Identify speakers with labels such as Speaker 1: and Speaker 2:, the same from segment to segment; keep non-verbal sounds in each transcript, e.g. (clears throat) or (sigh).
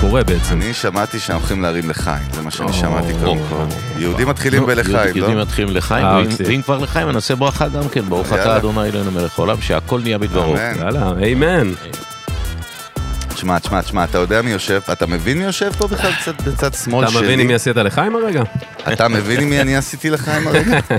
Speaker 1: קורה בעצם.
Speaker 2: אני שמעתי שהם הולכים להרים לחיים, זה מה שאני
Speaker 1: או,
Speaker 2: שמעתי
Speaker 1: או,
Speaker 2: קודם
Speaker 3: או,
Speaker 2: כל. יהודים מתחילים בלחיים, לא?
Speaker 3: יהודים מתחילים לחיים,
Speaker 1: אה, אהבתי.
Speaker 3: ואם- ואם כבר לחיים, אני אעשה ברכה גם כן, ברוך
Speaker 2: יאללה.
Speaker 3: אתה אדוני אלוהינו מלך העולם, שהכל נהיה בדברו.
Speaker 2: אמן.
Speaker 1: יאללה, איימן.
Speaker 2: אה, תשמע, תשמע, תשמע, אתה יודע מי יושב, אתה מבין מי יושב פה בכלל קצת בצד שמאל
Speaker 1: אתה
Speaker 2: שלי?
Speaker 1: מבין אם עשית לחיים הרגע?
Speaker 2: אתה מבין עם מי אני עשיתי לחיים
Speaker 1: (laughs)
Speaker 2: הרגע?
Speaker 1: אה,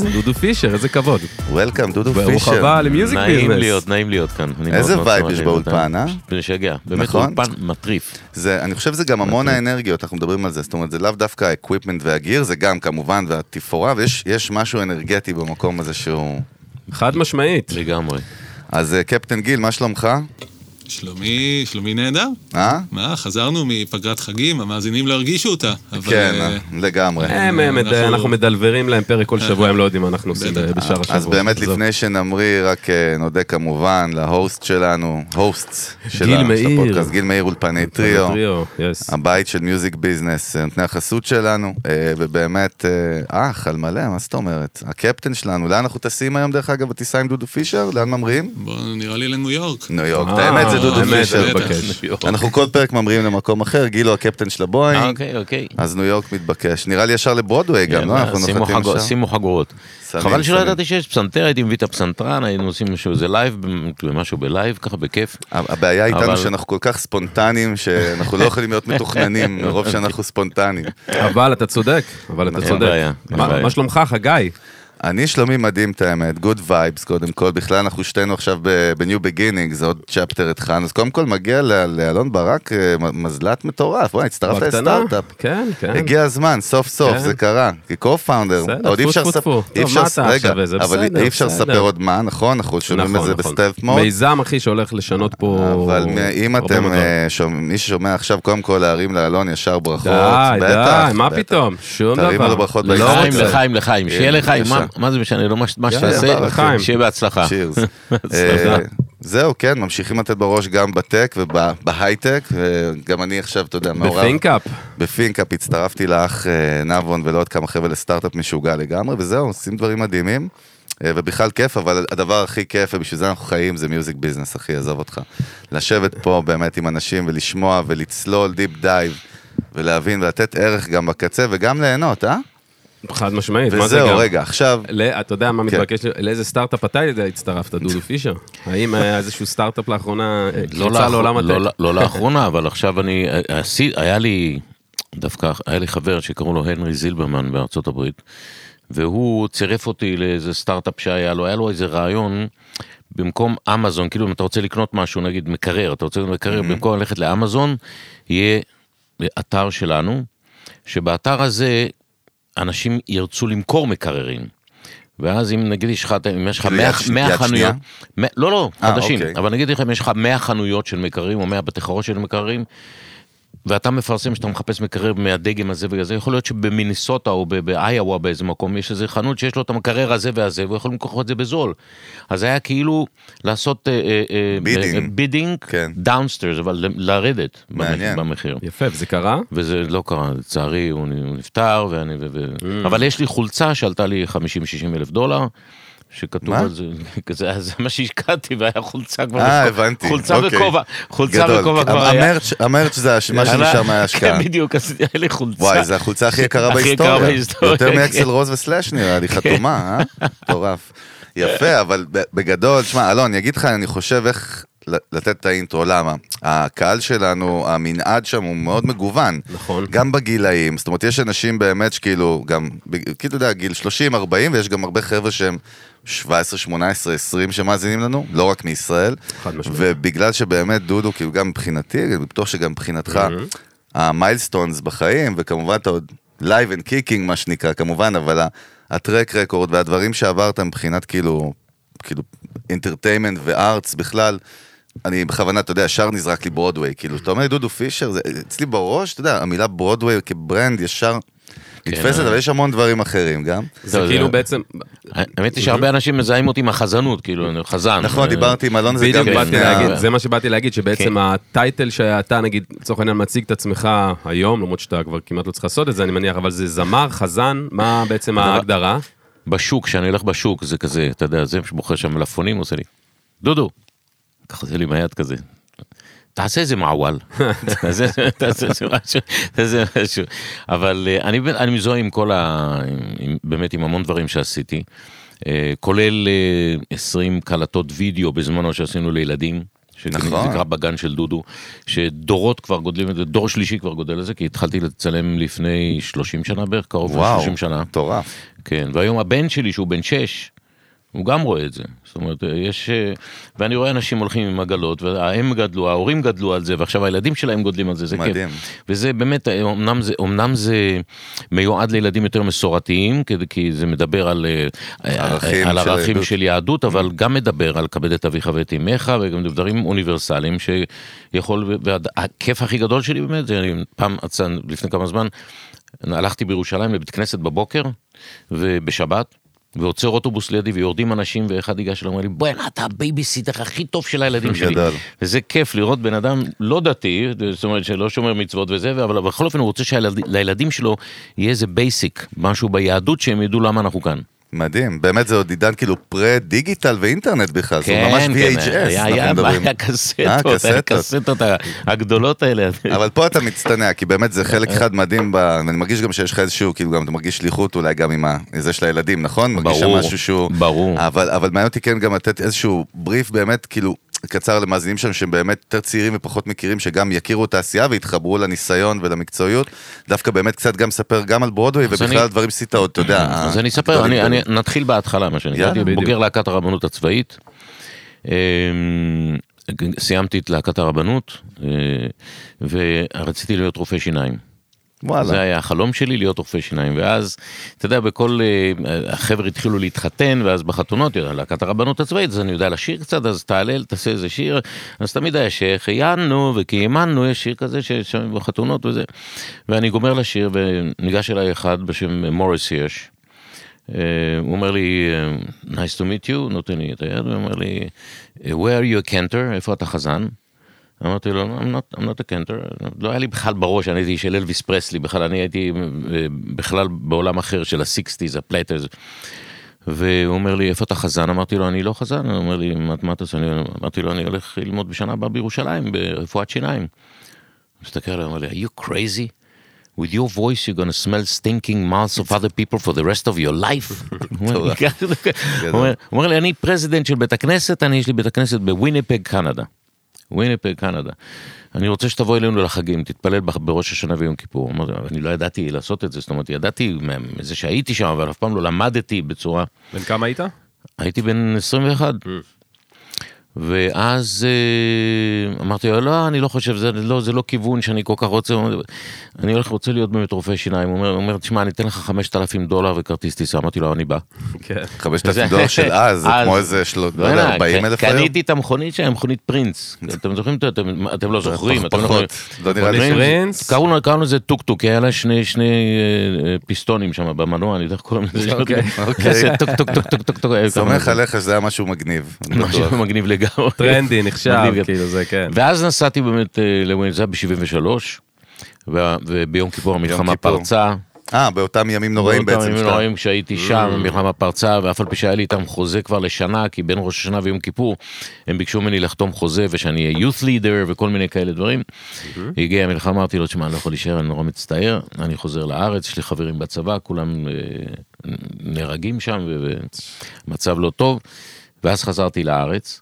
Speaker 1: זה דודו פישר, איזה כבוד.
Speaker 2: וולקאם, דודו
Speaker 1: ברוך
Speaker 2: פישר.
Speaker 1: הבא אה, למיוזיק ביזנס.
Speaker 3: נעים להיות, נעים להיות כאן. אני מאוד
Speaker 2: איזה
Speaker 3: מאוד
Speaker 2: וייב
Speaker 3: שמח
Speaker 2: יש
Speaker 3: להיות
Speaker 2: באולפן,
Speaker 3: כאן.
Speaker 2: אה?
Speaker 3: זה משגע. באמת
Speaker 2: נכון?
Speaker 3: אולפן מטריף.
Speaker 2: זה, אני חושב שזה גם המון האנרגיות, אנחנו מדברים על זה, זאת אומרת, זה לאו דווקא האקוויפמנט והגיר, זה גם כמובן, והתפאורה, ויש יש משהו אנרגטי במקום הזה שהוא...
Speaker 1: חד משמעית.
Speaker 3: לגמרי.
Speaker 2: אז אה, קפטן גיל, מה שלומך?
Speaker 4: שלומי, שלומי נהדר.
Speaker 2: אה?
Speaker 4: מה, חזרנו מפגרת חגים, המאזינים לא הרגישו אותה. אבל,
Speaker 2: כן,
Speaker 4: אה,
Speaker 2: אה, לגמרי.
Speaker 1: הם, הם,
Speaker 4: אנחנו-
Speaker 1: אנחנו מדלברים להם פרק כל שבוע, הם לא יודעים מה אנחנו עושים
Speaker 4: בטח.
Speaker 1: בשאר השבוע.
Speaker 2: אז באמת
Speaker 1: עזוב.
Speaker 2: לפני שנמריא, רק אה, נודה כמובן להוסט שלנו, הוסט שלנו, של
Speaker 1: מאיר.
Speaker 2: הפודקאסט, גיל מאיר אולפני טריו,
Speaker 1: טריו, יס.
Speaker 2: הבית של מיוזיק ביזנס, אה, נותני החסות שלנו, אה, ובאמת, אה, אח, על מלא, מה זאת אומרת? הקפטן שלנו, לאן אנחנו טסים היום דרך אגב בטיסה עם דודו פישר? לאן ממריאים?
Speaker 4: בוא, נראה לי לניו
Speaker 2: (laughs)
Speaker 4: יורק.
Speaker 2: ניו יורק,
Speaker 1: אה,
Speaker 2: את האמת זה דודו
Speaker 1: האמת,
Speaker 4: זה
Speaker 2: פישר.
Speaker 3: (laughs)
Speaker 4: בטח.
Speaker 1: מתבקש.
Speaker 2: אנחנו כל פרק ממריאים למקום אחר, גילו הקפטן של
Speaker 3: אה,
Speaker 2: הבואינג,
Speaker 3: אוקיי, אוקיי.
Speaker 2: אז ניו יורק מתבקש. נראה לי ישר לברודוויי גם, לא?
Speaker 3: יאללה,
Speaker 2: אנחנו
Speaker 3: שימו
Speaker 2: נוחתים
Speaker 3: חגור-
Speaker 2: שם.
Speaker 3: שימו חגורות.
Speaker 2: שמים,
Speaker 3: חבל שלא
Speaker 2: שמים.
Speaker 3: ידעתי שיש פסנתר, הייתי מביא את הפסנתרן, היינו עושים משהו, איזה לייב, כאילו, משהו בלייב, ככה בכיף.
Speaker 2: הבעיה איתנו
Speaker 3: אבל-
Speaker 2: שאנחנו כל כך ספונטניים, שאנחנו לא יכולים
Speaker 1: (laughs)
Speaker 2: להיות מתוכננים מרוב שאנחנו ספונטניים.
Speaker 1: אבל אתה צודק, אבל אתה
Speaker 2: אה, אין
Speaker 1: צודק.
Speaker 3: בעיה, אין
Speaker 1: מה-
Speaker 3: בעיה.
Speaker 1: מה שלומך, חגי?
Speaker 2: אני שלומי מדהים את האמת, גוד וייבס קודם כל, בכלל אנחנו שתינו עכשיו בניו בגינינג, זה עוד צ'פטר התחלנו, אז קודם כל מגיע ל- לאלון ברק אה, מ- מזל"ט מטורף, וואי, הצטרפת
Speaker 1: בקטנה?
Speaker 2: לסטארט-אפ.
Speaker 1: כן, כן.
Speaker 2: הגיע הזמן, סוף סוף,
Speaker 1: כן.
Speaker 2: זה קרה, כי co-founder,
Speaker 1: בסדר,
Speaker 2: עוד אי
Speaker 1: טפו,
Speaker 2: אפשר
Speaker 1: טפו,
Speaker 2: לספר,
Speaker 1: טפו.
Speaker 2: אי
Speaker 1: טוב,
Speaker 2: אפשר,
Speaker 1: מה אתה
Speaker 2: רגע,
Speaker 1: עכשיו, זה
Speaker 2: אבל
Speaker 1: בסדר,
Speaker 2: אי אפשר
Speaker 1: בסדר.
Speaker 2: לספר עוד מה, נכון, אנחנו שומעים את
Speaker 1: נכון,
Speaker 2: זה
Speaker 1: נכון.
Speaker 2: בסטלפ מוד.
Speaker 1: מיזם, אחי, שהולך לשנות פה...
Speaker 2: אבל מ- אם
Speaker 1: הרבה
Speaker 2: אתם,
Speaker 1: מאוד דברים.
Speaker 2: אה, שומע- מי ששומע עכשיו, קודם כל להרים לאלון ישר ברכות.
Speaker 1: די,
Speaker 2: בטח,
Speaker 1: די, מה
Speaker 2: בטח. (laughs)
Speaker 1: פתאום? שום דבר.
Speaker 2: תרימו לו ברכות
Speaker 1: לא
Speaker 2: בידיים.
Speaker 3: לחיים,
Speaker 1: רוצה.
Speaker 3: לחיים, לחיים, שיהיה
Speaker 2: יאללה,
Speaker 3: לחיים, מה-
Speaker 2: כן, בבקשה.
Speaker 3: מה זה משנה, לא מה ש- מה
Speaker 2: יאללה, אה,
Speaker 3: שתעשה,
Speaker 1: לחיים.
Speaker 3: שיהיה (laughs)
Speaker 1: (laughs)
Speaker 3: בהצלחה.
Speaker 2: צ'ירס.
Speaker 1: סליחה.
Speaker 2: זהו, כן, ממשיכים לתת בראש גם בטק ובהייטק, וגם אני עכשיו, אתה יודע, מעורב.
Speaker 1: בפינקאפ.
Speaker 2: בפינקאפ הצטרפתי לאח אה, נבון ולעוד כמה חבר'ה לסטארט-אפ משוגע לגמרי, וזהו, עושים דברים מדהימים. אה, ובכלל כיף, אבל הדבר הכי כיף, ובשביל זה אנחנו חיים, זה מיוזיק ביזנס, אחי, עזוב אותך. לשבת פה באמת עם אנשים ולשמוע ולצלול דיפ דייב, ולהבין ולתת ערך גם בקצה וגם ליהנות, אה?
Speaker 1: חד משמעית, מה זה
Speaker 2: וזהו,
Speaker 1: גם?
Speaker 2: רגע, עכשיו,
Speaker 1: ל- אתה יודע מה
Speaker 2: כן.
Speaker 1: מתבקש, לי- לאיזה סטארט-אפ אתה הצטרפת,
Speaker 2: (laughs)
Speaker 1: דודו פישר? האם היה איזשהו סטארט-אפ לאחרונה, אה,
Speaker 3: לא
Speaker 1: קפיצה
Speaker 3: לאחר-
Speaker 1: לעולם
Speaker 3: לא-
Speaker 1: הטק?
Speaker 3: לא לאחרונה, אבל עכשיו אני, עשי- היה לי, דווקא היה לי חבר שקראו לו הנרי זילברמן בארצות הברית, והוא צירף אותי לאיזה סטארט-אפ שהיה לו, היה לו איזה רעיון. במקום אמזון, כאילו אם אתה רוצה לקנות משהו, נגיד מקרר, אתה רוצה לקנות מקרר, במקום ללכת לאמזון, יהיה אתר שלנו, שבאתר הזה אנשים ירצו למכור מקררים. ואז אם נגיד יש לך, אם יש לך
Speaker 2: כאילו
Speaker 3: 100
Speaker 2: יד ש-
Speaker 3: 100
Speaker 2: יד שנייה?
Speaker 3: חנויות, מ- לא, לא,
Speaker 2: אה,
Speaker 3: חדשים,
Speaker 2: אוקיי.
Speaker 3: אבל נגיד לך אם יש לך 100 חנויות של מקררים או 100 בתי חרושת של מקררים, ואתה מפרסם שאתה מחפש מקרר מהדגם הזה וזה, יכול להיות שבמינסוטה או ב- באיואה באיזה מקום, יש איזה חנות שיש לו את המקרר הזה והזה, והוא יכול למכור את זה בזול. אז היה כאילו לעשות אה,
Speaker 2: בידינג.
Speaker 3: בידינג,
Speaker 2: כן.
Speaker 3: דאונסטרס, אה, אבל ל- לרדת במח-
Speaker 2: מעניין.
Speaker 3: במחיר.
Speaker 1: יפה, וזה קרה?
Speaker 3: וזה לא קרה, לצערי הוא נ- הוא נפטר, ואני, ו... ו...
Speaker 2: Mm.
Speaker 3: אבל יש לי חולצה שעלתה לי 50-60 אלף דולר. שכתוב
Speaker 2: מה?
Speaker 3: על זה, (laughs) זה, זה מה שהשקעתי והיה חולצה כבר,
Speaker 2: אה,
Speaker 3: בכ-
Speaker 2: הבנתי,
Speaker 3: חולצה
Speaker 2: אוקיי.
Speaker 3: וכובע, חולצה
Speaker 2: גדול.
Speaker 3: וכובע כבר היה.
Speaker 2: המרץ', המרץ' זה הש-
Speaker 3: (laughs)
Speaker 2: מה
Speaker 3: אבל-
Speaker 2: שנשאר מההשקעה.
Speaker 3: כן, בדיוק, אז (laughs) היה לי חולצה.
Speaker 2: וואי, זו החולצה הכי יקרה
Speaker 3: הכי יקרה
Speaker 2: בהיסטוריה.
Speaker 3: בהיסטוריה,
Speaker 2: יותר
Speaker 3: כן.
Speaker 2: מאקסל רוז וסלאש נראה לי, חתומה, אה? מטורף. יפה, אבל ב- בגדול, שמע, אלון, אני אגיד לך, אני חושב איך ל- לתת את האינטרו, למה? הקהל שלנו, המנעד שם הוא מאוד מגוון.
Speaker 1: נכון.
Speaker 2: גם בגילאים, זאת אומרת, יש אנשים באמת שכאילו, גם, בג- כאילו, אתה יודע, גיל 30-40, ויש גם הרבה חבר'ה שהם 17, 18, 20 שמאזינים לנו, לא רק מישראל.
Speaker 1: חד משמעית.
Speaker 2: ובגלל שבאמת דודו, כאילו גם מבחינתי, אני בטוח שגם מבחינתך, המיילסטונס בחיים, וכמובן אתה עוד לייב אנד קיקינג, מה שנקרא, כמובן, אבל ה- הטרק רקורד והדברים שעברת מבחינת כאילו, כאילו, אינטרטיימנט וארטס בכלל, אני בכוונה, אתה יודע, ישר נזרק לי ברודוויי, כאילו, אתה אומר לי דודו פישר, זה, אצלי בראש, אתה יודע, המילה ברודוויי כברנד ישר
Speaker 1: כן.
Speaker 2: נתפסת, אבל יש המון דברים אחרים גם.
Speaker 1: זה
Speaker 3: לא,
Speaker 1: כאילו
Speaker 3: זה-
Speaker 1: בעצם,
Speaker 3: האמת היא שהרבה אנשים מזהים אותי עם החזנות, כאילו, אני חזן.
Speaker 2: נכון,
Speaker 3: אה,
Speaker 2: דיברתי עם אלון, זה גם
Speaker 1: בדיוק
Speaker 3: כן,
Speaker 1: באתי
Speaker 2: לפני ה-
Speaker 1: להגיד, זה מה שבאתי להגיד, שבעצם
Speaker 3: כן.
Speaker 1: הטייטל שאתה, נגיד, לצורך העניין, מציג את עצמך היום, למרות שאתה כבר כמעט לא צריך לעשות את זה, אני מניח, אבל זה זמר, חזן, מה בעצם ההגדרה?
Speaker 3: בשוק, כשאני הולך בשוק, זה כזה, אתה יודע, זה שבוחר שם מלפפונים, עושה לי, דודו. ככה עושה לי עם היד כזה. תעשה איזה מעוול, (laughs) תעשה תעשה איזה משהו, תעשה איזה משהו. אבל אה, אני, באמת- אני מזוהה עם כל ה... עם- עם, באמת עם המון דברים שעשיתי, אה, כולל אה, 20 קלטות וידאו בזמנו שעשינו לילדים.
Speaker 2: נכון.
Speaker 3: שנקרא בגן של דודו, שדורות כבר גודלים את זה, דור שלישי כבר גודל את זה, כי התחלתי לצלם לפני 30 שנה בערך, קרוב
Speaker 2: וואו,
Speaker 3: ל-30 שנה.
Speaker 2: מטורף.
Speaker 3: כן, והיום הבן שלי שהוא בן שש, הוא גם רואה את זה. זאת אומרת, יש... אה, ואני רואה אנשים הולכים עם עגלות, והם גדלו, ההורים גדלו על זה, ועכשיו הילדים שלהם גודלים על זה, זה
Speaker 2: מדהים.
Speaker 3: כיף. וזה באמת, אה, אמנם זה, אמנם זה מיועד לילדים יותר מסורתיים, כדי- כי זה מדבר על אה, אה,
Speaker 2: ערכים
Speaker 3: על
Speaker 2: של
Speaker 3: ערכים
Speaker 2: יהדות.
Speaker 3: של יהדות, אבל גם מדבר על כבד את אביך ואת אמך, וגם דברים אוניברסליים שיכול, והכיף הכי גדול שלי באמת, זה אני פעם, עצן- לפני כמה זמן, הלכתי בירושלים לבית כנסת בבוקר, ובשבת. ועוצר אוטובוס לידי ויורדים אנשים ואחד ייגש אליי ואומר לי בואנה אתה הבייביסיטר הכי טוב של הילדים שלי.
Speaker 2: גדול.
Speaker 3: וזה כיף לראות בן אדם לא דתי, זאת אומרת שלא שומר מצוות וזה, אבל בכל אופן הוא רוצה שלילדים שלו יהיה איזה בייסיק, משהו ביהדות שהם ידעו למה אנחנו כאן.
Speaker 2: מדהים, באמת זה עוד עידן כאילו פרה-דיגיטל ואינטרנט בכלל, זה ממש VHS,
Speaker 3: כן, היה, היה,
Speaker 2: אנחנו מדברים. אה,
Speaker 3: היה קסטות, היה קסטות הגדולות האלה.
Speaker 2: אבל פה אתה מצטנע, כי באמת זה חלק אחד מדהים, ב... אני מרגיש גם שיש לך איזשהו, כאילו גם אתה מרגיש שליחות אולי גם עם ה... זה של הילדים, נכון? מרגיש שם
Speaker 3: ברור,
Speaker 2: משהו שהוא...
Speaker 3: ברור.
Speaker 2: אבל, אבל מעניין אותי כן גם לתת איזשהו בריף באמת, כאילו, קצר למאזינים שלנו, שהם באמת יותר צעירים ופחות מכירים, שגם יכירו את העשייה ויתחברו לניסיון ולמקצועיות. דווקא באמת קצת גם ספר גם על ברודווי,
Speaker 3: אז
Speaker 2: ובכלל
Speaker 3: אני-
Speaker 2: על דברים שעשית עוד, אתה יודע.
Speaker 3: אז
Speaker 2: ה-
Speaker 3: אני אספר,
Speaker 2: הגדולים
Speaker 3: אני- אני-
Speaker 2: באמת.
Speaker 3: נתחיל בהתחלה, מה שנקרא,
Speaker 2: יאללה,
Speaker 3: אני בוגר
Speaker 1: בדיוק.
Speaker 3: להקת הרבנות הצבאית. אמ, סיימתי את להקת הרבנות, אה, ורציתי להיות רופא שיניים. זה
Speaker 2: וואלה,
Speaker 3: היה החלום שלי להיות רופא שיניים ואז אתה יודע בכל אה, החבר'ה התחילו להתחתן ואז בחתונות יודע, להקת הרבנות הצבאית אז אני יודע לשיר קצת אז תעלה תעשה איזה שיר אז תמיד היה שהחיינו וקיימנו יש שיר כזה ששומעים בחתונות וזה ואני גומר לשיר וניגש אליי אחד בשם מוריס הירש. אה, הוא אומר לי אה, nice to meet you נותן לי את היד ואומר לי "אה, where are you a cantor איפה אתה חזן. אמרתי לו, I'm not, I'm not a cantor, לא היה לי בכלל בראש, אני הייתי של אלוויס פרסלי, בכלל, אני הייתי אה, בכלל בעולם אחר של ה-60's, הפלטרס. והוא אומר לי, איפה אתה חזן? אמרתי לו, אני לא חזן, הוא אומר לי, מה, מה אתה עושה? אני- אמרתי לו, אני הולך ללמוד בשנה הבאה בירושלים, ברפואת שיניים. הוא מסתכל עליי, אומר לי, are you crazy? With your voice you're gonna smell stinking mouths of other people for the rest of your life. הוא אומר לי, "ככה, ככה." הוא אומר- הוא אומר לי, אני פרזידנט של בית הכנסת, אני יש לי בית הכנסת בוויניפג, קנדה. וויניפג, קנדה. אני רוצה שתבוא אלינו לחגים, תתפלל בח- בראש השנה ויום כיפור. אמרתי, "אבל אני לא ידעתי לעשות את זה, זאת אומרת, ידעתי מה- מזה שהייתי שם, אבל אף פעם לא למדתי בצורה...
Speaker 1: בן כמה היית?
Speaker 3: הייתי בן 21.
Speaker 2: Mm.
Speaker 3: ואז אה, אמרתי לו, לא, אני לא חושב, זה לא, זה לא כיוון שאני כל כך רוצה, אני הולך, רוצה להיות באמת רופא שיניים. הוא אומר, הוא אומר, תשמע, אני אתן לך 5,000 דולר וכרטיס טיסה. אמרתי לו, אני בא.
Speaker 1: כן.
Speaker 2: 5,000 דולר
Speaker 3: (laughs)
Speaker 2: של אז, זה כמו איזה של- לא יודע,
Speaker 3: וואלה,
Speaker 2: 40 אלף
Speaker 3: ק-
Speaker 2: היום.
Speaker 3: קניתי את המכונית שלה, מכונית פרינס. אתם זוכרים? את- אתם- אתם לא זוכרים. אתם לא
Speaker 2: פחות, לא נראה לי.
Speaker 1: פרינס.
Speaker 3: זוכרים? קראו לו- קראנו לזה טוקטוק, היה לה שני שני אה, אה, פיסטונים שם במנוע, אני יודע איך קוראים לזה. (laughs)
Speaker 1: אוקיי,
Speaker 2: אוקיי.
Speaker 3: כזה טוק טוק טוק טוק טוק טוק. היה
Speaker 2: סומך
Speaker 3: כמה-
Speaker 2: עליך שזה היה משהו
Speaker 3: (laughs)
Speaker 2: מגניב. אני בטוח.
Speaker 3: משהו מגניב לגמרי.
Speaker 1: טרנדי, נחשב,
Speaker 3: מדהים.
Speaker 1: כאילו זה, כן.
Speaker 3: ואז נסעתי באמת אה, לווינס, זה היה ב-73, וה- וביום כיפור המלחמה
Speaker 2: כיפור.
Speaker 3: פרצה.
Speaker 2: אה, באותם ימים נוראים
Speaker 3: באותם
Speaker 2: בעצם.
Speaker 3: ימים
Speaker 2: שאתה- Mm.
Speaker 3: נוראים כשהייתי שם, המלחמה פרצה, ואף על פי שהיה לי איתם חוזה כבר לשנה, כי בין ראש השנה ויום כיפור, הם ביקשו ממני לחתום חוזה ושאני אהיה youth leader וכל מיני כאלה דברים.
Speaker 2: Mm-hmm.
Speaker 3: הגיעה המלחמה, אמרתי לו, תשמע, אני לא יכול להישאר, אני נורא מצטער, אני חוזר לארץ, יש לי חברים בצבא, כולם אה, נהרגים שם, ומצב לא טוב. ואז חזרתי לארץ.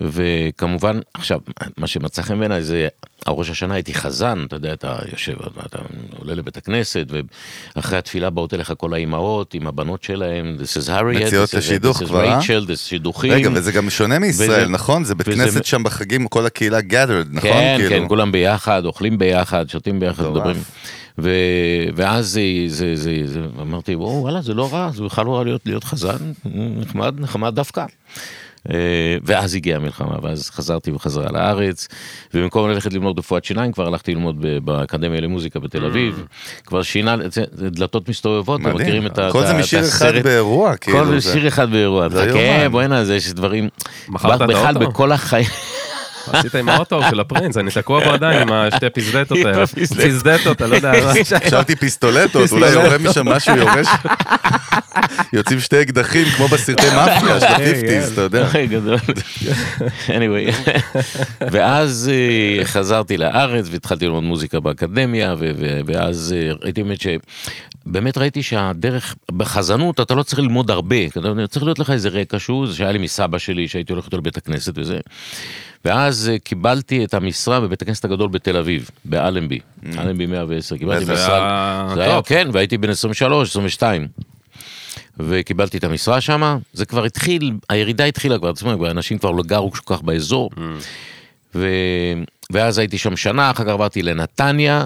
Speaker 3: וכמובן, עכשיו, מה שמצא חן בעיניי זה, הראש השנה הייתי חזן, אתה יודע, אתה יושב, אתה עולה לבית הכנסת, ואחרי התפילה באות אליך כל האימהות עם הבנות שלהם, This is Harriet,
Speaker 2: מציעות
Speaker 3: this is-
Speaker 2: לשידוך
Speaker 3: this is
Speaker 2: כבר, אה?
Speaker 3: רייצ'ל, this is שידוכים.
Speaker 2: רגע, וזה גם שונה מישראל,
Speaker 3: וזה-
Speaker 2: נכון? זה בית
Speaker 3: וזה-
Speaker 2: כנסת שם בחגים, כל הקהילה gathered, נכון?
Speaker 3: כן,
Speaker 2: כאילו.
Speaker 3: כן, כולם ביחד, אוכלים ביחד, שותים ביחד,
Speaker 2: מטורף.
Speaker 3: מדברים. ו... ואז זה, זה, זה, זה, אמרתי, וואו, וואלה, זה לא רע, זה בכלל לא רע להיות, להיות חזן, נחמד, נחמד דווקא. אה, ואז הגיעה המלחמה, ואז חזרתי בחזרה לארץ, ובמקום ללכת ללמוד רפואת שיניים, כבר הלכתי ללמוד ב- באקדמיה למוזיקה בתל אביב. כבר שינה, זה, זה דלתות מסתובבות, אתם
Speaker 2: Mm. מדהים.
Speaker 3: מכירים את ה-
Speaker 2: כל זה
Speaker 3: את
Speaker 2: משיר אחד
Speaker 3: הסרט?
Speaker 2: באירוע, כאילו,
Speaker 3: כל
Speaker 2: זה-
Speaker 3: זה שיר אחד באירוע,
Speaker 2: זה
Speaker 3: חכה,
Speaker 2: יומן.
Speaker 3: בוא'נה, זה יש דברים,
Speaker 1: מכרת את
Speaker 3: בכלל
Speaker 1: האוטו?
Speaker 3: בכל החיים,
Speaker 1: עשית עם האוטו של הפרינס, אני תקוע בו עדיין עם השתי פיזדטות
Speaker 3: עם
Speaker 1: האלה.
Speaker 3: הפיזדטות.
Speaker 1: פיזדטות, אני לא יודע.
Speaker 3: (laughs)
Speaker 1: מה ש-
Speaker 2: חשבתי פיסטולטות, אולי יורה משם משהו יורש. (laughs) יוצאים שתי אקדחים כמו בסרטי
Speaker 3: (laughs)
Speaker 2: מאפיה של
Speaker 3: כן,
Speaker 2: הפיפטיז, אתה יודע.
Speaker 3: אוי, גדול. anyway, ואז אה, חזרתי לארץ והתחלתי ללמוד מוזיקה באקדמיה, ו- ו- ואז אה, ראיתי באמת ש... באמת ראיתי שהדרך, בחזנות אתה לא צריך ללמוד הרבה, אתה יודע, צריך להיות לך איזה רקע שהוא, זה שהיה לי מסבא שלי, שהייתי הולך איתו לבית הכנסת וזה. ואז אה, קיבלתי את המשרה בבית הכנסת הגדול בתל אביב, באלנבי, אלנבי 110, קיבלתי
Speaker 2: וזה
Speaker 3: משרה,
Speaker 1: היה
Speaker 3: זה היה,
Speaker 1: טופ.
Speaker 3: כן, והייתי בן 23, 22. וקיבלתי את המשרה שם, זה כבר התחיל, הירידה התחילה כבר, זאת אומרת, כבר אנשים כבר לא גרו כל כך באזור. ו... ואז הייתי שם שנה, אחר כך עברתי לנתניה,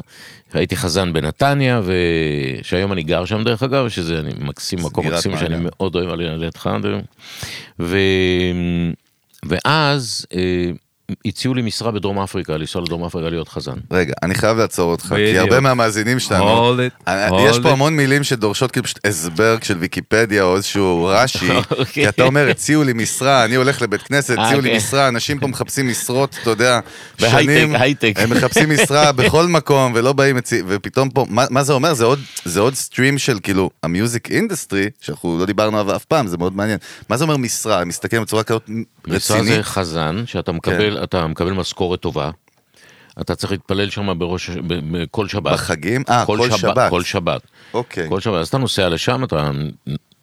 Speaker 3: הייתי חזן בנתניה, ו... שהיום אני גר שם דרך אגב, שזה אני מקסים, מקום
Speaker 2: סגירת
Speaker 3: מקסים שאני
Speaker 2: מעגל.
Speaker 3: מאוד אוהב על לידך. ו... ואז אה, הציעו לי משרה בדרום אפריקה, לנסוע לדרום אפריקה להיות חזן.
Speaker 2: רגע, אני חייב לעצור אותך, כי
Speaker 1: בדיוק.
Speaker 2: הרבה מהמאזינים שלנו,
Speaker 1: Hold it,
Speaker 3: אה,
Speaker 2: אני-
Speaker 1: hold
Speaker 2: אה, יש פה
Speaker 1: it.
Speaker 2: המון מילים שדורשות כאילו פשוט הסבר של ויקיפדיה או איזשהו רש"י,
Speaker 3: (laughs) אוקיי.
Speaker 2: כי אתה אומר, הציעו לי משרה, אני הולך לבית כנסת,
Speaker 3: אה,
Speaker 2: הציעו לי
Speaker 3: אוקיי.
Speaker 2: משרה, אנשים פה מחפשים משרות, אתה
Speaker 3: (laughs)
Speaker 2: יודע,
Speaker 3: בהייטק,
Speaker 2: שנים,
Speaker 3: הייטק.
Speaker 2: הם מחפשים משרה בכל מקום ולא באים, הצי- ופתאום פה, מה מה זה אומר? זה עוד- זה עוד סטרים של כאילו המיוזיק אינדסטרי, שאנחנו לא דיברנו עליו אף פעם, זה מאוד מעניין. מה זה אומר משרה? מסתכלים בצורה כזאת
Speaker 3: (laughs) משרה
Speaker 2: רצינית?
Speaker 3: זה חזן, שאתה מקבל,
Speaker 2: כן.
Speaker 3: אתה מקבל משכורת טובה. אתה צריך להתפלל שם בראש, ב- ב- כל שבת.
Speaker 2: בחגים? אה, כל שבת.
Speaker 3: כל שבת.
Speaker 2: אוקיי.
Speaker 3: כל שבת. אז אתה נוסע לשם, אתה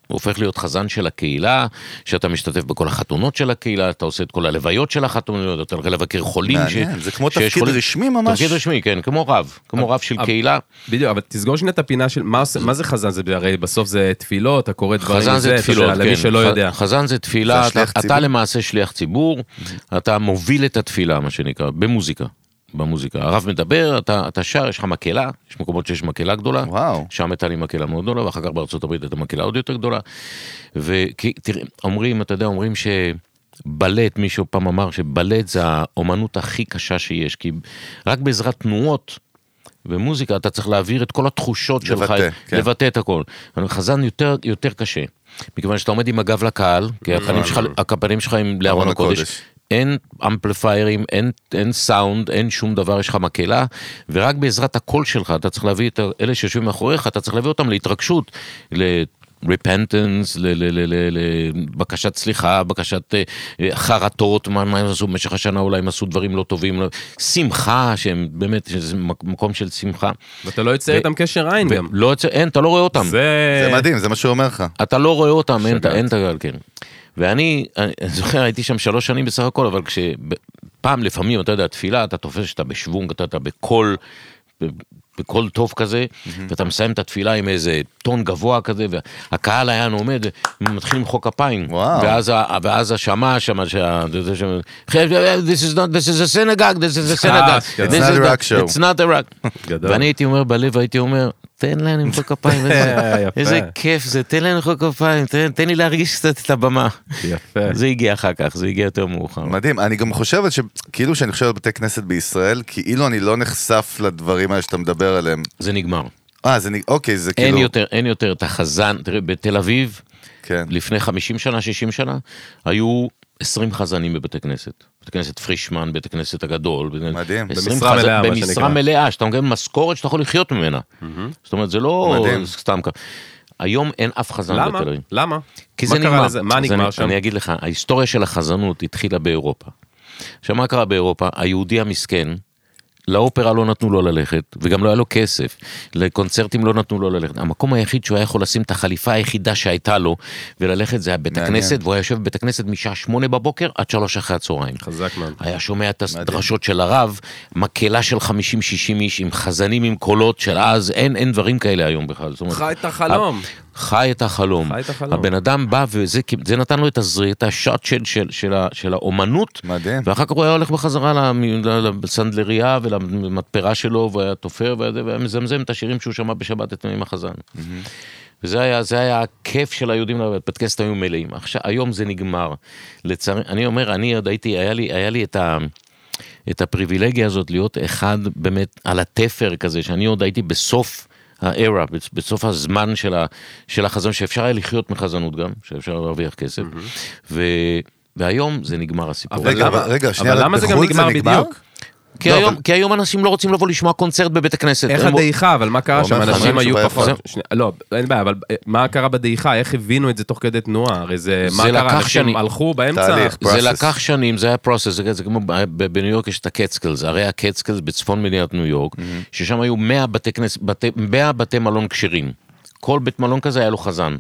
Speaker 3: הופך להיות חזן של הקהילה, שאתה משתתף בכל החתונות של הקהילה, אתה עושה את כל הלוויות של החתונות, אתה הולך לבקר חולים.
Speaker 2: מעניין, זה כמו
Speaker 3: שיש
Speaker 2: תפקיד רשמי ממש.
Speaker 3: תפקיד רשמי, כן, כמו רב, כמו רב של
Speaker 1: אבל-
Speaker 3: קהילה.
Speaker 1: בדיוק, אבל תסגור שנייה את הפינה של מה עושה- מה זה חזן, זה הרי בסוף זה תפילות, אתה קורא דברים,
Speaker 3: חזן
Speaker 1: אתה
Speaker 3: זה
Speaker 1: יודע,
Speaker 3: תפילות,
Speaker 1: למי
Speaker 3: כן.
Speaker 1: שלא
Speaker 3: ח-
Speaker 1: יודע.
Speaker 3: חזן זה
Speaker 2: זה
Speaker 3: תפילה, אתה-
Speaker 2: השליח ציבור.
Speaker 3: אתה למעשה שליח ציבור, אתה מוביל את התפילה, מה שנקרא, במוזיקה. במוזיקה. הרב מדבר, אתה, אתה שר, יש לך מקהלה, יש מקומות שיש מקהלה גדולה.
Speaker 2: וואו.
Speaker 3: שם הייתה לי מקהלה מאוד גדולה, ואחר כך בארצות הברית הייתה מקהלה עוד יותר גדולה. ותראה, אומרים, אתה יודע, אומרים ש... בלט, מישהו פעם אמר שבלט זה האומנות הכי קשה שיש, כי רק בעזרת תנועות ומוזיקה אתה צריך להעביר את כל התחושות שלך,
Speaker 2: לבטא, כן.
Speaker 3: לבטא את הכל. אבל חזן יותר, יותר קשה, מכיוון שאתה עומד עם הגב לקהל, כי הפנים שלך, הפנים שלך הם לארון
Speaker 2: ארון הקודש.
Speaker 3: הקודש. אין אמפליפיירים, אין, אין סאונד, אין שום דבר, יש לך מקהלה, ורק בעזרת הקול שלך אתה צריך להביא את אלה שיושבים מאחוריך, אתה צריך להביא אותם להתרגשות, ל... repentance, ל- ל- ל- ל- לבקשת סליחה, בקשת אה, אה, חרטות, מה מה הם עשו במשך השנה, אולי הם עשו דברים לא טובים, לא- שמחה, שהם באמת, שזה מק- מקום של שמחה.
Speaker 1: ואתה לא יוצא
Speaker 3: ו-
Speaker 1: איתם קשר עין גם.
Speaker 3: לא, יוצא- אין, אתה לא רואה אותם.
Speaker 1: זה...
Speaker 2: זה מדהים, זה מה שהוא אומר לך.
Speaker 3: אתה לא רואה אותם, אין את
Speaker 1: שגעת.
Speaker 3: אין את הגל, כן. ואני, אני זוכר, הייתי שם שלוש שנים בסך הכל, אבל כש... ב- פעם, לפעמים, אתה יודע, תפילה, אתה תופס שאתה בשוונג, אתה, אתה בקול, ב- בקול טוב כזה, ואתה מסיים את התפילה עם איזה טון גבוה כזה, והקהל היה עומד, מתחיל למחוא כפיים.
Speaker 2: וואו.
Speaker 3: ואז, ה- ואז השמע שם, שה- זה ש... This is not, this is a synagogue, this is a synagogue.
Speaker 1: אשכרה.
Speaker 2: (laughs)
Speaker 3: This
Speaker 2: It's not
Speaker 3: is
Speaker 2: a
Speaker 3: not-
Speaker 2: rock show.
Speaker 3: It's not a rock.
Speaker 1: גדול.
Speaker 3: ואני הייתי אומר בלב, הייתי אומר, תן להם למחוא
Speaker 1: (laughs)
Speaker 3: כפיים, איזה-
Speaker 1: יפה.
Speaker 3: איזה כיף זה, תן להם למחוא כפיים, תן- תן לי להרגיש קצת את הבמה.
Speaker 1: כן. יפה.
Speaker 3: זה הגיע אחר כך, זה הגיע יותר מאוחר.
Speaker 2: מדהים, אני גם חושבת שכאילו שאני חושב על בתי כנסת בישראל, כאילו אני לא נחשף לדברים האלה שאתה מדבר עליהם.
Speaker 3: זה נגמר.
Speaker 1: כאילו-
Speaker 2: אה, זה נ... אוקיי, זה כאילו...
Speaker 3: אין יותר, אין יותר את החזן, תראה, בתל אביב,
Speaker 2: כן.
Speaker 3: לפני 50 שנה, 60 שנה, היו 20 חזנים בבתי כנסת. בית כנסת פרישמן, בית הכנסת הגדול. בית-
Speaker 2: מדהים.
Speaker 3: 20
Speaker 1: במשרה
Speaker 3: חז-
Speaker 1: מלאה, מה
Speaker 3: במשרה
Speaker 1: שנקרא.
Speaker 3: מלאה, שאתה מקבל משכורת שאתה יכול לחיות ממנה. זאת אומרת, זה לא
Speaker 2: מדהים.
Speaker 3: סתם ככה. היום אין אף חזן בתל
Speaker 1: למה?
Speaker 3: אביב.
Speaker 1: למה?
Speaker 3: לא כי
Speaker 1: מה
Speaker 3: זה
Speaker 1: קרה
Speaker 3: נגמר.
Speaker 1: לזה? מה
Speaker 3: אז
Speaker 1: נגמר
Speaker 3: אני,
Speaker 1: שם?
Speaker 3: אני אגיד לך, ההיסטוריה של החזנות התחילה באירופה. עכשיו, מה קרה באירופה? היהודי המסכן, לאופרה לא נתנו לו ללכת, וגם לא היה לו כסף. לקונצרטים לא נתנו לו ללכת. המקום היחיד שהוא היה יכול לשים את החליפה היחידה שהייתה לו, וללכת זה היה בית
Speaker 2: מעניין.
Speaker 3: הכנסת, והוא היה יושב בבית הכנסת משעה שמונה בבוקר עד שלוש אחרי הצהריים.
Speaker 1: חזק מאוד.
Speaker 3: היה שומע את הדרשות של הרב, מקהלה של 50-60 איש עם חזנים עם קולות של אז, אין, אין דברים כאלה היום בכלל. זאת אומרת,
Speaker 1: חי את החלום.
Speaker 3: חי את החלום.
Speaker 1: חי את החלום.
Speaker 3: הבן אדם בא וזה זה נתן לו את הזריט, את השאט של, של, של, ה- של האומנות.
Speaker 2: מדהים.
Speaker 3: ואחר כך הוא היה הולך בחזרה למ- לסנדלריה ולמתפרה שלו, והיה תופר והיה זה, והיה מזמזם את השירים שהוא שמע בשבת את עם החזן. וזה היה, זה היה הכיף של היהודים, בית כנסת היו מלאים. עכשיו, היום זה נגמר. לצערי, אני אומר, אני עוד הייתי, היה לי, היה לי את ה... את הפריבילגיה הזאת להיות אחד באמת על התפר כזה, שאני עוד הייתי בסוף הארה, בס- בסוף הזמן של, ה, של החזון, שאפשר היה לחיות מחזנות גם, שאפשר להרוויח כסף. ו... והיום זה נגמר הסיפור.
Speaker 1: אבל
Speaker 2: רגע,
Speaker 1: למה-
Speaker 2: אבל- רגע, שנייה,
Speaker 1: אבל
Speaker 2: רק
Speaker 1: למה זה גם
Speaker 2: בחו"ל
Speaker 1: נגמר בדיוק?
Speaker 3: כי,
Speaker 2: לא,
Speaker 3: היום,
Speaker 2: אבל-
Speaker 3: כי היום אנשים לא רוצים לבוא לשמוע קונצרט בבית הכנסת.
Speaker 1: איך
Speaker 3: הם-
Speaker 1: הדעיכה, אבל מה קרה
Speaker 2: הוא
Speaker 1: שם?
Speaker 2: אומר לך,
Speaker 1: אנשים
Speaker 2: משהו
Speaker 1: היו
Speaker 2: בעיה
Speaker 1: פחות...
Speaker 2: פחות.
Speaker 1: שנייה, לא, אין בעיה, אבל אה, מה קרה בדעיכה? איך הבינו את זה תוך כדי תנועה? הרי זה...
Speaker 3: זה
Speaker 1: מה
Speaker 3: לקח
Speaker 1: קרה? אנשים
Speaker 3: שנים.
Speaker 1: הלכו באמצע?
Speaker 2: תהליך.
Speaker 3: זה
Speaker 2: process.
Speaker 3: לקח שנים, זה היה פרוסס, זה, זה כמו ב- ב- בניו יורק יש את הקצקלס, הרי הקצקלס בצפון מדינת ניו יורק, ששם היו 100 בתי, כנס, בתי, 100 בתי מלון כשרים. כל בית מלון כזה היה לו חזן.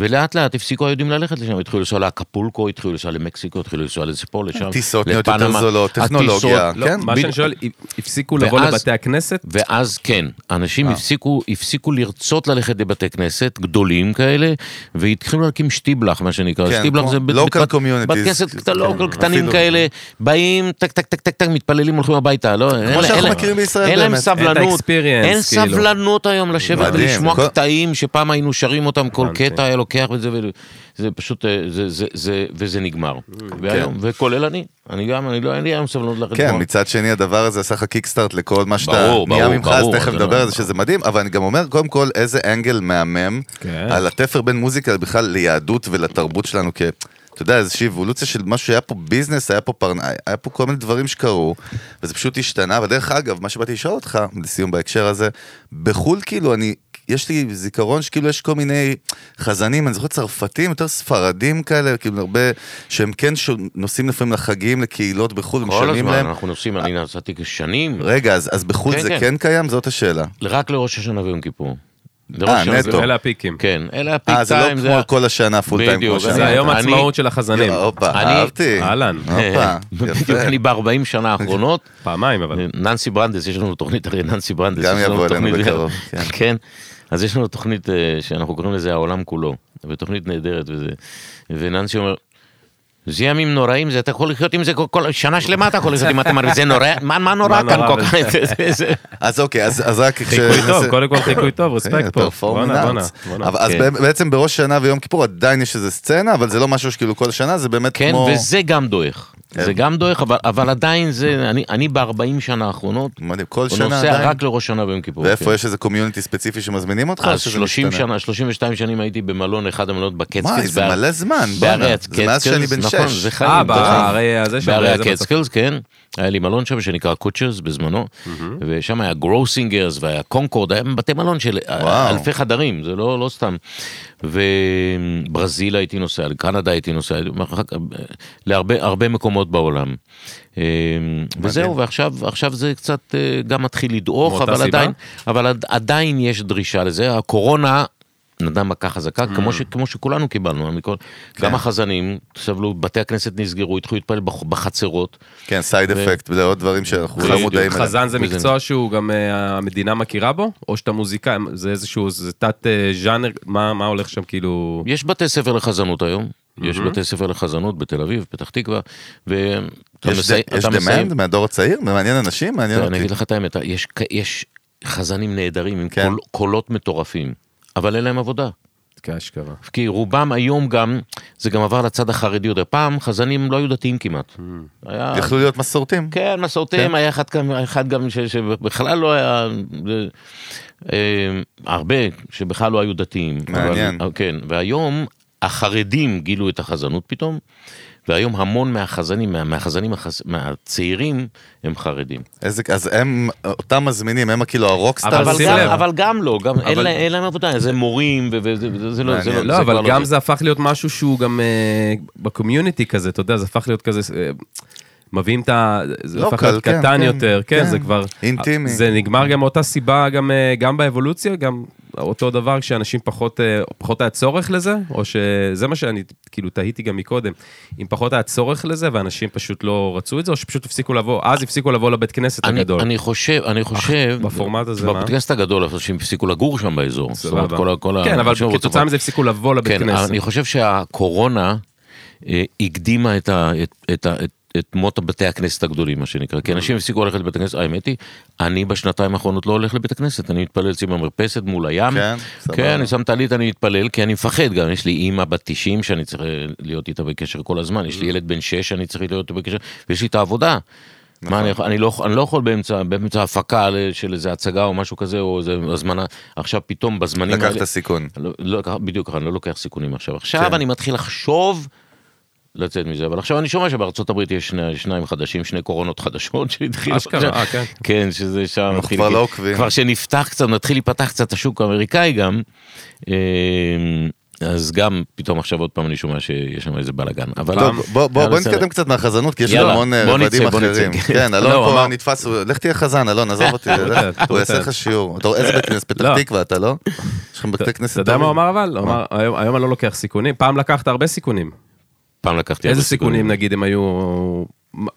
Speaker 3: ולאט לאט הפסיקו היהודים ללכת לשם, התחילו לנסוע לאקפולקו, התחילו לנסוע למקסיקו, התחילו לנסוע לזה פה, לשם,
Speaker 2: טיסות נהיות יותר
Speaker 3: לפנמה.
Speaker 2: זולות, טכנולוגיה.
Speaker 1: לא,
Speaker 2: כן,
Speaker 1: מה
Speaker 2: בדיוק.
Speaker 1: שאני שואל, הפסיקו לבוא
Speaker 3: ואז-
Speaker 1: לבתי הכנסת?
Speaker 3: ואז כן,
Speaker 2: אה.
Speaker 3: אנשים הפסיקו, הפסיקו לרצות ללכת לבתי כנסת גדולים כאלה, והתחילו להקים שטיבלח, מה שנקרא.
Speaker 2: כן,
Speaker 3: שטיבלח
Speaker 2: כמו
Speaker 3: זה בית-
Speaker 2: local
Speaker 3: בית-
Speaker 2: communities.
Speaker 3: בית כנסת
Speaker 2: כן,
Speaker 3: קטן- local קטנים
Speaker 2: אפילו.
Speaker 3: כאלה, באים, טק טק טק טק טק, מתפללים, הולכים הביתה. לא, אין-
Speaker 2: שאנחנו
Speaker 3: אין להם-
Speaker 2: מכירים בישראל
Speaker 3: אין להם
Speaker 2: באמת.
Speaker 1: אין את
Speaker 3: סבלנות,
Speaker 1: ה-experience,
Speaker 3: אין
Speaker 1: כאילו.
Speaker 3: סבלנות היום לשבת
Speaker 2: מדהים.
Speaker 3: ולשמוע
Speaker 2: כל-
Speaker 3: קטעים שפעם היינו שרים אותם, כל
Speaker 1: הבנתי.
Speaker 3: קטע היה לוקח וזה, ו- זה פשוט, אה, זה- זה- זה- וזה נגמר. והיום- וכולל אני, אני גם, אני לא, אין לי היום סבלנות ללכת
Speaker 2: כן,
Speaker 3: לשמוע.
Speaker 2: מצד שני הדבר הזה עשה לך קיקסטארט לכל מה שאתה
Speaker 3: ברור,
Speaker 2: נהיה
Speaker 3: ברור,
Speaker 2: ממך, אז
Speaker 3: ברור,
Speaker 2: תכף
Speaker 3: זה
Speaker 2: נדבר
Speaker 3: לא-
Speaker 2: על זה שזה מדהים, אבל אני גם אומר, קודם כל, איזה אנגל מהמם
Speaker 1: כן.
Speaker 2: על התפר בין מוזיקה בכלל ליהדות ולתרבות שלנו, כי אתה יודע, איזושהי אבולוציה של משהו שהיה פה ביזנס, היה פה פרנאי, היה פה כל מיני דברים שקרו, וזה פשוט השתנה, ודרך אגב, מה שבאתי לשאול אותך, לסיום בהקשר הזה, בחו"ל כאילו אני... יש לי זיכרון שכאילו יש כל מיני חזנים, אני זוכר צרפתים, יותר ספרדים כאלה, כאילו הרבה, שהם כן ש- נוסעים לפעמים לחגים, לקהילות בחו"ל,
Speaker 3: כל
Speaker 2: משלמים
Speaker 3: הזמן,
Speaker 2: להם.
Speaker 3: אנחנו נוסעים, אני נסעתי כשנים,
Speaker 2: רגע, אז, אז בחו"ל
Speaker 3: כן,
Speaker 2: זה
Speaker 3: כן.
Speaker 2: כן. קיים? זאת השאלה.
Speaker 3: רק לראש השנה ויום כיפור. לראש
Speaker 2: אה,
Speaker 3: השנה
Speaker 2: נטו.
Speaker 3: ויום-
Speaker 1: אלה הפיקים.
Speaker 3: כן, אלה הפיק
Speaker 2: אה, זה לא
Speaker 3: טיים,
Speaker 2: כמו כל השנה פול טיים
Speaker 3: בדיוק,
Speaker 2: כמו
Speaker 3: אני-
Speaker 1: זה
Speaker 2: שנה.
Speaker 1: היום
Speaker 3: אני-
Speaker 1: העצמאות של החזנים.
Speaker 2: הופה,
Speaker 3: אני-
Speaker 2: אהבתי.
Speaker 1: אהלן.
Speaker 3: (laughs)
Speaker 2: הופה,
Speaker 3: בדיוק,
Speaker 2: יפה.
Speaker 3: אני ב-40 שנה האחרונות,
Speaker 2: (laughs)
Speaker 1: פעמיים אבל.
Speaker 3: ננסי ברנדס, יש לנו תוכנית, הרי ננסי ברנדס,
Speaker 2: גם
Speaker 3: יש לנו
Speaker 2: יבוא אלינו
Speaker 3: תוכנית-
Speaker 2: בקרוב, כן.
Speaker 3: (laughs) כן, אז יש לנו תוכנית אה, שאנחנו קוראים לזה העולם כולו, ותוכנית נהדרת וזה, וננסי אומר, זה ימים נוראים, זה אתה יכול לחיות עם זה כל- כל שנה שלמה אתה יכול לחיות עם התמר, זה
Speaker 2: (laughs)
Speaker 3: נורא, מה מה נורא
Speaker 1: מה
Speaker 3: כאן
Speaker 1: נורא
Speaker 3: כל כך, זה- זה-
Speaker 2: אז אוקיי, אז אז רק...
Speaker 1: חיקוי טוב, קודם כל חיקוי
Speaker 2: אוקיי,
Speaker 1: טוב, רספקט פה. בואנה, בואנה.
Speaker 2: פרפורמנס.
Speaker 1: בואנה.
Speaker 2: אז
Speaker 1: כן.
Speaker 2: בא- בעצם בראש שנה ויום כיפור עדיין יש איזה סצנה, אבל זה לא משהו שכאילו כל שנה, זה באמת
Speaker 3: כן,
Speaker 2: כמו... כן.
Speaker 3: וזה גם דועך. זה גם דועך, אבל- אבל עדיין זה, אני- אני ב-40 שנה האחרונות,
Speaker 2: מדהים, כל
Speaker 3: הוא
Speaker 2: שנה
Speaker 3: נוסע
Speaker 2: עדיין.
Speaker 3: רק לראש שנה ויום כיפור. כן.
Speaker 2: ואיפה יש איזה קומיוניטי ספציפי שמזמינים אותך? או
Speaker 3: אז
Speaker 2: שזה
Speaker 3: 30
Speaker 2: משתנה?
Speaker 3: שנה, 32 שנים הייתי במלון, אחד המלונות בקצקלס.
Speaker 2: וואי, זה
Speaker 3: בהר-
Speaker 2: מלא זמן,
Speaker 3: בהרי
Speaker 2: בואנה.
Speaker 3: הקצקלס.
Speaker 2: זה מאז שאני בן
Speaker 3: נכון,
Speaker 2: שש.
Speaker 3: זה חיים.
Speaker 1: אה,
Speaker 3: זה חיים.
Speaker 1: בהרי הזה שם,
Speaker 3: בהרי
Speaker 1: באיזה מצב?
Speaker 3: הקצקלס, כן. היה לי מלון שם שנקרא קוצ'רס בזמנו, ושם היה גרוסינגרס והיה קונקורד, היה בתי מלון של
Speaker 2: וואו.
Speaker 3: אלפי חדרים, זה לא לא סתם. וברזיל הייתי נוסע, לקנדה הייתי נוסע, מרחק- להרבה הרבה מקומות בעולם. אה, וזהו, ועכשיו עכשיו זה קצת אה, גם מתחיל לדעוך,
Speaker 1: מאותה
Speaker 3: אבל
Speaker 1: סיבה?
Speaker 3: עדיין, אבל עד- עדיין יש דרישה לזה. הקורונה נתנה מכה חזקה,
Speaker 2: אה.
Speaker 3: כמו, ש, כמו שכולנו קיבלנו. מכל,
Speaker 2: כן.
Speaker 3: גם החזנים סבלו, בתי הכנסת נסגרו, התחילו להתפלל בח, בחצרות.
Speaker 2: כן, סייד אפקט, זה עוד דברים שאנחנו לא
Speaker 1: בדיוק.
Speaker 2: מודעים אליהם.
Speaker 1: אה, חזן זה
Speaker 3: וזה-
Speaker 1: מקצוע שהוא גם אה, המדינה מכירה בו? או שאתה מוזיקאי, זה איזשהו, זה תת אה, ז'אנר, מה מה הולך שם כאילו?
Speaker 3: יש בתי ספר לחזנות היום, יש בתי ספר לחזנות בתל אביב, פתח תקווה, ואתה
Speaker 2: יש
Speaker 3: מסי-
Speaker 2: ד- יש
Speaker 3: אתה מסיים- לא,
Speaker 2: demand מהדור הצעיר? זה מעניין אנשים? מעניין
Speaker 3: אני
Speaker 2: אותי.
Speaker 3: אגיד לך את האמת, יש, כ- יש חזנים נהדרים עם
Speaker 2: כן.
Speaker 3: קול, קולות מטורפים, אבל אין להם עבודה.
Speaker 1: כאשכרה.
Speaker 3: כי רובם היום גם, זה גם עבר לצד החרדי עוד פעם, חזנים לא היו דתיים כמעט.
Speaker 1: Hmm.
Speaker 3: היה...
Speaker 2: יכלו להיות מסורתיים.
Speaker 3: כן, מסורתיים, היה אחד, גם- אחד גם ש, שבכלל לא היה, זה, אה, הרבה שבכלל לא היו דתיים.
Speaker 2: מעניין.
Speaker 3: אבל, כן, והיום החרדים גילו את החזנות פתאום, והיום המון מהחזנים, מה, מהחזנים החס, מהצעירים הם חרדים.
Speaker 2: איזה, אז הם, אותם מזמינים, הם כאילו הרוקסטאר.
Speaker 1: אבל
Speaker 3: אבל,
Speaker 1: שים
Speaker 3: גם,
Speaker 1: לב.
Speaker 3: אבל גם לא, גם אין,
Speaker 1: אבל-
Speaker 3: לה, אין להם עבודה, זה מורים, ו- וזה וזה לא, זה
Speaker 2: מעניין.
Speaker 3: לא,
Speaker 1: לא,
Speaker 3: זה כבר
Speaker 1: אבל
Speaker 3: לא
Speaker 1: גם
Speaker 3: זה.
Speaker 1: זה הפך להיות משהו שהוא גם אה, בקומיוניטי כזה, אתה יודע, זה הפך להיות כזה, אה, מביאים את ה... זה
Speaker 2: לא
Speaker 1: הפך
Speaker 2: קל,
Speaker 1: להיות
Speaker 2: כן,
Speaker 1: קטן
Speaker 2: כן,
Speaker 1: יותר, כן,
Speaker 2: כן.
Speaker 1: זה כבר...
Speaker 2: אינטימי.
Speaker 1: זה נגמר גם מאותה סיבה, גם, אה, גם באבולוציה, גם אותו דבר כשאנשים פחות, אה, פחות היה צורך לזה, או שזה מה שאני, כאילו, תהיתי גם מקודם, אם פחות היה צורך לזה, ואנשים פשוט לא רצו את זה, או שפשוט הפסיקו לבוא, אז הפסיקו לבוא לבית כנסת
Speaker 3: אני,
Speaker 1: הגדול.
Speaker 3: אני חושב, אני חושב,
Speaker 1: בפורמט הזה, מה?
Speaker 3: בפודקאסט הגדול, איפה שהם הפסיקו לגור שם באזור. זאת אומרת,
Speaker 1: סבבה.
Speaker 3: כל ה- כל ה-
Speaker 1: כן, אבל
Speaker 3: אנשים רוצים-
Speaker 1: כתוצאה מזה הפסיקו לבוא לבית
Speaker 3: כן,
Speaker 1: כנסת.
Speaker 3: אני חושב שהקורונה אה, הקדימה את, ה, את, את, ה- את, את מות בתי הכנסת הגדולים, מה שנקרא, כי אנשים הפסיקו ללכת לבית הכנסת, האמת היא, אני בשנתיים האחרונות לא הולך לבית הכנסת, אני מתפלל אצלי במרפסת מול הים.
Speaker 2: כן, סבבה.
Speaker 3: כן, אני שם טלית, אני מתפלל, כי אני מפחד גם, יש לי אימא בת 90 שאני צריך אה, להיות איתה בקשר כל הזמן, יש לי
Speaker 2: Mm-hmm.
Speaker 3: ילד בן 6 שאני צריך להיות איתו בקשר, ויש לי את העבודה.
Speaker 2: נכון.
Speaker 3: מה, אני, יכול- אני, לא, יכול- אני לא יכול באמצע, באמצע הפקה ל- של איזה הצגה או משהו כזה, או איזה הזמנה, עכשיו פתאום בזמנים
Speaker 2: לקח את הסיכון.
Speaker 1: כן.
Speaker 3: לא, לא, לקח- בדיוק, אני לא לוקח סיכונים עכשיו. עכשיו אני מתחיל לחשוב לצאת מזה. אבל עכשיו אני שומע שבארצות הברית יש שני, שניים חדשים, שני קורונות חדשות שהתחילו.
Speaker 1: אשכרה,
Speaker 3: עכשיו. (laughs)
Speaker 1: אה, כן.
Speaker 3: כן, שזה שם.
Speaker 2: אנחנו
Speaker 3: מתחיל-
Speaker 2: כבר לא עוקבים.
Speaker 3: כבר שנפתח קצת, מתחיל להיפתח קצת השוק האמריקאי גם. אה, אז גם פתאום עכשיו עוד פעם אני שומע שיש שם איזה בלאגן. אבל... לא,
Speaker 2: טוב, בוא- בוא
Speaker 3: יאללה,
Speaker 2: בוא
Speaker 3: בסדר.
Speaker 2: נתקדם קצת מהחזנות, כי יש לנו
Speaker 3: יאללה,
Speaker 2: המון אה,
Speaker 3: בוא נצא,
Speaker 2: רבדים
Speaker 3: בוא נצא.
Speaker 2: אחרים.
Speaker 3: כן.
Speaker 2: כן, אלון פה
Speaker 3: לא, אמר-
Speaker 2: נתפס, הוא- לך תהיה חזן, אלון, עזוב
Speaker 3: (laughs)
Speaker 2: אותי, לך.
Speaker 1: אותה,
Speaker 2: הוא יעשה
Speaker 1: אותה.
Speaker 2: לך שיעור. אתה- איזה בית כנסת? פתח
Speaker 1: לא.
Speaker 2: תקווה, אתה לא? יש לכם בתי כנסת
Speaker 1: אתה יודע מה הוא
Speaker 2: טובים.
Speaker 1: אמר אבל? הוא אמר, היום היום אני לא לוקח סיכונים. פעם לקחת הרבה סיכונים.
Speaker 3: פעם לקחתי...
Speaker 1: איזה
Speaker 3: הרבה
Speaker 1: סיכונים נגיד הם היו...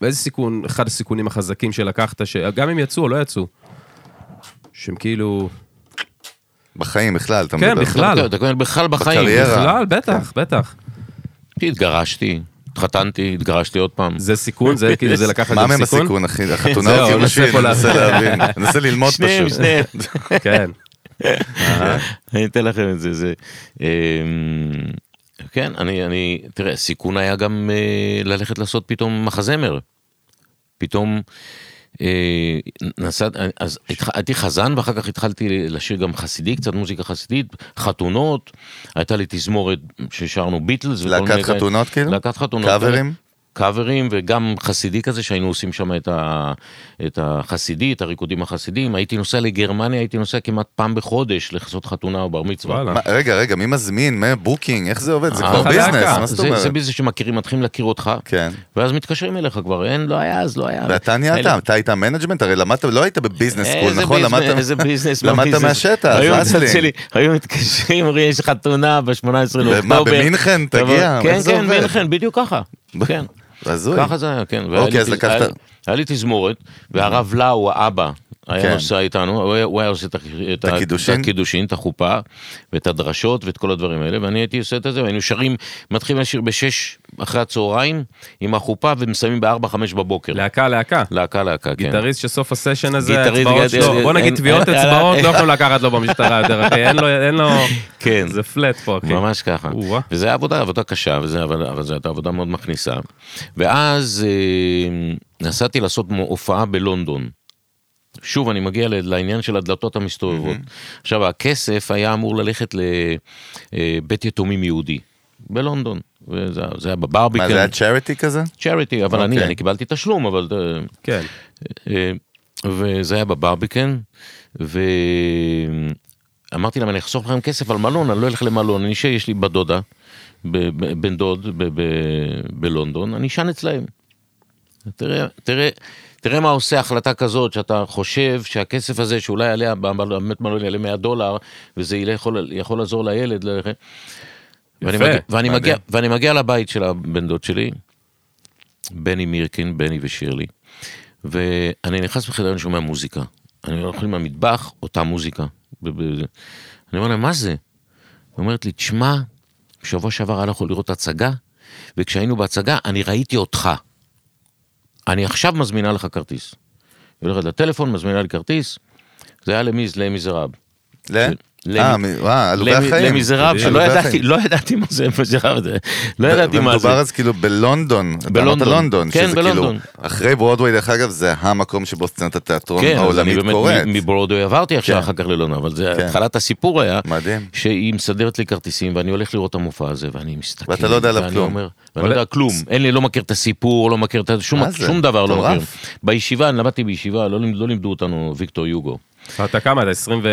Speaker 1: איזה סיכון, אחד הסיכונים החזקים שלקחת, שגם אם יצאו או לא יצאו. שהם כאילו...
Speaker 2: בחיים בכלל, אתה
Speaker 1: כן,
Speaker 2: מדבר.
Speaker 1: בכלל.
Speaker 3: אתה- אוקיי, אתה קונה בכלל בחיים.
Speaker 2: בקריירה.
Speaker 1: בכלל, בטח, בטח.
Speaker 3: התגרשתי, התחתנתי, התגרשתי עוד פעם.
Speaker 1: זה סיכון, זה כאילו, זה
Speaker 3: (laughs)
Speaker 1: לקחת
Speaker 2: מה
Speaker 1: גם
Speaker 2: מהם
Speaker 1: סיכון.
Speaker 2: הסיכון, אחי? החתונה
Speaker 1: זהו,
Speaker 2: או
Speaker 1: ננסה
Speaker 2: גירושין?
Speaker 1: פה
Speaker 2: אני מנסה
Speaker 1: לה-
Speaker 2: (laughs) להבין. אני מנסה ללמוד
Speaker 3: שניהם, (laughs)
Speaker 2: פשוט.
Speaker 3: שניהם.
Speaker 2: (laughs)
Speaker 1: כן.
Speaker 3: אני אתן לכם את זה, זה... אמ, כן, אני, אני, תראה, סיכון היה גם אה, ללכת לעשות פתאום מחזמר. פתאום אה, נסעת, אז התח, הייתי חזן ואחר כך התחלתי לשיר גם חסידי, קצת מוזיקה חסידית, חתונות, הייתה לי תזמורת ששרנו ביטלס. וכל
Speaker 2: להקת
Speaker 3: מיני כאלה.
Speaker 2: חתונות, כאילו?
Speaker 3: להקת חתונות.
Speaker 2: קאברים?
Speaker 3: קאברים וגם חסידי כזה שהיינו עושים שם את, ה, את החסידי, את הריקודים החסידים. הייתי נוסע לגרמניה, הייתי נוסע כמעט פעם בחודש לעשות חתונה או בר מצווה.
Speaker 1: וואלה.
Speaker 2: מה- רגע, רגע, מי מזמין? מה בוקינג? איך זה עובד? זה
Speaker 3: לא. אה,
Speaker 2: כבר
Speaker 1: חלקה.
Speaker 2: ביזנס, מה זאת
Speaker 3: זה, זה
Speaker 2: אומרת?
Speaker 3: ביזנס שמכירים, מתחילים להכיר אותך,
Speaker 2: כן.
Speaker 3: ואז מתקשרים אליך כבר, אין, לא היה, אז לא היה.
Speaker 2: ואתה נהיית,
Speaker 3: אלה- אה,
Speaker 2: אתה היית מנג'מנט, הרי למדת, לא היית בביזנס סקול,
Speaker 3: איזה
Speaker 2: נכון?
Speaker 3: ביזנס-
Speaker 2: למדת-
Speaker 3: איזה ביזנס, מה
Speaker 2: למדת
Speaker 3: ביזנס?
Speaker 2: מהשטח,
Speaker 3: היו
Speaker 2: זה
Speaker 3: מצד
Speaker 2: אסלינג.
Speaker 3: שלי, היו מתקשרים, אומרים, יש חתונה ב-18 לאוקטובר.
Speaker 2: ומה, במינכן?
Speaker 3: אתה אומר,
Speaker 2: תגיע,
Speaker 3: כן,
Speaker 2: איך זה
Speaker 3: כן,
Speaker 2: עובד?
Speaker 3: מינכן, בדיוק ככה. כן.
Speaker 2: הזוי.
Speaker 3: ככה זה היה, כן. והיה
Speaker 2: אוקיי,
Speaker 3: לי
Speaker 2: אז
Speaker 3: תז-
Speaker 2: לקחת- Mm-hmm.
Speaker 3: היה- היה לי תזמורת, והרב לאו, האבא,
Speaker 2: כן.
Speaker 3: היה נוסע איתנו, הוא היה- הוא היה עושה את ה- את ה-
Speaker 2: הקידושין?
Speaker 3: את הקידושין, את החופה, ואת הדרשות ואת כל הדברים האלה, ואני הייתי עושה את זה, והיינו שרים, מתחילים לשיר בשש אחרי הצהריים עם החופה, ומסיימים בארבע, חמש בבוקר.
Speaker 1: להקה, להקה.
Speaker 3: להקה, להקה, כן.
Speaker 1: גיטריסט שסוף הסשן הזה,
Speaker 3: גיטריסט,
Speaker 1: אצבעות
Speaker 3: גיטריסט,
Speaker 1: שלו, בוא נגיד
Speaker 3: אין-
Speaker 1: טביעות
Speaker 3: אין-
Speaker 1: אצבעות
Speaker 3: אין-
Speaker 1: לא יכולים לקחת לו במשטרה יותר, אחי, אין לו, אין לו,
Speaker 3: כן.
Speaker 1: זה פלט פה, אחי.
Speaker 3: ממש ככה.
Speaker 1: או-אה.
Speaker 3: וזו הייתה עבודה, עבודה קשה, וזה, אבל, אבל זו הייתה עבודה מאוד מכניסה. ואז אה, נסעתי לעשות מו- הופעה בלונדון. שוב, אני מגיע ל- לעניין של הדלתות המסתובבות. עכשיו, הכסף היה אמור ללכת לבית יתומים יהודי בלונדון. וזה זה היה
Speaker 2: מה, זה
Speaker 3: בברביקן,
Speaker 2: היה צ'ריטי כזה?
Speaker 3: צ'ריטי, אבל אני,
Speaker 2: אוקיי.
Speaker 3: אני קיבלתי תשלום, אבל... אה,
Speaker 1: כן.
Speaker 3: אה, וזה היה בברביקן, ואמרתי להם, אני אחסוך לכם כסף על מלון, אני לא אלך למלון, אני אשאר, יש לי בת דודה, ב- ב- בן דוד ב- ב- בלונדון, אני אשן אצלהם. תראה, תראה, תראה מה עושה החלטה כזאת, שאתה חושב שהכסף הזה, שאולי יעלה, באמת מלון יעלה 100 דולר, וזה ילך- יכול, יכול לעזור לילד. ל- ואני
Speaker 1: יפה,
Speaker 3: מגיע, ואני,
Speaker 2: מדהים.
Speaker 3: מגיע, ואני מגיע לבית של הבן דוד שלי, בני מירקין, בני ושירלי, ואני נכנס בחדר, אני שומע מוזיקה. אני הולך לי מהמטבח, אותה מוזיקה. ב- ב- זה. אני אומר לה, מה זה? היא אומרת לי, תשמע, בשבוע שעבר הלכנו לראות הצגה, וכשהיינו בהצגה, אני ראיתי אותך. אני עכשיו מזמינה לך כרטיס. היא הולכת לטלפון, מזמינה לי כרטיס, זה היה למי? למי זה רב.
Speaker 2: ל?
Speaker 3: ל-
Speaker 2: אה, מ- וואי, עלובי
Speaker 3: למי-
Speaker 2: החיים.
Speaker 3: למיזרב,
Speaker 2: עלובי
Speaker 3: שלא ידעתי,
Speaker 2: החיים.
Speaker 3: לא ידעתי מה זה מיזרב, זה- לא
Speaker 2: ו-
Speaker 3: ידעתי מה זה.
Speaker 2: ומדובר אז כאילו בלונדון, אתה אמרת
Speaker 3: בלונדון.
Speaker 2: לונדון,
Speaker 3: כן,
Speaker 2: שזה כאילו-
Speaker 3: בלונדון.
Speaker 2: אחרי ברודוויי דרך אגב זה המקום שבו סצנת התיאטרון
Speaker 3: כן, אז אני
Speaker 2: נכון? העולמית
Speaker 3: באמת
Speaker 2: קורית.
Speaker 3: מ- מברודווי עברתי עכשיו
Speaker 2: כן.
Speaker 3: אחר כך ללונה, אבל זה
Speaker 2: כן.
Speaker 3: התחלת הסיפור היה,
Speaker 2: מדהים.
Speaker 3: שהיא מסדרת לי כרטיסים ואני הולך לראות את המופע הזה ואני מסתכל,
Speaker 2: ואתה לא יודע עליו
Speaker 3: ואני
Speaker 2: כלום.
Speaker 3: אומר, ואני לא יודע כלום, אין לי, לא מכיר את הסיפור, לא מכיר את ה- שום-
Speaker 2: מה זה?
Speaker 3: שום דבר, לא
Speaker 2: מטורף.
Speaker 3: מכיר. בישיבה, אני למדתי בישיבה, לא לימד- לא לימדו אותנו ויקטור יוגו.
Speaker 1: אתה כמה, אתה 20 ו...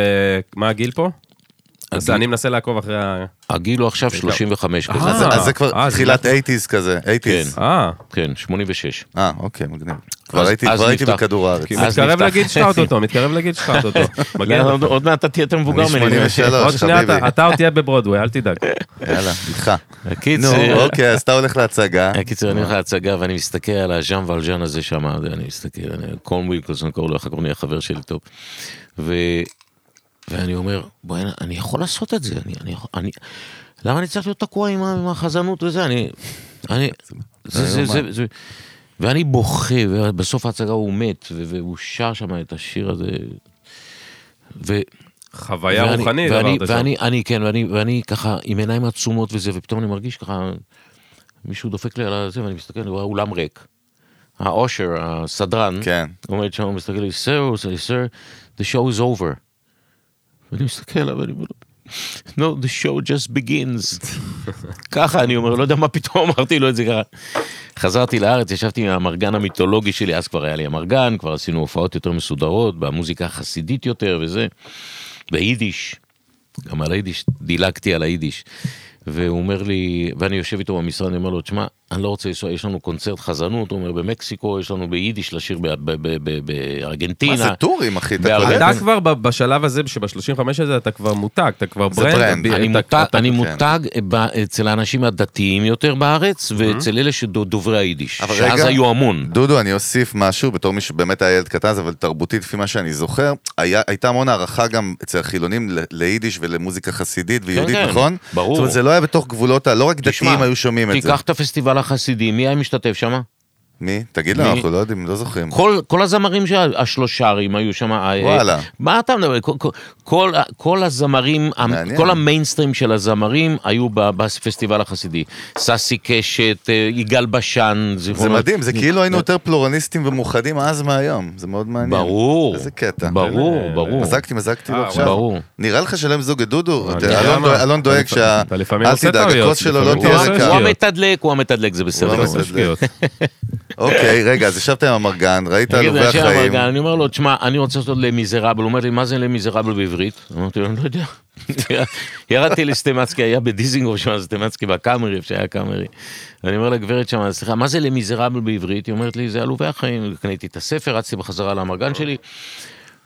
Speaker 1: מה הגיל פה? אז אני מנסה לעקוב אחרי ה...
Speaker 3: הגיל הוא עכשיו 35 כזה,
Speaker 2: אז-
Speaker 1: אה,
Speaker 2: אז זה
Speaker 1: אה,
Speaker 2: כבר
Speaker 1: זה
Speaker 2: תחילת 80's כזה, 80's.
Speaker 1: אה,
Speaker 3: כן,
Speaker 2: (laughs)
Speaker 3: 86.
Speaker 2: אה, אוקיי, מגניב. כבר
Speaker 3: אז-
Speaker 2: הייתי
Speaker 3: אז
Speaker 2: כבר הייתי
Speaker 3: נפתח. אה,
Speaker 2: בכדור הארץ.
Speaker 1: כי
Speaker 3: אז
Speaker 1: מתקרב
Speaker 3: נפתח.
Speaker 1: לגיל שחט אותו, מתקרב לגיל שחט אותו. מגיע
Speaker 3: (laughs) לא,
Speaker 1: לך.
Speaker 3: עוד- עוד מעט אתה תהיה יותר מבוגר
Speaker 2: אני
Speaker 3: ממני.
Speaker 2: 83.
Speaker 1: עוד שנייה
Speaker 2: חביבי.
Speaker 1: אתה- אתה עוד תהיה בברודווי, אל תדאג.
Speaker 2: יאללה, איתך. נו,
Speaker 3: הקיצר,
Speaker 2: אוקיי, אז אתה הולך להצגה.
Speaker 3: הקיצור, אני הולך להצגה ואני מסתכל על הז'אן ולז'אן הזה שם, אני מסתכל, אני- קורן וילקולסון קורא לו, אחר כך הוא נהיה חבר שלי טוב. ו... ואני אומר, בוא'נה, אני יכול לעשות את זה, אני, אני, יכול- אני, למה אני צריך להיות תקוע עם, ה- עם החזנות וזה, אני, אני, זה, זה, זה, זה, ואני בוכה, ובסוף ההצגה הוא מת, ו- והוא שר שם את השיר הזה, ו...
Speaker 1: חוויה
Speaker 3: ואני-
Speaker 1: רוחנית
Speaker 3: ואני,
Speaker 1: עברת שם.
Speaker 3: ואני, אני, כן, ואני, ואני ככה עם עיניים עצומות וזה, ופתאום אני מרגיש ככה, מישהו דופק לי על זה, ואני מסתכל, אני רואה אולם ריק. האושר, הסדרן,
Speaker 2: כן.
Speaker 3: עומד שם, מסתכל לי, סר, הוא עושה לי, סר, the show is over. ואני מסתכל עליו, ואני אומר לו, no, the show just begins. ככה, אני אומר, לא יודע מה פתאום אמרתי לו את זה ככה. חזרתי לארץ, ישבתי עם האמרגן המיתולוגי שלי, אז כבר היה לי אמרגן, כבר עשינו הופעות יותר מסודרות, במוזיקה החסידית יותר וזה, ביידיש. גם על היידיש, דילגתי על היידיש. והוא אומר לי, ואני יושב איתו במשרד, אני אומר לו, תשמע, אני לא רוצה לנסוע, יש לנו קונצרט חזנות, הוא אומר, במקסיקו, יש לנו ביידיש לשיר ב- ב- ב- ב- בארגנטינה.
Speaker 2: מה זה טורים, אחי? אתה
Speaker 3: בהרבה-
Speaker 2: קולט?
Speaker 1: אתה כבר ב- בשלב הזה, שב-35 הזה אתה כבר מותג, אתה כבר
Speaker 2: זה
Speaker 1: ברנד.
Speaker 2: ברנד.
Speaker 1: אתה-
Speaker 3: אני
Speaker 1: אתה-
Speaker 3: מותג-
Speaker 1: אתה-
Speaker 3: אני
Speaker 2: כן.
Speaker 3: מותג אה, ב- אצל האנשים הדתיים יותר בארץ, ואצל אלה שדוברי היידיש,
Speaker 2: Mm-hmm. אבל
Speaker 3: שאז
Speaker 2: רגע,
Speaker 3: היו המון.
Speaker 2: דודו, אני אוסיף משהו, בתור מי שבאמת היה ילד קטן, אבל תרבותית, לפי מה שאני זוכר, היה, הייתה המון הערכה גם אצל החילונים ל- ליידיש ולמוזיקה חסידית ויהודית,
Speaker 3: כן,
Speaker 2: נכון?
Speaker 3: ברור.
Speaker 2: זאת אומרת, זה לא היה בתוך גבולות ה... לא רק
Speaker 3: תשמע,
Speaker 2: דתיים היו שומעים את זה.
Speaker 3: תיקח את הפסטיבל החסידי, מי היה משתתף שם?
Speaker 2: מי? תגיד לנו,
Speaker 3: מי?
Speaker 2: אנחנו לא יודעים, לא זוכרים.
Speaker 3: כל, כל הזמרים שהשלושרים היו שם. אה,
Speaker 2: וואלה.
Speaker 3: מה אתה מדבר? כל, כל- כל, כל הזמרים, המ-
Speaker 2: מעניין.
Speaker 3: כל המיינסטרים של הזמרים היו ב- בפסטיבל החסידי. ססי קשת, אה, יגאל בשן,
Speaker 2: זה
Speaker 3: זיכרונו-
Speaker 2: מדהים, זה כאילו היינו יותר פלורליסטים ומאוחדים אז מהיום, זה מאוד מעניין.
Speaker 3: ברור.
Speaker 2: איזה קטע.
Speaker 3: ברור, ברור.
Speaker 2: מזגתי, מזגתי לו
Speaker 1: אה,
Speaker 2: עכשיו.
Speaker 3: ברור.
Speaker 2: נראה לך שלם זוג את דודו?
Speaker 1: אני
Speaker 2: אתה-
Speaker 1: יודע
Speaker 2: אלון
Speaker 1: מה.
Speaker 2: דואג- אלון דואג
Speaker 1: אתה
Speaker 2: שה...
Speaker 1: לפעמים
Speaker 2: אל
Speaker 1: עושה
Speaker 2: תדאג,
Speaker 1: טעויות,
Speaker 2: הכוס שלו לא
Speaker 1: לפעמים
Speaker 2: תהיה
Speaker 1: הוא עושה
Speaker 2: ריקה.
Speaker 3: הוא
Speaker 1: שגיאות.
Speaker 3: המתדלק, הוא המתדלק, זה בסדר.
Speaker 2: הוא לא-
Speaker 1: אתה
Speaker 3: גמור.
Speaker 1: עושה שגיאות.
Speaker 2: אוקיי, רגע, אז ישבת עם אמרגן, ראית
Speaker 3: תגיד,
Speaker 2: עלובי
Speaker 3: אנשי
Speaker 2: החיים.
Speaker 3: המרגן, אני אומר לו, תשמע, אני רוצה לעשות למיזרבל, הוא אומר לי, מה זה למיזרבל בעברית? אמרתי לו, אני לא יודע. (laughs) ירדתי לסטימצקי, היה בדיזינגוף שם, סטימצקי בקאמרי, איפה שהיה קאמרי. אני אומר לגברת שם, סליחה, מה זה למיזרבל בעברית? היא אומרת לי, זה עלובי החיים. קניתי את הספר, רצתי בחזרה לאמרגן שלי.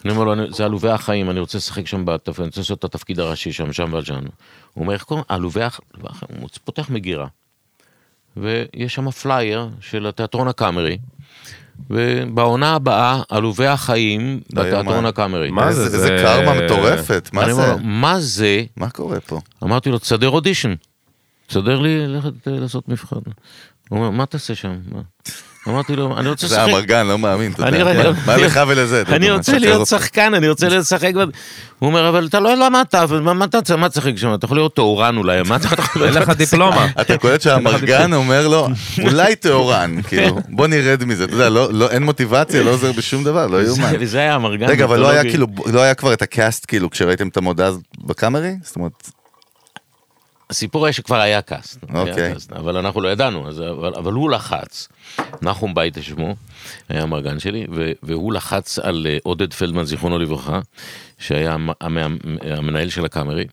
Speaker 3: אני אומר לו, "אני- זה עלובי החיים, אני רוצה לשחק שם, בתפ- אני רוצה לעשות את התפקיד הראשי שם, שם בג'אן. הוא אומר, איך קוראים? עלובי החיים, הוא פותח מגירה. ויש שם פלייר של התיאטרון הקאמרי. ובעונה הבאה, עלובי החיים
Speaker 2: לא
Speaker 3: בתיאטרון
Speaker 2: יאומן.
Speaker 3: הקאמרי.
Speaker 1: מה
Speaker 2: איזה-
Speaker 1: זה? לא-
Speaker 2: איזה
Speaker 1: זה-
Speaker 2: קרמה מטורפת,
Speaker 3: אני
Speaker 2: מה
Speaker 3: אומר
Speaker 2: זה?
Speaker 3: לו, מה זה?
Speaker 2: מה קורה פה?
Speaker 3: אמרתי לו, תסדר אודישן. תסדר לי ללכת אה, לעשות מבחן. הוא אומר, מה תעשה שם? מה?" אמרתי לו, אני רוצה
Speaker 2: זה
Speaker 3: לשחק.
Speaker 2: אמרגן, לא מאמין, אתה
Speaker 3: אני
Speaker 2: יודע.
Speaker 3: רגע-
Speaker 2: מה- מה לך ולזה?
Speaker 3: אני
Speaker 2: דודו?
Speaker 3: רוצה
Speaker 2: משקר
Speaker 3: להיות
Speaker 2: אותו.
Speaker 3: שחקן, אני רוצה לשחק. ב- הוא אומר, אבל אתה לא למדת, אבל מה- מה אתה מה תשחק שם? אתה יכול להיות טהורן אולי, מה אתה יכול
Speaker 1: אין
Speaker 3: להיות?
Speaker 1: לך דיפלומה.
Speaker 2: אתה
Speaker 3: (laughs)
Speaker 2: קולט שהאמרגן אומר לו, אולי טהורן, כאילו, בוא נרד מזה, אתה יודע, לא- לא- אין מוטיבציה, לא עוזר בשום דבר, לא יאומן.
Speaker 3: (laughs) וזה היה אמרגן.
Speaker 2: רגע, אבל לא היה
Speaker 3: מיתולוגי.
Speaker 2: כאילו, לא היה כבר את הקאסט, כאילו, כשראיתם את המודעה הזאת בקאמרי? זאת אומרת,
Speaker 3: הסיפור היה שכבר היה קאסט.
Speaker 2: אוקיי.
Speaker 3: היה קאסט, אבל אנחנו לא ידענו, אז, אבל, אבל הוא לחץ. נחום בייטה שמו, היה המרגן שלי, ו, והוא לחץ על אה, עודד פלדמן, זיכרונו לברכה, שהיה המ- המ- המנהל של הקאמרי,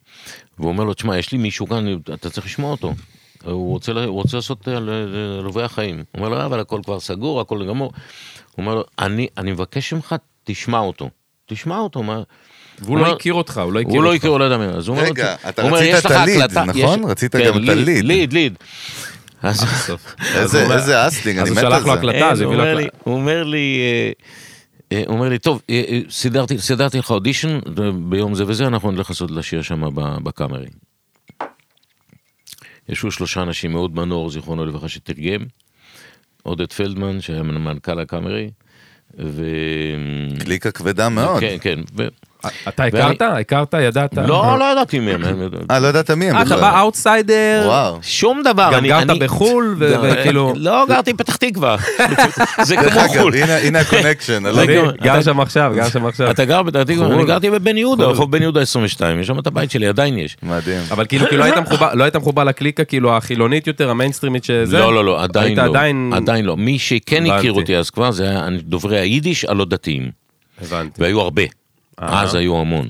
Speaker 3: והוא אומר לו, תשמע, יש לי מישהו כאן, אתה צריך לשמוע אותו. הוא רוצה, ל- הוא רוצה לעשות אה, ל- ל- ללווי החיים. הוא אומר לו, "אה, אבל הכל כבר סגור, הכל גמור. הוא אומר לו, אני, אני מבקש ממך, תשמע אותו. תשמע אותו, מה...
Speaker 1: והוא לא הכיר אותך, הוא לא הכיר
Speaker 3: הוא לא
Speaker 1: אותך.
Speaker 3: הכיר, הוא לא יודע מי. אז הוא אומר,
Speaker 2: רגע,
Speaker 3: לו,
Speaker 2: אתה
Speaker 3: הוא אומר,
Speaker 2: רצית
Speaker 3: "יש לך
Speaker 2: את הליד,
Speaker 3: הקלטה."
Speaker 2: נכון?
Speaker 3: יש-
Speaker 2: רצית
Speaker 3: כן,
Speaker 2: גם את הליד.
Speaker 3: ליד, ליד. אז
Speaker 2: איזה-
Speaker 1: הוא-
Speaker 2: איזה אסלינג,
Speaker 1: אה, אז
Speaker 2: אני
Speaker 1: הוא שלח
Speaker 2: מת על
Speaker 1: לו
Speaker 2: זה.
Speaker 1: הקלטה.
Speaker 3: אין,
Speaker 1: אז הביא
Speaker 3: אה, כן, הוא
Speaker 1: לה
Speaker 3: אומר לי-
Speaker 1: הקלטה.
Speaker 3: הוא אומר לי, אה, אה, הוא אומר לי, טוב, אה, אה, סידרתי סידרתי לך אודישן, אה, ביום זה וזה, אנחנו נלך לעשות לשיר שם ב- בקאמרי. ישבו שלושה אנשים, מאוד מנור, זיכרונו לברכה, שתרגם, עודד פלדמן, שהיה מנכ"ל הקאמרי, ו...
Speaker 2: קליקה כבדה מאוד.
Speaker 1: אוקיי.
Speaker 3: כן, כן. ו-
Speaker 1: "אה, אתה הכרת? הכרת? ידעת?
Speaker 3: לא, לא ידעתי מי הם.
Speaker 2: אה, לא ידעת מי הם
Speaker 1: אה, אתה
Speaker 2: בכלל.
Speaker 1: בא אה, אאוטסיידר?
Speaker 2: וואו.
Speaker 3: שום דבר.
Speaker 1: גם
Speaker 3: אני-
Speaker 1: גרת
Speaker 3: אני-
Speaker 1: בחו"ל, ו-
Speaker 3: לא,
Speaker 1: וכאילו-
Speaker 3: לא, גרתי בפתח תקווה. (laughs) זה
Speaker 2: דרך
Speaker 1: אה,
Speaker 3: כמו
Speaker 2: אגב,
Speaker 3: חו"ל.
Speaker 2: הנה-
Speaker 1: (laughs)
Speaker 2: הנה הקונקשן, אלון.
Speaker 1: אני
Speaker 3: רגע,
Speaker 1: גר
Speaker 3: אתה-
Speaker 1: שם עכשיו, גר שם עכשיו.
Speaker 3: לא, אתה גר בפתח תקווה, אני
Speaker 1: חו"ל.
Speaker 3: גרתי בבן יהודה, רחוב בן יהודה 22, יש שם את הבית שלי, עדיין יש.
Speaker 2: מדהים.
Speaker 1: אבל כאילו, כאילו היית מחובר, לא היית מחובר לקליקה כאילו החילונית יותר, המיינסטרימית שזה?
Speaker 3: לא, לא, לא, עדיין
Speaker 1: היית
Speaker 3: לא.
Speaker 1: עדיין...
Speaker 3: עדיין לא. מי שכן
Speaker 1: הבנתי.
Speaker 3: הכיר אותי אז כבר, זה היה דוברי היידיש הלא דתיים.
Speaker 1: הבנתי.
Speaker 3: והיו הרבה.
Speaker 1: אה.
Speaker 3: אז היו המון.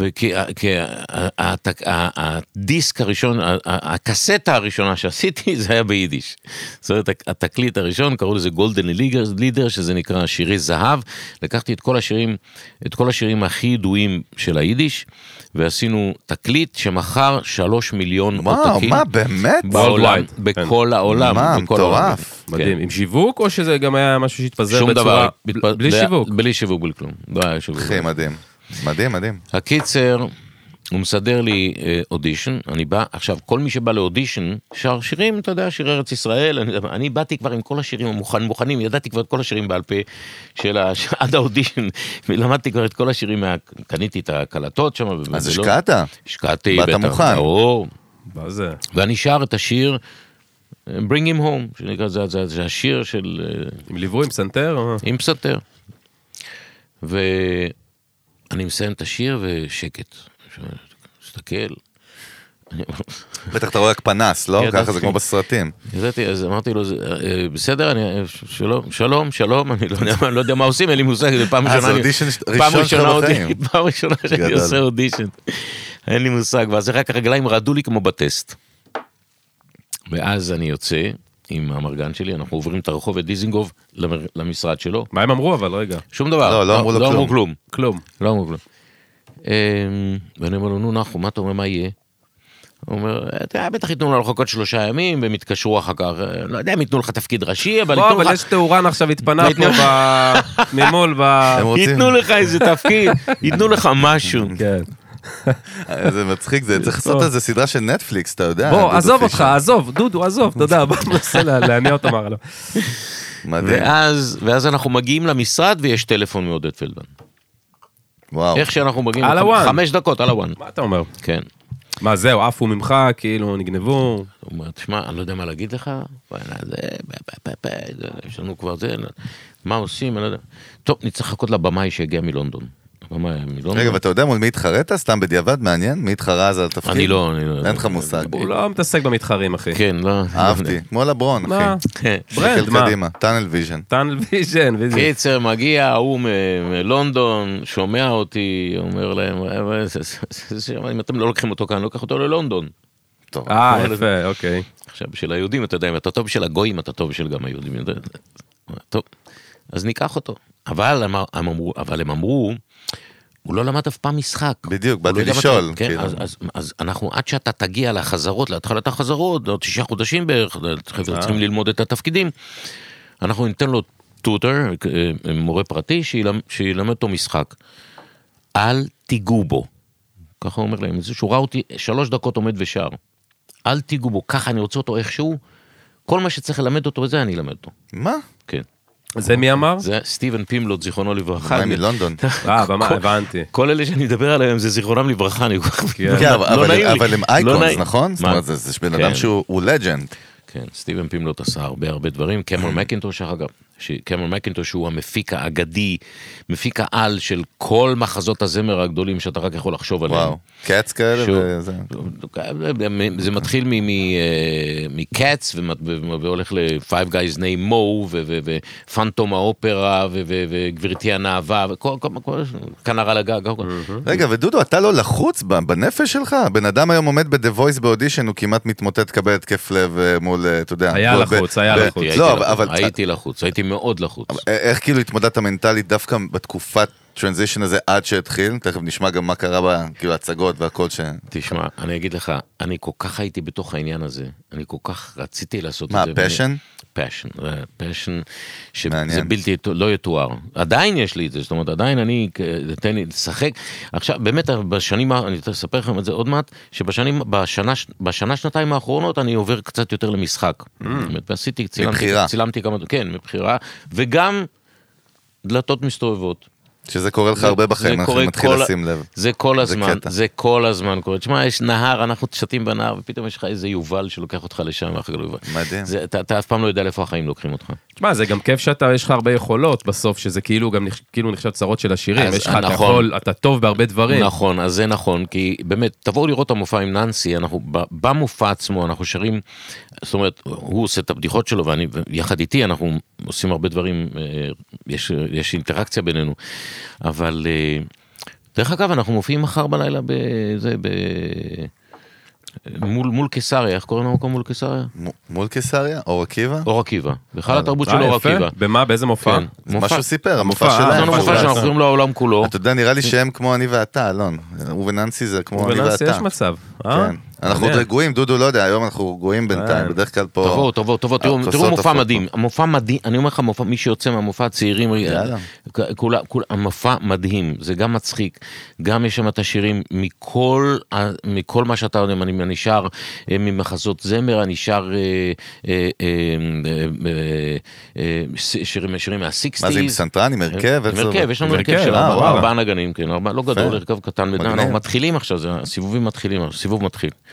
Speaker 3: וכי אה, כי ה- ה- ה- הדיסק הראשון, ה- ה- הקסטה הראשונה שעשיתי, (laughs) זה היה ביידיש. זאת אומרת, הת- התקליט הראשון, קראו לזה גולדן לידר, שזה נקרא שירי זהב. לקחתי את כל השירים, את כל השירים הכי ידועים של היידיש, ועשינו תקליט שמכר שלוש מיליון
Speaker 2: וואו,
Speaker 3: עותקים.
Speaker 2: מה, באמת?
Speaker 3: בעולם,
Speaker 1: Worldwide, כן.
Speaker 3: בכל העולם.
Speaker 2: מה,
Speaker 3: בכל העולם.
Speaker 2: מטורף.
Speaker 3: כן.
Speaker 1: מדהים. עם שיווק, או שזה גם היה משהו שהתפזר
Speaker 3: שום דבר.
Speaker 1: בצורה...
Speaker 3: התפ-
Speaker 1: בלי
Speaker 3: זה היה-
Speaker 1: שיווק.
Speaker 3: בלי שיווק, בלי כלום. לא היה שיווק.
Speaker 2: אחי, מדהים. מדהים, מדהים.
Speaker 3: הקיצר, הוא מסדר לי אה, אודישן, אני בא, עכשיו, כל מי שבא לאודישן, שר שירים, אתה יודע, שירי ארץ ישראל, אני, אני באתי כבר עם כל השירים המוכנים, מוכנים, ידעתי כבר את כל השירים בעל פה של ה... (laughs) עד האודישן, ולמדתי כבר את כל השירים, מה, קניתי את הקלטות שם.
Speaker 2: אז
Speaker 3: ולא-
Speaker 2: השקעת?
Speaker 3: השקעתי,
Speaker 2: באת
Speaker 3: בטח.
Speaker 2: מוכן.
Speaker 3: ברור.
Speaker 1: מה זה?
Speaker 3: ואני שר את השיר, אה, Bring him home, שנקרא, זה, זה, זה השיר של... אה,
Speaker 1: עם ליווי, עם סנטר? או מה?
Speaker 3: עם פסנתר. ואני מסיים את השיר ושקט. עכשיו, מסתכל,
Speaker 2: בטח אתה רואה רק פנס,
Speaker 1: כן,
Speaker 2: לא?
Speaker 3: ידעתי.
Speaker 2: ככה זה כמו בסרטים.
Speaker 3: ידעתי, אז אמרתי לו, "זה, אה, בסדר, אני, שלום, שלום, שלום, אני לא יודע, מה- לא יודע מה עושים, אין לי מושג, זה פעם
Speaker 2: אה,
Speaker 3: ראשונה.
Speaker 2: זה
Speaker 3: אני-
Speaker 2: אודישן ש-
Speaker 3: פעם
Speaker 2: ראשון שלך
Speaker 3: ראשונה אותי-
Speaker 2: בחיים.
Speaker 3: פעם ראשונה שאני
Speaker 2: גדול.
Speaker 3: עושה אודישן. אין לי מושג, ואז אחר כך הרגליים רעדו לי כמו בטסט. ואז אני יוצא עם המרגן שלי, אנחנו עוברים את הרחוב את דיזינגוף למר- למשרד שלו,
Speaker 1: מה הם אמרו אבל רגע?
Speaker 3: שום דבר.
Speaker 2: לא, לא אמרו לו
Speaker 3: לא אמרו
Speaker 2: כלום.
Speaker 3: כלום.
Speaker 1: כלום.
Speaker 3: לא אמרו כלום. אמ, ואני אומר לו, נו נחום, מה אתה אומר, מה יהיה? הוא אומר, "אה, אתה יודע, בטח ייתנו לנו לחכות שלושה ימים, והם יתקשרו אחר כך, אה, לא יודע אם ייתנו לך תפקיד ראשי, אבל
Speaker 1: בוא,
Speaker 3: ייתנו
Speaker 1: אבל
Speaker 3: לך...
Speaker 1: יש תאורן עכשיו התפנה
Speaker 3: לא,
Speaker 1: פה ב-
Speaker 3: (laughs)
Speaker 1: ממול ב...
Speaker 2: הם רוצים-
Speaker 3: ייתנו לך איזה תפקיד, ייתנו לך משהו.
Speaker 1: כן.
Speaker 2: אה, זה מצחיק, זה צריך לעשות
Speaker 1: טוב.
Speaker 2: איזה סדרה של נטפליקס, אתה
Speaker 3: אה,
Speaker 2: יודע.
Speaker 1: בוא,
Speaker 2: דודו
Speaker 1: עזוב
Speaker 2: פישר.
Speaker 1: אותך, עזוב, דודו, עזוב, תודה, בוא ננסה לה- להניע אותו מהרעלה.
Speaker 2: מדהים.
Speaker 1: אה,
Speaker 3: ואז, ואז אנחנו מגיעים למשרד ויש טלפון מעודד פלדמן.
Speaker 2: וואו.
Speaker 3: איך שאנחנו מגיעים,
Speaker 1: על
Speaker 3: חמ-
Speaker 1: הוואן.
Speaker 3: חמש דקות על הוואן.
Speaker 1: מה אתה אומר?
Speaker 3: כן.
Speaker 1: מה זהו, עפו ממך, כאילו, נגנבו.
Speaker 3: הוא אומר, תשמע, אני לא יודע מה להגיד לך, וואלה, זה, פה, פה, פה, פה, זה, יש לנו כבר זה, לא- מה עושים, אני לא יודע. טוב, נצטרך לחכות לבמאי שהגיע מלונדון. הבמאי היה מלונדון.
Speaker 2: רגע, ואתה יודע מול מי התחרית? סתם בדיעבד, מעניין? מי התחרה אז על התפקיד?
Speaker 3: אני לא, אני לא.
Speaker 2: כן. אין לך מושג.
Speaker 1: הוא לא מתעסק במתחרים, אחי.
Speaker 3: כן, לא.
Speaker 2: אהבתי. כמו לברון,
Speaker 1: מה?
Speaker 2: אחי.
Speaker 3: כן.
Speaker 1: ברנד,
Speaker 2: תסתכל
Speaker 1: מה?
Speaker 2: קדימה, טאנל ויז'ן.
Speaker 1: טאנל ויז'ן, ויז'ן.
Speaker 3: (laughs) קיצר, מגיע ההוא מ- מלונדון, שומע אותי, אומר להם, "אבל זה- זה- זה- זה- אם אתם לא לוקחים אותו כאן, אני לוקח אותו ללונדון.
Speaker 2: טוב.
Speaker 1: אה,
Speaker 3: כל
Speaker 1: יפה, אוקיי.
Speaker 3: עכשיו, בשביל היהודים, אתה יודע, אם אתה טוב בשביל הגויים, אתה טוב בשביל גם היהודים. אתה יודע. טוב, אז ניקח אותו. אבל הם, הם אמרו, אבל הם אמרו, הוא לא למד אף פעם משחק.
Speaker 2: בדיוק,
Speaker 3: הוא
Speaker 2: באתי
Speaker 3: לא יודע מה-
Speaker 2: לשאול,
Speaker 3: כן,
Speaker 2: כאילו.
Speaker 3: אז, אז, אז אנחנו, עד שאתה תגיע לחזרות, להתחלת החזרות, עוד תשעה חודשים בערך,
Speaker 2: אה.
Speaker 3: חבר'ה צריכים ללמוד את התפקידים, אנחנו ניתן לו טוטר, מורה פרטי, שילמד, שילמד אותו משחק. אל תיגעו בו. ככה הוא אומר להם, זה שהוא ראה אותי שלוש דקות עומד ושר. אל תיגעו בו, ככה אני רוצה אותו איכשהו. כל מה שצריך ללמד אותו וזה, אני אלמד אותו.
Speaker 2: מה?
Speaker 3: כן.
Speaker 1: זה מי
Speaker 2: אה.
Speaker 1: אמר?
Speaker 3: זה סטיבן פימלוט, זיכרונו לברכה. כן.
Speaker 2: מה
Speaker 3: (laughs)
Speaker 2: מלונדון.
Speaker 1: אה, במה, הבנתי.
Speaker 3: כל אלה שאני מדבר עליהם זה זיכרונם לברכה, אני כל כך...
Speaker 2: כן,
Speaker 3: לא-
Speaker 2: אבל-
Speaker 3: לא
Speaker 2: אבל-
Speaker 3: נעים לי.
Speaker 2: אבל הם
Speaker 3: לא
Speaker 2: אייקונס,
Speaker 3: נעים.
Speaker 2: נכון? זאת
Speaker 3: מה?
Speaker 2: אומרת, זה- זה בן אדם
Speaker 3: כן.
Speaker 2: שהוא לג'נד.
Speaker 3: כן, סטיבן פימלוט עשה הרבה הרבה דברים,
Speaker 2: כן.
Speaker 3: קמרון מקינטוש אחר כך, ש- קמרון מקינטוש הוא המפיק האגדי, מפיק העל של כל מחזות הזמר הגדולים שאתה רק יכול לחשוב עליהם.
Speaker 2: וואו. קאץ כאלה
Speaker 3: שהוא-
Speaker 2: וזה.
Speaker 3: זה מתחיל אה, מקאץ והולך ל-Five Guys Name Mo ופנטום האופרה ו- ו- וגברתי הנאווה וכל כל- כל- כנר על הגג. הכל.
Speaker 2: רגע, ודודו, אתה לא לחוץ ב- בנפש שלך? הבן אדם היום עומד ב-The Voice באודישן, הוא כמעט מתמוטט, קבל התקף לב אה, מול, אה, אתה יודע.
Speaker 1: היה
Speaker 2: ב-
Speaker 1: לחוץ,
Speaker 2: ב-
Speaker 1: היה
Speaker 2: ב-
Speaker 1: לחוץ.
Speaker 3: הייתי
Speaker 2: לא,
Speaker 3: לחוץ,
Speaker 2: אבל- אבל
Speaker 3: הייתי לחוץ, הייתי מאוד לחוץ.
Speaker 2: א- איך כאילו התמודדת מנטלית דווקא בתקופת טרנזישן הזה עד שהתחיל? תכף נשמע גם מה קרה ב... כאילו, הצגות והכל ש...
Speaker 3: תשמע, אני אגיד לך, אני כל כך הייתי בתוך העניין הזה, אני כל כך רציתי לעשות
Speaker 2: מה,
Speaker 3: את זה.
Speaker 2: passion?
Speaker 3: פשן, אה, פשן, שזה
Speaker 2: מעניין.
Speaker 3: בלתי, לא יתואר. עדיין יש לי את זה, זאת אומרת, עדיין אני, כ- תן לי לשחק. עכשיו, באמת, בשנים, ה- אני אספר לכם את זה עוד מעט, שבשנים, בשנה, בשנה, שנתיים האחרונות אני עובר קצת יותר למשחק. זאת אומרת, ועשיתי, צילמתי,
Speaker 2: Mm. מבחירה.
Speaker 3: צילמתי כמה, כן, מבחירה, וגם דלתות מסתובבות.
Speaker 2: שזה קורה לך
Speaker 3: זה-
Speaker 2: הרבה
Speaker 3: זה
Speaker 2: בחיים,
Speaker 3: קורה
Speaker 2: אנחנו מתחיל
Speaker 3: כל ה-
Speaker 2: לשים לב.
Speaker 3: זה כל הזמן,
Speaker 2: קטע.
Speaker 3: זה כל הזמן קורה. תשמע, יש נהר, אנחנו שתים בנהר, ופתאום יש לך איזה יובל שלוקח אותך לשם, ואחר כך לא יובל.
Speaker 2: מדהים.
Speaker 3: זה- אתה- אתה אף פעם לא יודע לאיפה החיים לוקחים אותך.
Speaker 1: תשמע, זה גם כיף שאתה, יש לך הרבה יכולות בסוף, שזה כאילו גם נח- כאילו נחשב צרות של עשירים.
Speaker 3: אז
Speaker 1: יש לך, אתה
Speaker 3: נכון.
Speaker 1: יכול, אתה טוב בהרבה דברים.
Speaker 3: נכון, אז זה נכון, כי באמת, תבואו לראות את המופע עם ננסי, אנחנו, ב- במופע עצמו אנחנו שרים, זאת אומרת, הוא עושה את הבדיחות שלו, ואני, יחד איתי אנחנו עושים הרבה דברים, אה, יש, יש אינטראקציה בינינו, אבל אה, דרך אגב, אנחנו מופיעים מחר בלילה בזה, ב... מול, מול קיסריה, איך קוראים למקום מול קיסריה?
Speaker 2: מ- מול קיסריה? אור עקיבא?
Speaker 3: אור עקיבא, לא בכלל התרבות של
Speaker 1: אה,
Speaker 3: אור
Speaker 1: יפה.
Speaker 3: עקיבא.
Speaker 1: במה, באיזה מופע?
Speaker 3: כן.
Speaker 2: זה מה
Speaker 3: מופע-
Speaker 2: שהוא סיפר, המופע
Speaker 1: מופע, אה,
Speaker 2: שלהם.
Speaker 3: עשינו
Speaker 1: מופע
Speaker 3: מופע
Speaker 1: שהוא
Speaker 3: שאנחנו
Speaker 1: עשה.
Speaker 3: קוראים לו העולם כולו.
Speaker 2: אתה יודע, נראה לי שהם כמו אני ואתה, אלון. הוא וננסי זה כמו אני
Speaker 1: בנאסי
Speaker 2: ואתה.
Speaker 1: יש מצב. אה?
Speaker 2: כן. אנחנו עוד
Speaker 1: מעניין.
Speaker 2: רגועים, דודו לא יודע, היום אנחנו רגועים בינתיים,
Speaker 1: אה.
Speaker 2: בדרך כלל פה...
Speaker 3: תבואו, תבואו, תבואו, תראו,
Speaker 2: הכוסות
Speaker 3: תראו מופע
Speaker 2: עפות
Speaker 3: מדהים, מופע מדהים, אני אומר לך, מופע, מי שיוצא מהמופע הצעירים,
Speaker 2: יאללה.
Speaker 3: כ- כולה, כולה, המופע מדהים, זה גם מצחיק, גם יש שם את השירים מכל, ה- מכל מה שאתה יודע, אני, אני שר אה, ממחזות זמר, אני שר אה, אה, אה, אה, אה, ש- שירים, שירים מהסיקסטיז.
Speaker 2: מה זה, עם סנטרן, עם הרכב?
Speaker 3: עם
Speaker 2: איך זה עובד?
Speaker 3: הרכב, יש לנו
Speaker 1: עם
Speaker 3: הרכב
Speaker 1: הרכב,
Speaker 3: של
Speaker 2: אה,
Speaker 3: ארבע-
Speaker 2: וואלה.
Speaker 3: ארבעה נגנים, כן, ארבע- לא גדול,
Speaker 2: יפה.
Speaker 3: הרכב קטן,
Speaker 2: מגניב.
Speaker 3: אנחנו מתחילים עכשיו, זה- הסיבובים מתחילים, הסיבוב מתחיל.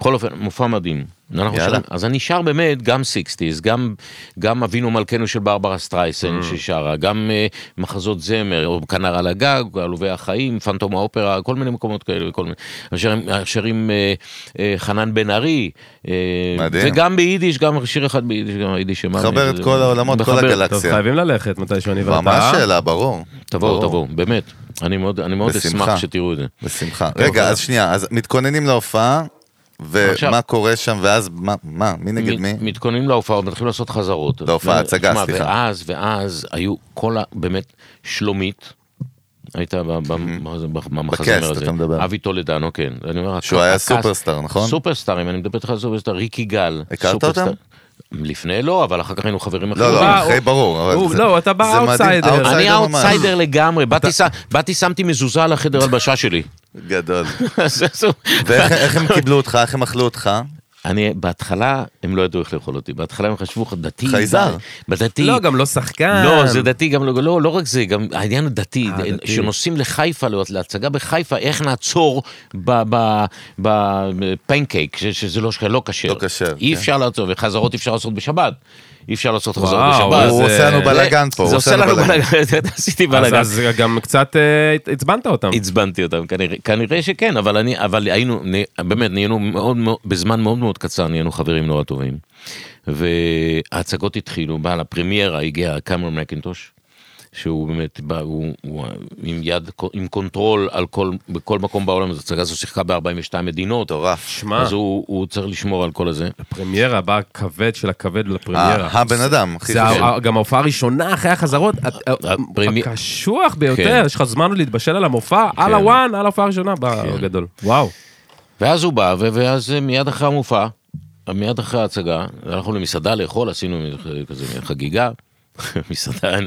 Speaker 3: בכל אופן, מופע מדהים. אנחנו
Speaker 2: יאללה.
Speaker 3: שרים, אז אני שר באמת גם 60's, גם, גם אבינו מלכנו של ברברה סטרייסן
Speaker 2: Mm.
Speaker 3: ששרה, גם uh, מחזות זמר, או כנר על הגג, עלובי החיים, פנטום האופרה, כל מיני מקומות כאלה וכל מיני. השרים, השרים uh, uh, חנן בן ארי, uh,
Speaker 2: מדהים.
Speaker 3: וגם ביידיש, גם שיר אחד ביידיש, גם היידיש שמענו.
Speaker 2: מחבר את כל העולמות, כל
Speaker 3: מחבר.
Speaker 1: טוב,
Speaker 2: הגלקסיה.
Speaker 1: חייבים ללכת מתישהו אני ואתה.
Speaker 2: ממש שאלה, ברור.
Speaker 3: תבואו,
Speaker 2: ברור.
Speaker 3: תבואו, באמת. אני מאוד, אני מאוד
Speaker 2: בשמחה.
Speaker 3: אשמח שתראו את זה.
Speaker 2: בשמחה.
Speaker 1: אוקיי,
Speaker 2: רגע, אז שנייה, אז מתכוננים להופעה,
Speaker 3: עכשיו.
Speaker 2: ומה קורה שם, ואז מה, מה, מי נגד מי?
Speaker 3: מת- מתכוננים להופעה, מתחילים לעשות חזרות.
Speaker 2: להופעה, הצגה,
Speaker 3: שמע,
Speaker 2: סליחה.
Speaker 3: ואז, ואז היו כל ה... באמת, שלומית. הייתה ב- ב- ב- במחזמר
Speaker 2: בקאסט,
Speaker 3: הזה,
Speaker 2: אתה מדבר.
Speaker 3: אבי טולדנו, כן, אני אומר,
Speaker 2: שהוא
Speaker 3: הק-
Speaker 2: היה
Speaker 3: הקאסט-
Speaker 2: סופרסטאר, נכון?
Speaker 3: סופרסטאר, אם אני מדבר איתך על סופרסטאר, ריקי גל,
Speaker 2: הכרת
Speaker 3: סופרסטאר.
Speaker 2: אותם?
Speaker 3: לפני לא, אבל אחר כך היינו חברים אחרים.
Speaker 2: לא,
Speaker 1: בא-
Speaker 2: לא, אחרי ברור. אבל
Speaker 1: הוא-
Speaker 2: זה-
Speaker 1: לא, אתה בא
Speaker 2: זה מדהים.
Speaker 1: אאוטסיידר.
Speaker 3: אני
Speaker 2: ממש.
Speaker 3: האוטסיידר לגמרי, באתי ש- באתי שמתי מזוזה על החדר הלבשה שלי. (laughs)
Speaker 2: גדול.
Speaker 3: אז זה-
Speaker 2: ואיך איך הם קיבלו אותך, איך הם אכלו אותך?
Speaker 3: אני, בהתחלה, הם לא ידעו איך לאכול אותי, בהתחלה הם חשבו, דתי,
Speaker 2: חייזר.
Speaker 3: בדתי,
Speaker 1: לא, גם לא שחקן.
Speaker 3: לא, זה דתי גם, לא, לא, לא רק זה, גם העניין הדתי,
Speaker 1: אה, דתי.
Speaker 3: שנוסעים לחיפה, להיות להצגה בחיפה, איך נעצור בפנקייק, שזה לא, לא כשר.
Speaker 2: לא כשר,
Speaker 3: אי
Speaker 2: כן.
Speaker 3: אפשר לעצור, וחזרות אי אפשר לעשות בשבת. אי אפשר לעשות
Speaker 1: וואו,
Speaker 3: חזרות
Speaker 1: אה,
Speaker 3: בשבת.
Speaker 2: הוא
Speaker 1: זה-
Speaker 2: עושה לנו בלאגן פה,
Speaker 3: זה
Speaker 2: הוא
Speaker 3: עושה לנו
Speaker 2: בלאגן.
Speaker 3: בלאגן, (laughs) עשיתי
Speaker 1: אז-
Speaker 3: בלאגן.
Speaker 1: אז גם קצת אה, הת- עצבנת אותם.
Speaker 3: עצבנתי אותם, כנראה, כנראה שכן, אבל, אני, אבל היינו, נה- באמת, נהיינו מאוד, מאוד, בזמן מאוד מאוד קצר, נהיינו חברים נורא טובים. וההצגות התחילו, בעל הפרמיירה הגיע קמרון מקינטוש, שהוא באמת, בא, הוא, הוא עם יד, עם קונטרול על כל, בכל מקום בעולם, זו הצגה הזו שיחקה ב-42 מדינות,
Speaker 2: מטורף.
Speaker 1: שמע,
Speaker 3: אז הוא, הוא צריך לשמור על כל הזה.
Speaker 1: פרמיירה, בא הכבד של הכבד
Speaker 3: אה,
Speaker 1: לפרמיירה.
Speaker 2: ה- הבן אה, אדם, הכי
Speaker 1: זה
Speaker 2: חשוב.
Speaker 1: ה- ה- גם ההופעה הראשונה אחרי החזרות, ה-
Speaker 3: הפרמי-
Speaker 1: הקשוח ביותר,
Speaker 3: כן.
Speaker 1: יש לך זמן עוד להתבשל על המופע, על
Speaker 3: כן.
Speaker 1: הוואן, על ההופעה הראשונה, בגדול. וואו.
Speaker 3: ואז הוא בא, ו- ואז אה, מיד אחרי המופע, מיד אחרי ההצגה, הלכנו למסעדה לאכול, עשינו מ- כזה חגיגה. (laughs) מסעדה,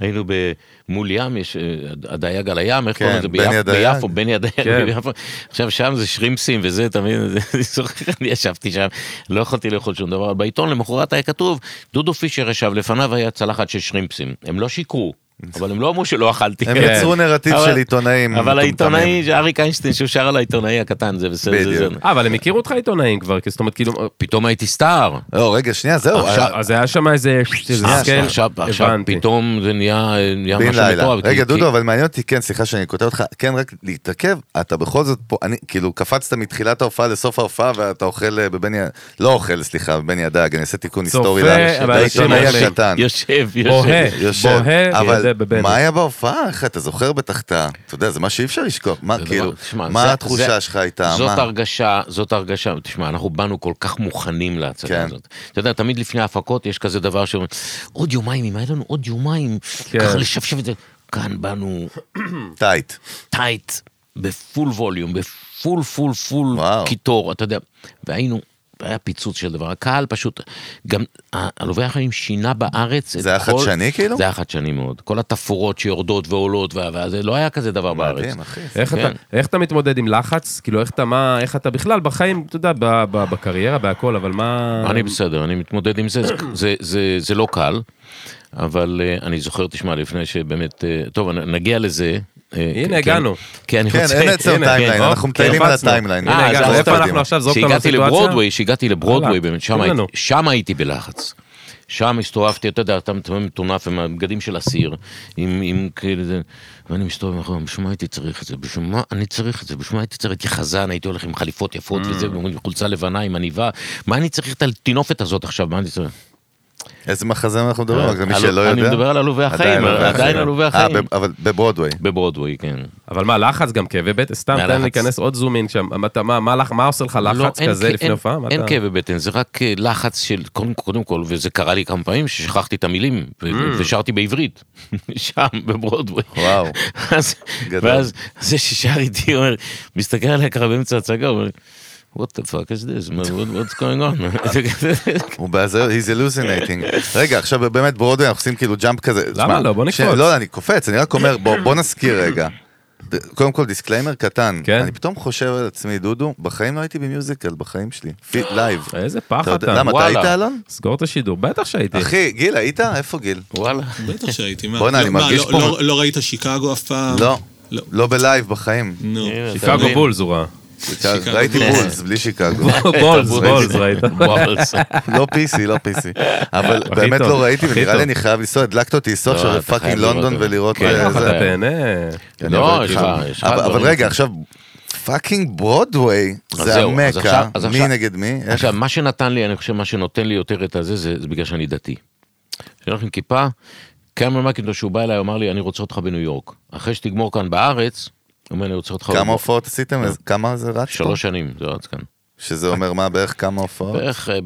Speaker 3: היינו ב- מול ים, יש אה, הדייג על הים, איך
Speaker 2: כן,
Speaker 3: קוראים לזה?
Speaker 2: בני
Speaker 3: ביפו-
Speaker 2: הדייג.
Speaker 3: ביפו, בני הדייג,
Speaker 1: כן.
Speaker 3: ביפו. עכשיו שם זה שרימפסים וזה, אתה מבין? (laughs) זה- אני זוכר, אני ישבתי שם, לא יכולתי לאכול שום דבר. בעיתון למחרת היה כתוב, דודו פישר ישב, לפניו היה צלחת של שרימפסים. הם לא שיקרו, אבל הם לא אמרו שלא אכלתי.
Speaker 2: הם
Speaker 3: כן.
Speaker 2: יצרו נרטיב
Speaker 3: אבל-
Speaker 2: של עיתונאים.
Speaker 3: (laughs) אבל
Speaker 2: מטומטמים.
Speaker 3: העיתונאי, אריק איינשטיין, שהוא שר על העיתונאי הקטן, זה בסדר. זה-
Speaker 2: בדיוק.
Speaker 3: זה-
Speaker 1: אה, אבל הם הכירו אותך עיתונאים כבר, כי זאת אומרת, כאילו,
Speaker 3: פתאום הייתי סטאר.
Speaker 2: לא, רגע, שנייה, זהו.
Speaker 3: עכשיו-
Speaker 1: אז היה שם איזה... איזה
Speaker 2: אה,
Speaker 1: סקייל.
Speaker 3: עכשיו, עכשיו
Speaker 1: הבנתי.
Speaker 3: פתאום זה נהיה נהיה
Speaker 2: בן
Speaker 3: משהו
Speaker 2: לילה.
Speaker 3: מטורף.
Speaker 2: רגע,
Speaker 3: כי-
Speaker 2: דודו,
Speaker 3: כי-
Speaker 2: אבל מעניין אותי, כן, סליחה שאני כותב אותך, כן, רק להתעכב, אתה בכל זאת פה, אני, כאילו, קפצת מתחילת ההופעה לסוף ההופעה, ואתה אוכל אה, בבני, לא אוכל, סליחה, בבני הדג, אני אעשה תיקון
Speaker 1: צופה,
Speaker 2: היסטורי
Speaker 1: אבל
Speaker 2: לעיתון
Speaker 1: אנשים
Speaker 2: היה
Speaker 1: אוכלים.
Speaker 2: קטן.
Speaker 3: יושב,
Speaker 1: בוהה,
Speaker 3: יושב.
Speaker 2: יושב,
Speaker 1: בוהה,
Speaker 2: אבל
Speaker 1: ידי בבן.
Speaker 2: מה היה בהופעה? איך אתה זוכר בתחתה? אתה יודע, זה מה שאי אפשר לשכוח. מה,
Speaker 3: זה דבר-
Speaker 2: כאילו,
Speaker 3: תשמע, זה-
Speaker 2: מה התחושה
Speaker 3: זה-
Speaker 2: שלך הייתה?
Speaker 3: זאת
Speaker 2: מה?
Speaker 3: הרגשה, זאת הרגשה, תשמע, אנחנו באנו כל כך מוכנים להצגה
Speaker 2: כן.
Speaker 3: הזאת. אתה יודע, תמיד לפני ההפקות יש כזה דבר שאומרים, עוד יומיים, אם היה לנו עוד יומיים,
Speaker 1: כן.
Speaker 3: ככה לשפשף את זה. כאן באנו
Speaker 2: טייט.
Speaker 3: טייט, בפול ווליום, בפול פול פול
Speaker 2: וואו.
Speaker 3: קיטור, אתה יודע. והיינו, היה פיצוץ של דבר, הקהל פשוט, גם הלובי החיים שינה בארץ את
Speaker 2: זה היה חדשני, כאילו?
Speaker 3: זה היה חדשני מאוד. כל התפאורות שיורדות ועולות, וה- וזה לא היה כזה דבר בארץ.
Speaker 2: מדהים, אחי.
Speaker 1: איך,
Speaker 3: כן.
Speaker 1: אתה, איך אתה מתמודד עם לחץ? כאילו, איך אתה, מה, איך אתה בכלל בחיים, אתה יודע, ב, ב, בקריירה, בהכל, אבל מה...
Speaker 3: אני בסדר, אני מתמודד עם זה, זה- זה, זה, זה לא קל, אבל אה, אני זוכר, תשמע, לפני שבאמת, אה, טוב, נ- נגיע לזה. אה,
Speaker 1: הנה,
Speaker 3: כן,
Speaker 1: הגענו.
Speaker 3: כן, אני
Speaker 2: כן,
Speaker 3: רוצה...
Speaker 2: אין אצלנו
Speaker 1: הנה,
Speaker 2: טיימליין,
Speaker 1: כן,
Speaker 2: אנחנו
Speaker 1: אוקיי,
Speaker 2: מטיילים על
Speaker 1: קפצנו.
Speaker 2: הטיימליין.
Speaker 1: הנה,
Speaker 3: אה,
Speaker 2: אנחנו
Speaker 3: זה
Speaker 1: הגענו,
Speaker 3: אנחנו
Speaker 1: איפה
Speaker 2: יודעים.
Speaker 1: אנחנו עכשיו? זרוק אותנו
Speaker 3: כשהגעתי
Speaker 1: לסיטואציה?
Speaker 3: לברודוויי, כשהגעתי לברודוויי,
Speaker 1: וואלה,
Speaker 3: באמת, שם
Speaker 1: תנו
Speaker 3: הייתי-
Speaker 1: לנו.
Speaker 3: שם הייתי בלחץ. שם הסתובבתי, אתה יודע, אתה מתואם מטונף עם הבגדים של אסיר, עם, עם כאלה, זה, ואני מסתובב מאחורי, בשביל מה הייתי צריך את זה? בשביל מה אני צריך את זה? בשביל מה הייתי צריך? הייתי חזן, הייתי הולך עם חליפות
Speaker 1: Mm.
Speaker 3: יפות וזה, עם חולצה לבנה, עם עניבה, מה אני צריך את הטינופת הזאת עכשיו? מה אני צריך?
Speaker 2: איזה מחזמר אנחנו מדברים? רק למי
Speaker 3: על-
Speaker 2: לא, שלא יודע.
Speaker 3: אה, אני מדבר על עלובי החיים,
Speaker 2: עדיין עלובי
Speaker 3: עדיין עלובי
Speaker 2: אה,
Speaker 3: החיים.
Speaker 2: ב- אבל בברודוויי.
Speaker 3: בברודוויי, כן.
Speaker 1: אבל מה, לחץ גם כאבי בטן? סתם,
Speaker 3: מה
Speaker 1: תן
Speaker 3: לחץ?
Speaker 1: להיכנס עוד זום אין שם. מה, אתה- מה, מה, לח- מה עושה לך לחץ
Speaker 3: לא, אין
Speaker 1: כזה
Speaker 3: כ-
Speaker 1: לפני
Speaker 3: אין-
Speaker 1: הופעה? מה
Speaker 3: אין
Speaker 1: אתה-
Speaker 3: כאבי בטן, זה רק אה, לחץ של, קודם, קודם כל, וזה קרה לי כמה פעמים, ששכחתי את המילים, ו-
Speaker 1: Mm.
Speaker 3: ושרתי בעברית, (laughs) שם, בברודווי.
Speaker 2: וואו.
Speaker 3: אז-
Speaker 2: גדול.
Speaker 3: ואז זה ששר איתי, אומר, מסתכל עליה ככה באמצע ההצגה, אומר, what the fuck is this, מה- what- what's going
Speaker 1: (laughs)
Speaker 3: on?
Speaker 2: הוא בהזיות, he's hallucinating. רגע, עכשיו באמת ברודווי אנחנו עושים כאילו ג'אמפ כזה. תשמע,
Speaker 1: לא? בוא
Speaker 2: ש-
Speaker 1: נקפוץ.
Speaker 2: לא, אני קופץ, אני רק אומר, בוא בוא נזכיר רגע. ד- קודם כל דיסקליימר קטן,
Speaker 1: כן.
Speaker 2: אני פתאום חושב על עצמי, דודו, בחיים לא הייתי במיוזיקל, בחיים שלי, פי- לייב.
Speaker 1: איזה פח
Speaker 2: אתה יודע-
Speaker 1: אתה.
Speaker 2: למה, אתה
Speaker 3: וואלה.
Speaker 2: היית אלון?
Speaker 1: סגור את השידור, בטח שהייתי.
Speaker 2: אחי, גיל, היית? איפה גיל?
Speaker 3: וואלה.
Speaker 4: בטח שהייתי, מה?
Speaker 2: בוא'נה,
Speaker 4: לא-
Speaker 2: אני
Speaker 4: מה,
Speaker 2: מרגיש
Speaker 4: לא-
Speaker 2: פה-
Speaker 4: לא- לא ראית שיקגו אף פעם?
Speaker 2: לא,
Speaker 4: לא.
Speaker 2: לא בלייב בחיים.
Speaker 4: נו.
Speaker 3: הנה, אתה
Speaker 1: שיקגו
Speaker 3: מבין? כן,
Speaker 1: בולס הוא ראה.
Speaker 2: שיקגו.
Speaker 4: שיקגו
Speaker 2: ראיתי
Speaker 1: כן.
Speaker 4: בולס.
Speaker 2: בולס, בלי
Speaker 1: (laughs)
Speaker 2: שיקגו.
Speaker 3: (laughs)
Speaker 1: בולס, בולס, ראית.
Speaker 3: בולס.
Speaker 2: לא PC, לא PC. אבל
Speaker 1: הכי
Speaker 2: באמת
Speaker 1: טוב,
Speaker 2: לא ראיתי,
Speaker 1: הכי
Speaker 2: ונראה
Speaker 1: טוב.
Speaker 2: לי אני חייב לנסוע, הדלקת אותי לנסוע
Speaker 3: לא,
Speaker 2: עכשיו
Speaker 3: אתה חייב
Speaker 2: לפאקינג
Speaker 3: לראות
Speaker 2: לונדון
Speaker 3: אותו.
Speaker 2: ולראות
Speaker 3: כן,
Speaker 2: אה,
Speaker 1: ככה
Speaker 2: זה.
Speaker 1: אתה תהנה.
Speaker 2: כי אני
Speaker 3: לא,
Speaker 2: עובד
Speaker 3: יש
Speaker 2: איתך.
Speaker 3: לך- יש לך
Speaker 2: אבל- אבל
Speaker 3: דברים.
Speaker 2: רגע, עכשיו, פאקינג ברודוויי,
Speaker 3: אז
Speaker 2: זה
Speaker 3: זהו, אז
Speaker 2: המקה,
Speaker 3: עכשיו- אז
Speaker 2: מי
Speaker 3: עכשיו-
Speaker 2: נגד מי? איך-
Speaker 3: עכשיו, מה שנתן לי, אני חושב, מה שנותן לי יותר את הזה, זה, זה בגלל שאני דתי. כשאני הולך עם כיפה, קרמל מקינטוש, שהוא בא אליי, הוא אמר לי, אני רוצה אותך בניו יורק. אחרי שתגמור כאן בארץ, הוא אומר, אני רוצה אותך...
Speaker 2: כמה
Speaker 3: בניו-
Speaker 2: הופעות עשיתם? אז כמה זה רץ פה?
Speaker 3: אה, שלוש שנים, זה רץ כאן.
Speaker 2: שזה אומר מה, בערך כמה הופעות?
Speaker 3: בערך, אה,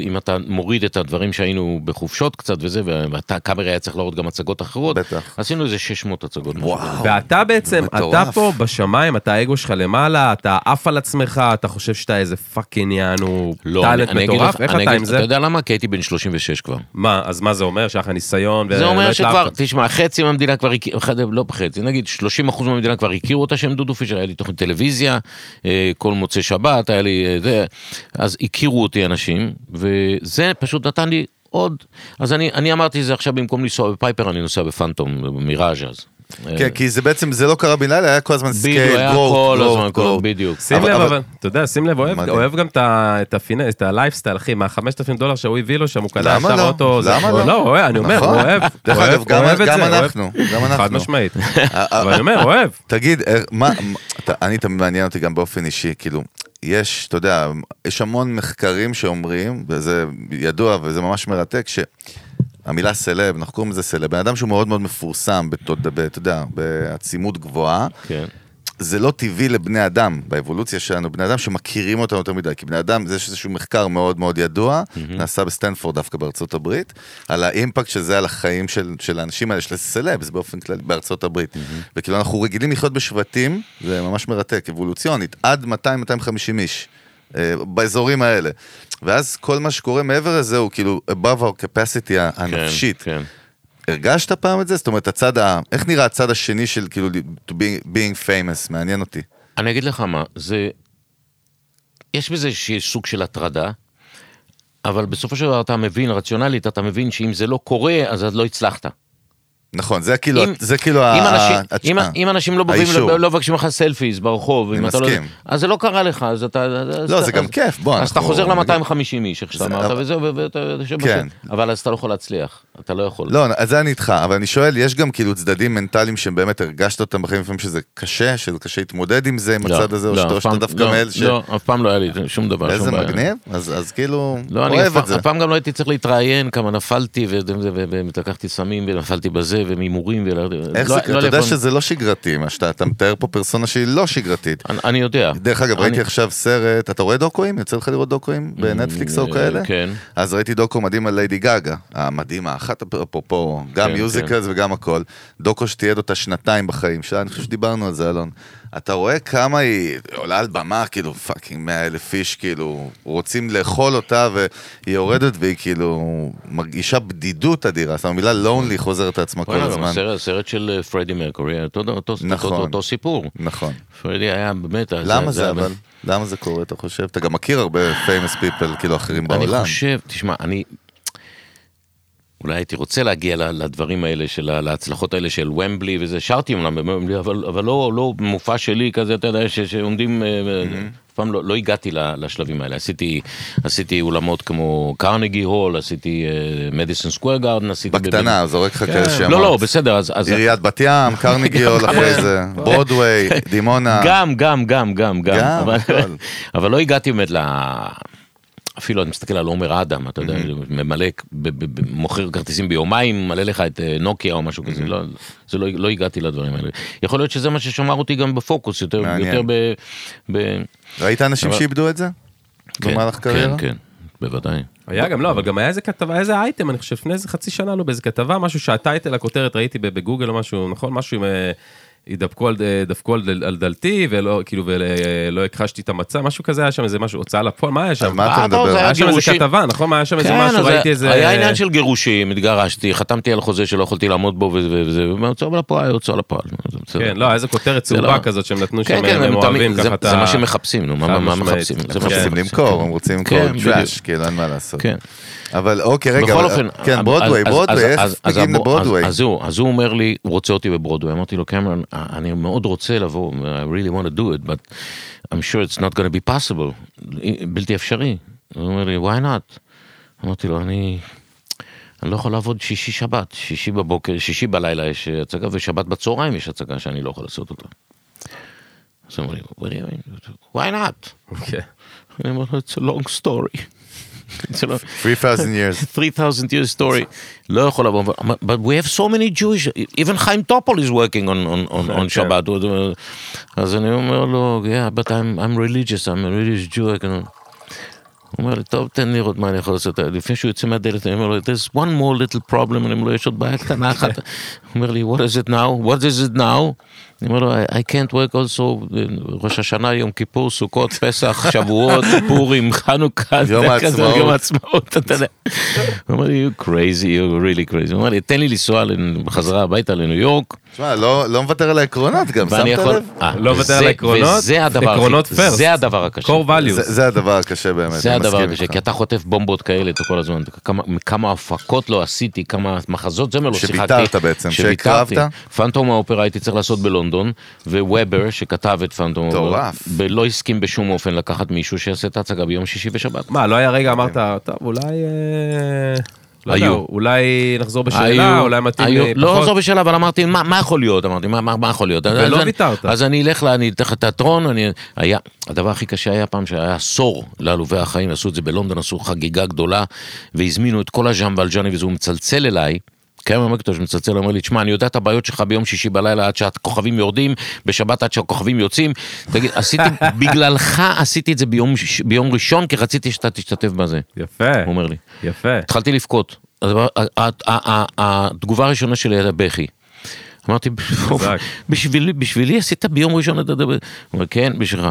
Speaker 3: אם אתה מוריד את הדברים שהיינו בחופשות קצת וזה, ואתה, קאמרי היה צריך להראות גם הצגות אחרות,
Speaker 2: בטח.
Speaker 3: עשינו איזה 600 הצגות. משהו כזה.
Speaker 1: ואתה בעצם, אתה
Speaker 2: מטורף.
Speaker 1: פה בשמיים, אתה האגו שלך למעלה, אתה עף על עצמך, אתה חושב שאתה איזה פאקינג יענו
Speaker 3: לא, אני-
Speaker 1: טאלנט
Speaker 3: אני אגיד
Speaker 1: מטורף,
Speaker 3: לך-
Speaker 1: איך
Speaker 3: אני
Speaker 1: אתה
Speaker 3: אגיד-
Speaker 1: עם זה?
Speaker 3: אתה יודע למה? כי הייתי בן 36 כבר.
Speaker 1: מה, אז מה זה אומר? שהיה לך ניסיון?
Speaker 3: זה
Speaker 1: ולא
Speaker 3: אומר
Speaker 1: התלהבת?
Speaker 3: שכבר, תשמע, חצי מהמדינה כבר הכירו, לא חצי, נגיד 30% מהמדינה כבר הכירו אותה שם דודו פישר, היה לי תוכנית טלוויזיה, אה, כל מוצאי שבת, היה לי אה, זה, אז הכירו אותי אנשים, וזה פשוט נתן לי עוד, אז אני, אני אמרתי זה עכשיו במקום לנסוע בפייפר, אני נוסע בפנטום, מיראז' אז. אה,
Speaker 2: כן, כי זה בעצם, זה לא קרה בן לילה, היה כל הזמן
Speaker 3: בדיוק,
Speaker 2: סקייל,
Speaker 3: היה
Speaker 2: גרוב,
Speaker 3: כל הזמן,
Speaker 2: גרוב,
Speaker 3: כל-
Speaker 2: גרוב.
Speaker 3: בדיוק.
Speaker 1: שים
Speaker 2: אבל-
Speaker 1: לב,
Speaker 2: אבל-
Speaker 1: אבל, אתה יודע, שים לב, אוהב-
Speaker 2: מדהים.
Speaker 1: אוהב גם את ה- את הפינ- את הלייפסטייל, אחי, מה-5,000 דולר שהוא הביא לו שם, הוא קנה
Speaker 2: למה
Speaker 1: ישר
Speaker 2: לא?
Speaker 1: אוטו. זה-
Speaker 2: למה לא?
Speaker 1: לא, הוא אוהב, אני אומר, הוא
Speaker 2: נכון.
Speaker 1: אוהב.
Speaker 2: דרך
Speaker 1: הוא
Speaker 2: אגב,
Speaker 1: אוהב-
Speaker 2: גם-
Speaker 1: הוא אוהב את
Speaker 2: גם
Speaker 1: זה, הוא אוהב.
Speaker 2: אנחנו, גם אנחנו.
Speaker 1: חד משמעית.
Speaker 2: (laughs)
Speaker 1: אבל אני אומר, אוהב.
Speaker 2: תגיד, אה, מה, מה- אתה- אני תמיד מעניין אותי גם באופן אישי, כאילו, יש, אתה יודע, יש המון מחקרים שאומרים, וזה ידוע וזה ממש מרתק, שהמילה סלב, אנחנו קוראים לזה סלב, בן אדם שהוא מאוד מאוד מפורסם, בתוד- ב- אתה יודע, בעצימות גבוהה,
Speaker 3: כן.
Speaker 2: זה לא טבעי לבני אדם, באבולוציה שלנו, בני אדם שמכירים אותנו יותר מדי, כי בני אדם, זה- יש איזשהו מחקר מאוד מאוד ידוע, נעשה בסטנפורד דווקא בארצות הברית, על האימפקט שזה על החיים של, של האנשים האלה, של הסלבס באופן כללי בארצות הברית. וכאילו אנחנו רגילים לחיות בשבטים, זה ממש מרתק, אבולוציונית, עד 200-250 איש. אה, באזורים האלה. ואז כל מה שקורה מעבר לזה הוא כאילו above our capacity
Speaker 3: כן,
Speaker 2: הנפשית.
Speaker 3: כן.
Speaker 2: הרגשת פעם את זה? זאת אומרת, הצד ה... איך נראה הצד השני של כאילו to be- being famous? מעניין אותי.
Speaker 3: אני אגיד לך מה, זה... יש בזה איזשהו סוג של הטרדה, אבל בסופו של דבר אתה מבין, רציונלית, אתה מבין שאם זה לא קורה, אז אז לא
Speaker 2: אה,
Speaker 3: הצלחת.
Speaker 2: נכון, זה כאילו,
Speaker 3: אם-
Speaker 2: זה כאילו
Speaker 3: אם
Speaker 2: ה- אה.
Speaker 3: אנשים-
Speaker 2: ה-
Speaker 3: אם-
Speaker 2: ה-
Speaker 3: אם אנשים לא בוכים,
Speaker 2: האישור.
Speaker 3: לא- לא מבקשים לך סלפיס ברחוב,
Speaker 2: אני
Speaker 3: אם אתה לא...
Speaker 2: מסכים.
Speaker 3: אז זה לא קרה לך, אז אתה... אז
Speaker 2: לא,
Speaker 3: אתה-
Speaker 2: זה גם
Speaker 3: אז-
Speaker 2: כיף, בוא,
Speaker 3: אז אתה
Speaker 2: אנחנו-
Speaker 3: חוזר ל-250 איש, איך שאתה
Speaker 2: זה-
Speaker 3: אמרת,
Speaker 2: אבל-
Speaker 3: וזהו, ו- ואתה יושב
Speaker 2: כן.
Speaker 3: בשביל- אבל אז אתה לא יכול להצליח, אתה לא יכול.
Speaker 2: לא, אז זה אני איתך, אבל אני שואל, יש גם כאילו צדדים מנטליים שבאמת הרגשת אותם בחיים לפעמים שזה קשה, שזה קשה להתמודד עם זה, עם
Speaker 3: לא,
Speaker 2: הצד הזה, או
Speaker 3: לא,
Speaker 2: שאתה-
Speaker 3: אף
Speaker 2: או שאתה
Speaker 3: פעם-
Speaker 2: דווקא
Speaker 3: לא,
Speaker 2: מאל ש...
Speaker 3: לא, אף פעם לא היה לי שום דבר,
Speaker 2: איזה
Speaker 3: שום בעיה.
Speaker 2: מגניב, אז אז כאילו,
Speaker 3: לא, אני
Speaker 2: אוהב
Speaker 3: אף
Speaker 2: את זה.
Speaker 3: פעם- אף פעם גם לא הייתי צריך להתראיין כמה נפלתי ו- ו- ו- ולקחתי סמים ונפלתי בזה ומהימורים. ול-
Speaker 2: איך
Speaker 3: לא-
Speaker 2: זה,
Speaker 3: לא
Speaker 2: אתה יודע
Speaker 3: יכול-
Speaker 2: שזה לא שגרתי, מה שאתה אתה מתאר פה פרסונה שהיא לא שגרתית.
Speaker 3: אני- אני יודע.
Speaker 2: דרך אגב,
Speaker 3: אני-
Speaker 2: ראיתי עכשיו סרט, אתה רואה דוקואים? יוצא לך לראות דוקואים בנטפליקס או
Speaker 3: אה,
Speaker 2: כאלה?
Speaker 3: כן.
Speaker 2: אז ראיתי דוקו מדהים על ליידי גאגה, המדהימה, אחת אפרופו, גם
Speaker 3: כן,
Speaker 2: מיוזיקלס וגם הכל, דוקו שתיעד אותה שנתיים בחיים שלה, אני חושב שדיברנו על זה, אלון. אתה רואה כמה היא עולה על במה, כאילו פאקינג 100 אלף איש, כאילו, רוצים לאכול אותה, והיא יורדת והיא כאילו מרגישה בדידות אדירה, זאת אומרת, המילה לונלי חוזרת לעצמה כל
Speaker 3: וואלה, גם
Speaker 2: הזמן.
Speaker 3: הסרט- הסרט של אה, פרדי מרקורי, היה אותו- אותו- אותו-
Speaker 2: נכון.
Speaker 3: אותו- אותו סיפור.
Speaker 2: נכון.
Speaker 3: פרדי היה באמת...
Speaker 2: למה זה
Speaker 3: היה-
Speaker 2: אבל? למה זה קורה, אתה חושב? אתה גם מכיר הרבה famous people, כאילו, אחרים
Speaker 3: אני
Speaker 2: בעולם.
Speaker 3: חושב, תשמע, אני... אולי הייתי רוצה להגיע ל- לדברים האלה, של ה- להצלחות האלה של ומבלי וזה, שרתי אמנם במבלי, אבל, אבל לא, לא מופע שלי כזה, אתה יודע, ש, שעומדים, אה, אה, אף פעם לא, לא הגעתי ל- לשלבים האלה. עשיתי, עשיתי אולמות כמו קרנגי הול, עשיתי אה, מדיסון סקוויר גארדן, עשיתי...
Speaker 2: בקטנה, זורק לך כאלה
Speaker 3: בב...
Speaker 2: שמות.
Speaker 3: לא, לא, בסדר, אז... אז
Speaker 2: עיריית בת
Speaker 3: (laughs)
Speaker 2: ים, קרניגי הול אחרי זה, ברודוויי, דימונה.
Speaker 3: גם, גם, גם, גם, גם,
Speaker 2: גם,
Speaker 3: אבל,
Speaker 2: הכל.
Speaker 3: (laughs) אבל לא הגעתי באמת ל... אפילו אני מסתכל על עומר אדם, אתה יודע, ממלא, ב- ב- ב- מוכר כרטיסים ביומיים, מלא לך את אה, נוקיה או משהו כזה, לא, זה לא, לא הגעתי לדברים האלה. יכול להיות שזה מה ששמר אותי גם בפוקוס, יותר,
Speaker 2: מעניין.
Speaker 3: יותר ב... ב
Speaker 2: ראית אנשים
Speaker 3: אבל-
Speaker 2: שאיבדו את זה? במהלך קריירה?
Speaker 3: כן, כן, בוודאי.
Speaker 1: היה גם לא, אבל גם היה איזה כתבה, היה איזה אייטם, אני חושב, לפני איזה חצי שנה עלו באיזה כתבה, משהו שהטייטל, הכותרת, ראיתי ב- בגוגל או משהו, נכון? משהו עם... אה, ידפקו על, אה, דפקו על, דל- על דלתי, ולא, כאילו, ולא הכחשתי את המצע, משהו כזה, היה שם איזה משהו, הוצאה לפועל, מה היה שם?
Speaker 2: מה אתה
Speaker 3: אה, טוב,
Speaker 2: מדבר?
Speaker 3: זה
Speaker 1: היה שם איזה
Speaker 3: גירושים.
Speaker 1: כתבה, נכון? מה היה שם איזה
Speaker 3: כן,
Speaker 1: משהו,
Speaker 3: אז
Speaker 1: ראיתי איזה...
Speaker 3: היה עניין של גירושים, התגרשתי, חתמתי על חוזה שלא יכולתי לעמוד בו וזה, וזה, והוצאה לפועל, הוצאה לפועל. זה בסדר.
Speaker 1: כן, לא, היה איזה כותרת
Speaker 3: זה
Speaker 1: צהובה
Speaker 3: לא-
Speaker 1: כזאת שהם נתנו
Speaker 3: כן,
Speaker 1: שם,
Speaker 3: כן,
Speaker 1: הם
Speaker 3: הם
Speaker 1: אוהבים
Speaker 3: תמיד, זה-
Speaker 1: ככה את ה...
Speaker 3: זה מה שמחפשים, נו, מה-
Speaker 1: חד
Speaker 3: מה מה
Speaker 1: משמעית.
Speaker 3: מחפשים? זה מה
Speaker 1: כן.
Speaker 2: רוצים
Speaker 3: שמחפשים.
Speaker 2: למכור, הם רוצים למכור
Speaker 3: כן, בדיוק.
Speaker 2: טראש, כאילו אין מה לעשות.
Speaker 3: כן.
Speaker 2: אבל אוקיי, רגע,
Speaker 3: בכל
Speaker 2: אבל-
Speaker 3: אופן,
Speaker 2: כן,
Speaker 3: אז-
Speaker 2: ברודוויי,
Speaker 3: אז-
Speaker 2: ברודוויי,
Speaker 3: אז-
Speaker 2: איך
Speaker 3: אז- אז
Speaker 2: מגיעים
Speaker 3: הבו-
Speaker 2: לברודוויי?
Speaker 3: אז- אז זהו, אז הוא אומר לי, הוא רוצה אותי בברודוויי. אמרתי לו, קמרון, אה, אני מאוד רוצה לבוא, אה, I really want to do it, but I'm sure it's not going to be possible, "אה, בלתי אפשרי. הוא אומר לי, why not? אמרתי לו, אני... אני לא יכול לעבוד שישי שבת, שישי בבוקר, שישי בלילה יש הצגה ושבת בצהריים יש הצגה שאני לא יכול לעשות אותה. אז אמרו לי, "What do you mean? why not?
Speaker 1: אוקיי.
Speaker 3: אני אומר לו, it's a long story. (laughs) It's a long-
Speaker 2: 3,000
Speaker 3: (laughs)
Speaker 2: years.
Speaker 3: 3,000 years story. לא יכול לבוא, אבל- but we have so many Jewish, even חיים טופול is working on, on, on, on שבת. אז אני אומר לו, yeah, but I'm, I'm religious, I'm a religious Jew. I can... הוא אומר לי, טוב, תן לראות מה אני יכול לעשות. לפני שהוא יוצא מהדלת, אני אומר לו, there's one more little problem, אני אומר לו, יש עוד בעיה קטנה
Speaker 1: כן.
Speaker 3: אחת. הוא אומר לי, what is it now? what is it now? אני אומר לו, I I can't work also, uh, ראש השנה, יום כיפור, סוכות,
Speaker 1: (laughs)
Speaker 3: פסח, שבועות, פורים, חנוכה,
Speaker 2: יום
Speaker 3: זה כזה,
Speaker 2: העצמאות.
Speaker 3: יום העצמאות, אתה יודע. הוא אומר לי, you crazy, you're really crazy. הוא אומר לי, תן לי לנסוע לנ- בחזרה הביתה לניו יורק,
Speaker 2: תשמע, לא לא מוותר על העקרונות גם,
Speaker 3: ואני
Speaker 2: שמת
Speaker 3: יכול...
Speaker 2: לב?
Speaker 3: אה,
Speaker 1: לא מוותר על
Speaker 3: וזה-
Speaker 1: העקרונות,
Speaker 3: וזה הדבר הכי-
Speaker 1: עקרונות first.
Speaker 3: זה הדבר הקשה.
Speaker 1: core
Speaker 2: זה-
Speaker 1: values.
Speaker 2: זה הדבר הקשה באמת,
Speaker 3: זה
Speaker 2: אני
Speaker 3: הדבר
Speaker 2: מסכים
Speaker 3: הקשה, כן.
Speaker 2: איתך.
Speaker 3: כי אתה חוטף בומבות כאלה אתה כל הזמן, כמה- כמה הפקות לא עשיתי, כמה מחזות זמר לא שיחקתי.
Speaker 2: שוויתרת בעצם,
Speaker 3: שוויתרתי.
Speaker 2: שהקרבת.
Speaker 3: פנטום האופרה הייתי צריך לעשות בלונדון, וובר שכתב את פנטום האופרה,
Speaker 2: מטורף.
Speaker 3: ב- לא הסכים בשום אופן לקחת מישהו שיעשה את ההצגה ביום שישי ושבת.
Speaker 1: מה, לא היה רגע, אמרת, טוב, אולי... אה, לא יודע,
Speaker 3: היו.
Speaker 1: אולי נחזור בשאלה,
Speaker 3: היו-
Speaker 1: אולי מתאים
Speaker 3: היו-
Speaker 1: לי פחות.
Speaker 3: לא עזוב בשאלה, אבל אמרתי, מה מה יכול להיות? אמרתי, מה- מה מה יכול להיות? אז-
Speaker 1: ולא
Speaker 3: אז אני-
Speaker 1: ויתרת.
Speaker 3: אז אני אלך, לה- אני אתן לך תיאטרון, אני... היה, הדבר הכי קשה היה פעם שהיה עשור לעלובי החיים, עשו את זה בלונדון, עשו חגיגה גדולה, והזמינו את כל הז'אן בלג'אני, והוא מצלצל אליי. קיים המקטוש מצלצל, אומר לי, תשמע, אני יודע את הבעיות שלך ביום שישי בלילה עד שהכוכבים יורדים, בשבת עד שהכוכבים יוצאים. תגיד, עשיתי,
Speaker 1: (laughs)
Speaker 3: בגללך עשיתי את זה ביום, ש- ביום ראשון, כי רציתי שאתה תשתתף בזה, הוא
Speaker 1: יפה,
Speaker 3: אומר לי.
Speaker 1: יפה.
Speaker 3: התחלתי לבכות. הדבר- ה- ה- ה- ה- התגובה הראשונה שלי הייתה בכי. אמרתי,
Speaker 1: חזק.
Speaker 3: בשבילי, בשבילי עשית ביום ראשון את הדבר. הוא אומר, כן, בשבילך.